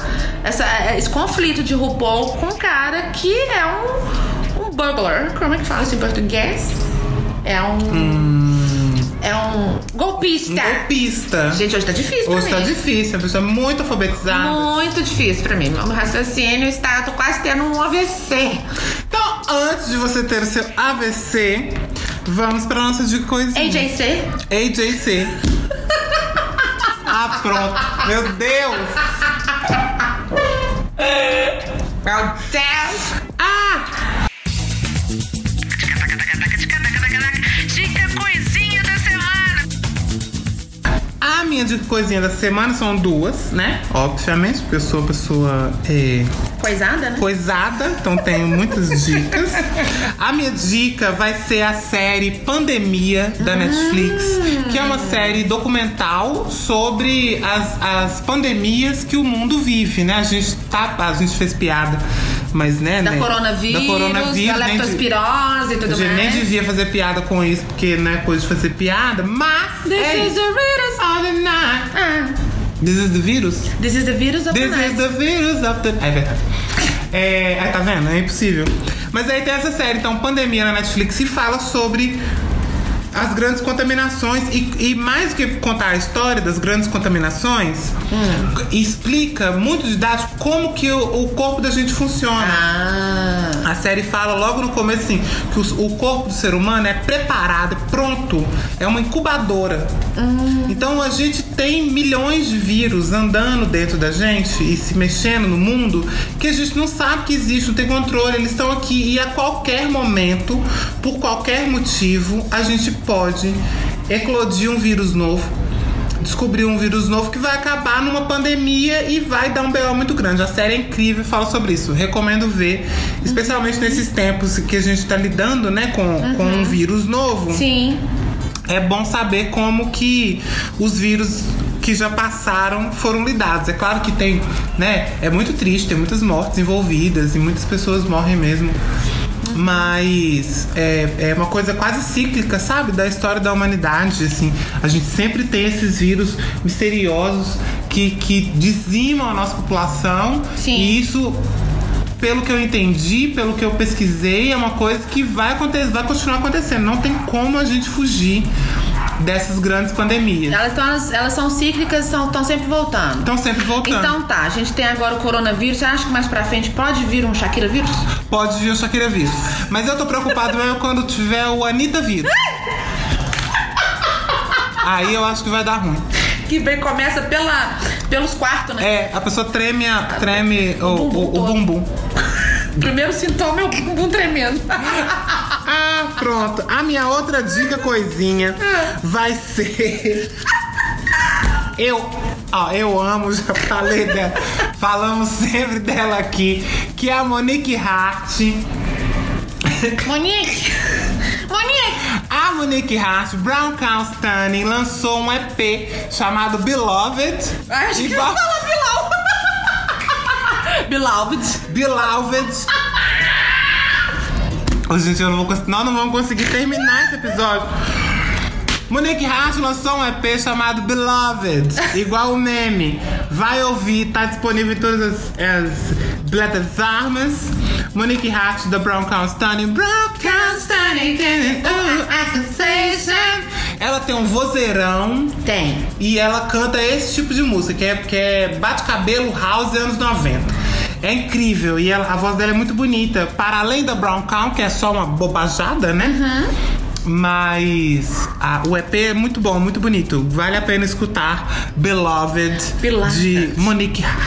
Speaker 1: essa- esse conflito de RuPaul com o cara que é
Speaker 2: Hum.
Speaker 1: um, um burglar. Como é que fala isso em português? É um.
Speaker 5: é um golpista.
Speaker 2: Golpista.
Speaker 5: Gente, hoje tá difícil
Speaker 2: Hoje
Speaker 5: pra
Speaker 2: tá
Speaker 5: mim.
Speaker 2: difícil, a pessoa é muito alfabetizada.
Speaker 5: Muito difícil pra mim. Meu raciocínio está, eu tô quase tendo um AVC.
Speaker 2: Então, antes de você ter o seu AVC, vamos pra nossa de coisinha.
Speaker 5: AJC?
Speaker 2: AJC. ah, pronto. Meu Deus!
Speaker 5: Meu Deus! Ah!
Speaker 6: Dica coisinha da semana.
Speaker 2: A minha de coisinha da semana são duas, né? Obviamente, porque eu sou uma pessoa é,
Speaker 5: Coisada, né?
Speaker 2: coisada, então tenho muitas dicas. A minha dica vai ser a série Pandemia
Speaker 5: Ah.
Speaker 2: da Netflix, que é uma série documental sobre as, as pandemias que o mundo vive, né? A gente tá, a gente fez piada, mas né,
Speaker 5: Da
Speaker 2: né?
Speaker 5: coronavírus,
Speaker 2: da coronavírus,
Speaker 5: da
Speaker 2: nem de-
Speaker 5: leptospirose e tudo
Speaker 2: eu nem
Speaker 5: mais.
Speaker 2: devia fazer piada com isso, porque não é coisa de fazer piada, mas.
Speaker 5: This
Speaker 2: é
Speaker 5: is the virus.
Speaker 2: of the night.
Speaker 5: Ah,
Speaker 2: This is the virus?
Speaker 5: this is the virus of the
Speaker 2: This
Speaker 5: night.
Speaker 2: is the virus of the. É verdade. É, é, tá vendo? É impossível. Mas aí tem essa série, então, Pandemia na Netflix, e fala sobre as grandes contaminações. E, e mais do que contar a história das grandes contaminações,
Speaker 5: Hum.
Speaker 2: explica muito didático como que o, o corpo da gente funciona.
Speaker 5: Ah.
Speaker 2: A série fala logo no começo assim, que os- o corpo do ser humano é preparado, pronto, é uma incubadora. Então a gente tem milhões de vírus andando dentro da gente e se mexendo no mundo que a gente não sabe que existe, não tem controle, eles estão aqui e a qualquer momento, por qualquer motivo, a gente pode eclodir um vírus novo descobriu um vírus novo que vai acabar numa pandemia e vai dar um BO muito grande. A série é incrível e fala sobre isso. Recomendo ver, especialmente nesses tempos que a gente tá lidando, né, com, com um vírus novo.
Speaker 5: Sim.
Speaker 2: É bom saber como que os vírus que já passaram foram lidados. É claro que tem, né? É muito triste, tem muitas mortes envolvidas e muitas pessoas morrem mesmo. Mas é, é uma coisa quase cíclica, sabe? Da história da humanidade, assim. A gente sempre tem esses vírus misteriosos que, que dizimam a nossa população.
Speaker 5: Sim.
Speaker 2: E isso, pelo que eu entendi, pelo que eu pesquisei, é uma coisa que vai acontecer, vai continuar acontecendo. Não tem como a gente fugir dessas grandes pandemias.
Speaker 5: Elas, tão- elas, elas são cíclicas, estão sempre voltando.
Speaker 2: Estão sempre voltando.
Speaker 5: Então tá, a gente tem agora o coronavírus. Você acha que mais pra frente pode vir um Shakira vírus?
Speaker 2: Pode vir o Shakira vírus. Mas eu tô preocupado mesmo quando tiver o Anitta vírus. Aí eu acho que vai dar ruim.
Speaker 5: Que bem começa pela, pelos quartos, né?
Speaker 2: É, a pessoa treme, a, treme o, o- o bumbum.
Speaker 5: Primeiro sintoma é o bumbum tremendo.
Speaker 2: Ah, pronto. A minha outra dica coisinha vai ser. Eu, ó, eu amo, já falei dela. Falamos sempre dela aqui, que é a Monique Hart.
Speaker 5: Monique! Monique!
Speaker 2: A Monique Hart, Brown Cow Stunning, lançou um EP chamado Beloved.
Speaker 5: Acho que
Speaker 2: Igual-
Speaker 5: eu falo Bilal. Beloved.
Speaker 2: Beloved. Ô, gente, eu não vou conseguir. Nós não vamos conseguir terminar esse episódio. Monique Hart lançou um EP chamado Beloved, igual o meme. Vai ouvir, tá disponível em todas as, as plataformas. Monique Hart da Brown Cow Stunning. Brown Cow Stunning, getting ooh, a sensation. Ela tem um vozeirão.
Speaker 5: Tem.
Speaker 2: E ela canta esse tipo de música, que é, que é bate-cabelo house anos 90. É incrível, e ela- a voz dela é muito bonita. Para além da Brown Cow, que é só uma bobajada, né?
Speaker 5: Uhum.
Speaker 2: Mas a- o EP é muito bom, muito bonito. Vale a pena escutar Beloved,
Speaker 5: Beloved.
Speaker 2: de Monique Hart.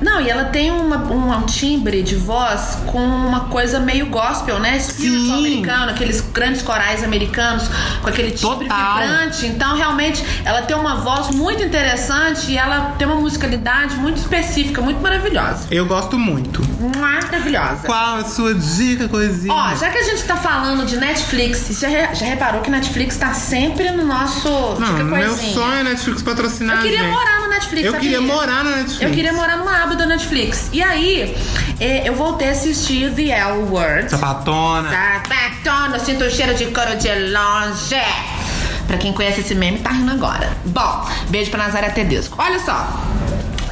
Speaker 5: Não, e ela tem uma, um, um timbre de voz com uma coisa meio gospel, né? Espírito
Speaker 2: Sim.
Speaker 5: americano, aqueles grandes corais americanos com aquele timbre
Speaker 2: Total.
Speaker 5: vibrante. Então, realmente, ela tem uma voz muito interessante e ela tem uma musicalidade muito específica, muito maravilhosa.
Speaker 2: Eu gosto muito.
Speaker 5: Maravilhosa.
Speaker 2: Qual a sua dica, coisinha?
Speaker 5: Ó, já que a gente tá falando de Netflix, já, re- já reparou que Netflix tá sempre no nosso.
Speaker 2: Não,
Speaker 5: dica
Speaker 2: meu
Speaker 5: coisinha.
Speaker 2: sonho é Netflix patrocinar.
Speaker 5: Eu
Speaker 2: a
Speaker 5: queria
Speaker 2: gente.
Speaker 5: morar no Netflix.
Speaker 2: Eu
Speaker 5: sabia?
Speaker 2: queria morar na Netflix.
Speaker 5: Eu queria morar numa aba da Netflix. E aí, eh, eu voltei a assistir The L Word.
Speaker 2: Sapatona.
Speaker 5: Tá. Sapatona, sinto o cheiro de couro de longe. Pra quem conhece esse meme, tá rindo agora. Bom, beijo pra Nazaré Tedesco. Olha só.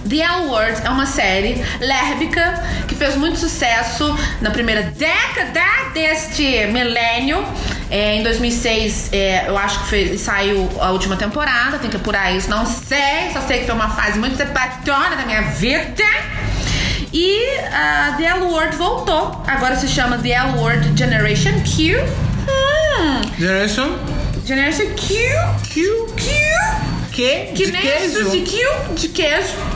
Speaker 5: The L Word é uma série lérbica que fez muito sucesso na primeira década deste milênio. É, em 2006, é, eu acho que foi- saiu a última temporada, tem que apurar isso, não sei. Só sei que foi uma fase muito separatória da minha vida. E a The L Word voltou. Agora se chama The L Word Generation Q. Hum,
Speaker 2: Generation
Speaker 5: Generation Q.
Speaker 2: Ah. Q.
Speaker 5: Q.
Speaker 2: Que?
Speaker 5: Que
Speaker 2: de
Speaker 5: nem
Speaker 2: queijo?
Speaker 5: sushi Q de queijo.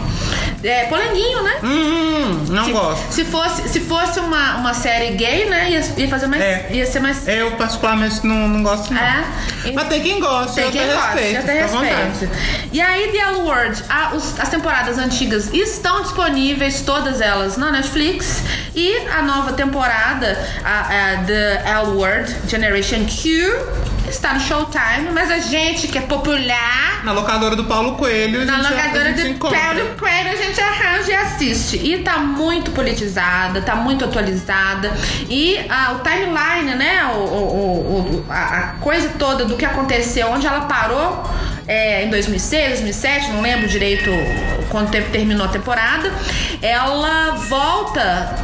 Speaker 5: É, polenguinho, né?
Speaker 2: Hum, não
Speaker 5: se,
Speaker 2: gosto.
Speaker 5: Se fosse, se fosse uma, uma série gay, né? Ia, ia fazer mais.
Speaker 2: É.
Speaker 5: Ia ser mais.
Speaker 2: Eu, particularmente, não, não gosto, não.
Speaker 5: É.
Speaker 2: Mas tem quem gosta,
Speaker 5: Tem
Speaker 2: eu
Speaker 5: quem
Speaker 2: até
Speaker 5: gosta,
Speaker 2: respeito.
Speaker 5: eu até
Speaker 2: fica à vontade.
Speaker 5: respeito. E aí, The L Word, a- os- as temporadas antigas estão disponíveis, todas elas, na Netflix. E a nova temporada, a, a The L Word Generation Q, está no Showtime. Mas a gente que é popular,
Speaker 2: Na locadora do Paulo Coelho,
Speaker 5: na
Speaker 2: a gente,
Speaker 5: locadora
Speaker 2: a gente
Speaker 5: de
Speaker 2: encontra.
Speaker 5: Paulo Coelho a gente arranja e assiste. E tá muito politizada, tá muito atualizada. E ah, o timeline, né? O, o- o- o- a, a coisa toda do que aconteceu, onde ela parou é, em 2006, 2007, não lembro direito quanto tempo terminou a temporada. Ela volta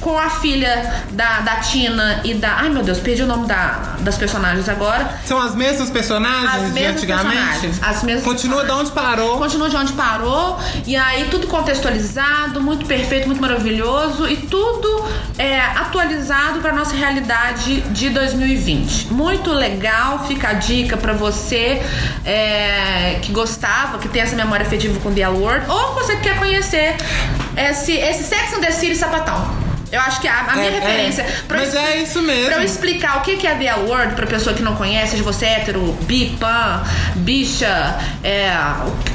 Speaker 5: com a filha da, da Tina e da. Ai meu Deus, perdi o nome da, das personagens agora.
Speaker 2: São as mesmas personagens
Speaker 5: As
Speaker 2: de
Speaker 5: mesmas
Speaker 2: antigamente?
Speaker 5: personagens, as mesmas
Speaker 2: Continua de onde parou.
Speaker 5: Continua de onde parou, e aí tudo contextualizado, muito perfeito, muito maravilhoso, e tudo é, atualizado pra nossa realidade de 2020. Muito legal, fica a dica pra você é, que gostava, que tem essa memória afetiva com The L Word, ou você que quer conhecer esse, esse Sex and the City sapatão. Eu acho que a, a minha
Speaker 2: É, é.
Speaker 5: referência. pra eu
Speaker 2: Mas é
Speaker 5: expli-
Speaker 2: isso mesmo.
Speaker 5: pra eu explicar o que que é The L Word pra pessoa que não conhece, seja você é hétero, bi, pan, bicha, é,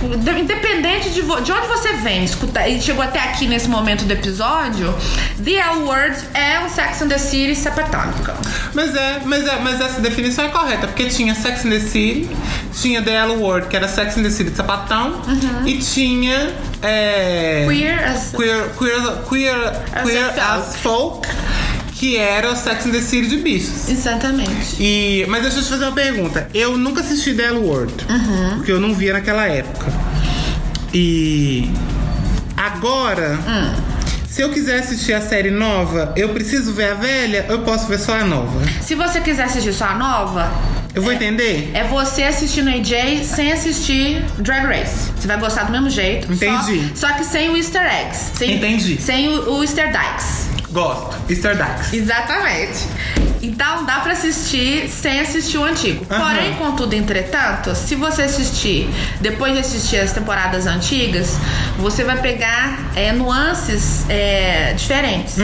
Speaker 5: o- de- independente de, vo- de onde você vem escutar, e chegou até aqui nesse momento do episódio, The L Word é um Sex and the City sapatônico.
Speaker 2: Mas é, mas é, mas essa definição é correta, porque tinha Sex and the City, tinha The L Word, que era Sex and the City de sapatão, e tinha. é,
Speaker 5: Uhum. Queer as...
Speaker 2: Queer, queer, queer,
Speaker 5: As
Speaker 2: queer
Speaker 5: a
Speaker 2: as folk, que era o Sex and the City de bichos.
Speaker 5: Exatamente.
Speaker 2: E, mas deixa eu te fazer uma pergunta. Eu nunca assisti The L Word,
Speaker 5: Uhum.
Speaker 2: porque eu não via naquela época. E agora,
Speaker 5: Hum.
Speaker 2: se eu quiser assistir a série nova, eu preciso ver a velha ou eu posso ver só a nova?
Speaker 5: Se você quiser assistir só a nova,
Speaker 2: Eu vou entender?
Speaker 5: é você assistindo AJ sem assistir Drag Race. Você vai gostar do mesmo jeito. só-
Speaker 2: Entendi.
Speaker 5: Só, que sem o Easter eggs. Sem,
Speaker 2: Entendi.
Speaker 5: Sem o, o Easter Dykes.
Speaker 2: Gosto. Easter Dax.
Speaker 5: Exatamente. Então dá pra assistir sem assistir o antigo.
Speaker 2: Aham.
Speaker 5: Porém, contudo, entretanto, se você assistir depois de assistir as temporadas antigas, você vai pegar é, nuances é, diferentes.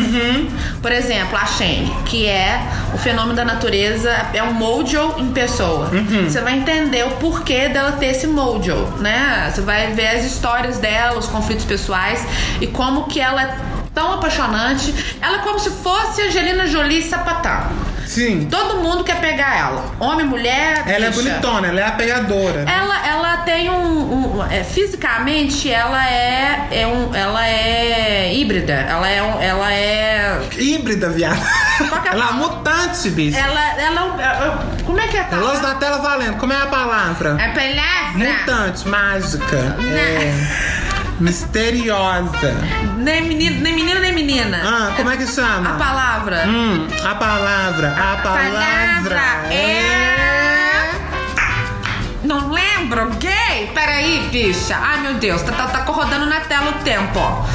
Speaker 5: Por exemplo, a Shane, que é o fenômeno da natureza, é um mojo em pessoa. Você vai entender o porquê dela ter esse mojo, né? Você vai ver as histórias dela, os conflitos pessoais e como que ela é tão apaixonante. Ela é como se fosse Angelina Jolie sapatão.
Speaker 2: Sim.
Speaker 5: Todo mundo quer pegar ela. Homem, mulher,
Speaker 2: Ela é
Speaker 5: bicha.
Speaker 2: bonitona, ela é a pegadora.
Speaker 5: Ela, ela tem um, um- é, fisicamente ela é, é um, ela é híbrida. Ela é um, ela é
Speaker 2: Híbrida, viado.
Speaker 5: Qual que é a
Speaker 2: Ela é
Speaker 5: palavra?
Speaker 2: mutante, bicho.
Speaker 5: Ela, ela, é um- como é que é? a
Speaker 2: A luz
Speaker 5: palavra?
Speaker 2: da tela valendo. Como é a palavra?
Speaker 5: É palavra.
Speaker 2: Mutante, mágica. É. Misteriosa.
Speaker 5: Nem menino, nem menino, nem menina.
Speaker 2: Ah, como é que chama?
Speaker 5: A palavra.
Speaker 2: Hum, a palavra. A, palavra. É.
Speaker 5: é... Não lembro, gay? Peraí, bicha. Ai, meu Deus, tá, tá, tá corrodando na tela o tempo, ó.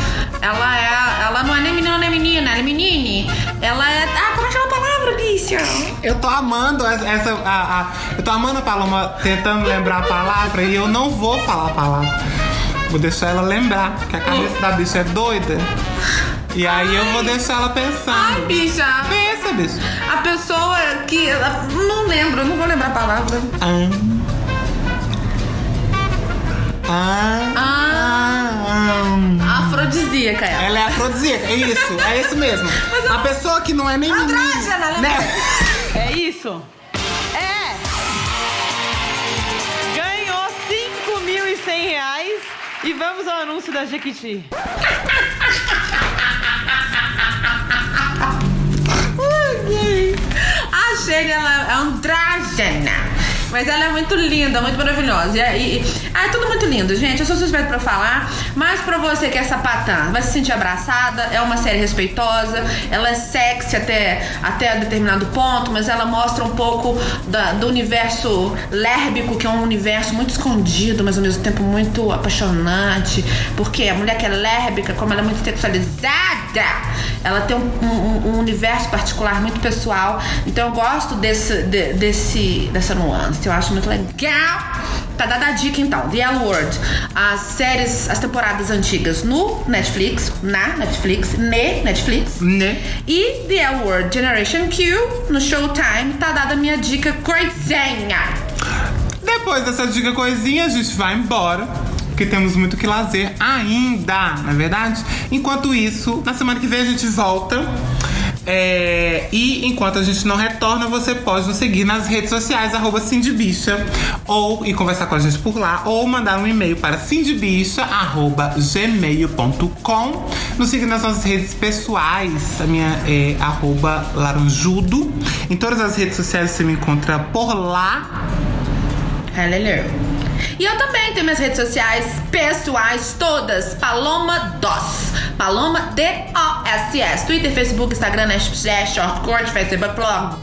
Speaker 5: Ela é. Ela não é nem menino, nem menina, ela é menine. Ela é. Ah, como é que chama a palavra, bicha?
Speaker 2: Eu tô amando essa. essa- a, a- eu tô amando a Paloma tentando lembrar a palavra e eu não vou falar a palavra. Vou deixar ela lembrar, porque a cabeça da bicha é doida. E aí eu vou deixar ela
Speaker 5: Ai,
Speaker 2: pensando.
Speaker 5: bicha.
Speaker 2: Pensa, bicho.
Speaker 5: A pessoa que. ela- Não lembro, não vou lembrar a palavra.
Speaker 2: Ah. Ah.
Speaker 5: Afrodisíaca ela.
Speaker 2: Ela é afrodisíaca, é isso, é isso mesmo. A pessoa que não é nem menina,
Speaker 5: Andrógena, né?
Speaker 7: É isso? É! Ganhou 5.100 reais e vamos ao anúncio da Jequiti.
Speaker 5: A Shane, ela é andrógena. é Mas ela é muito linda, muito maravilhosa. E, e, ah, é tudo muito lindo, gente. Eu sou suspeita pra falar, Mas pra você que é sapatã, vai se sentir abraçada, é uma série respeitosa, ela é sexy até, até determinado ponto, mas ela mostra um pouco da- do universo lérbico, que é um universo muito escondido, mas ao mesmo tempo tipo, muito apaixonante. Porque a mulher que é lérbica, como ela é muito sexualizada, ela tem um, um- um universo particular muito pessoal. Então eu gosto desse, de- desse, dessa nuance. Eu acho muito legal. Tá dada a dica então. The L Word. As séries, as temporadas antigas no Netflix, na Netflix, ne Netflix.
Speaker 2: Né?
Speaker 5: E The L Word Generation Q no Showtime. Tá dada a minha dica coisinha.
Speaker 2: Depois dessa dica coisinha, a gente vai embora. Porque temos muito o que lazer ainda, na verdade. Enquanto isso, na semana que vem a gente volta. É, e enquanto a gente não retorna, você pode nos seguir nas redes sociais, arroba Cindybicha, ou e conversar com a gente por lá, ou mandar um e-mail para cindybicha.gmail.com. Nos siga nas nossas redes pessoais, a minha é arroba laranjudo. Em todas as redes sociais você me encontra por lá.
Speaker 5: Hallelujah. E eu também tenho minhas redes sociais pessoais todas. Paloma DOS. Paloma D-O-S-S. Twitter, Facebook, Instagram, Snapchat, Shortcut, Facebook, Blog,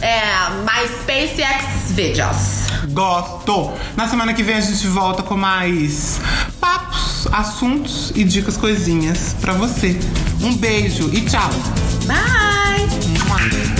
Speaker 5: é, MySpace X Videos.
Speaker 2: Gosto! Na semana que vem a gente volta com mais papos, assuntos e dicas coisinhas pra você. Um beijo e tchau!
Speaker 5: Bye!
Speaker 2: Mua.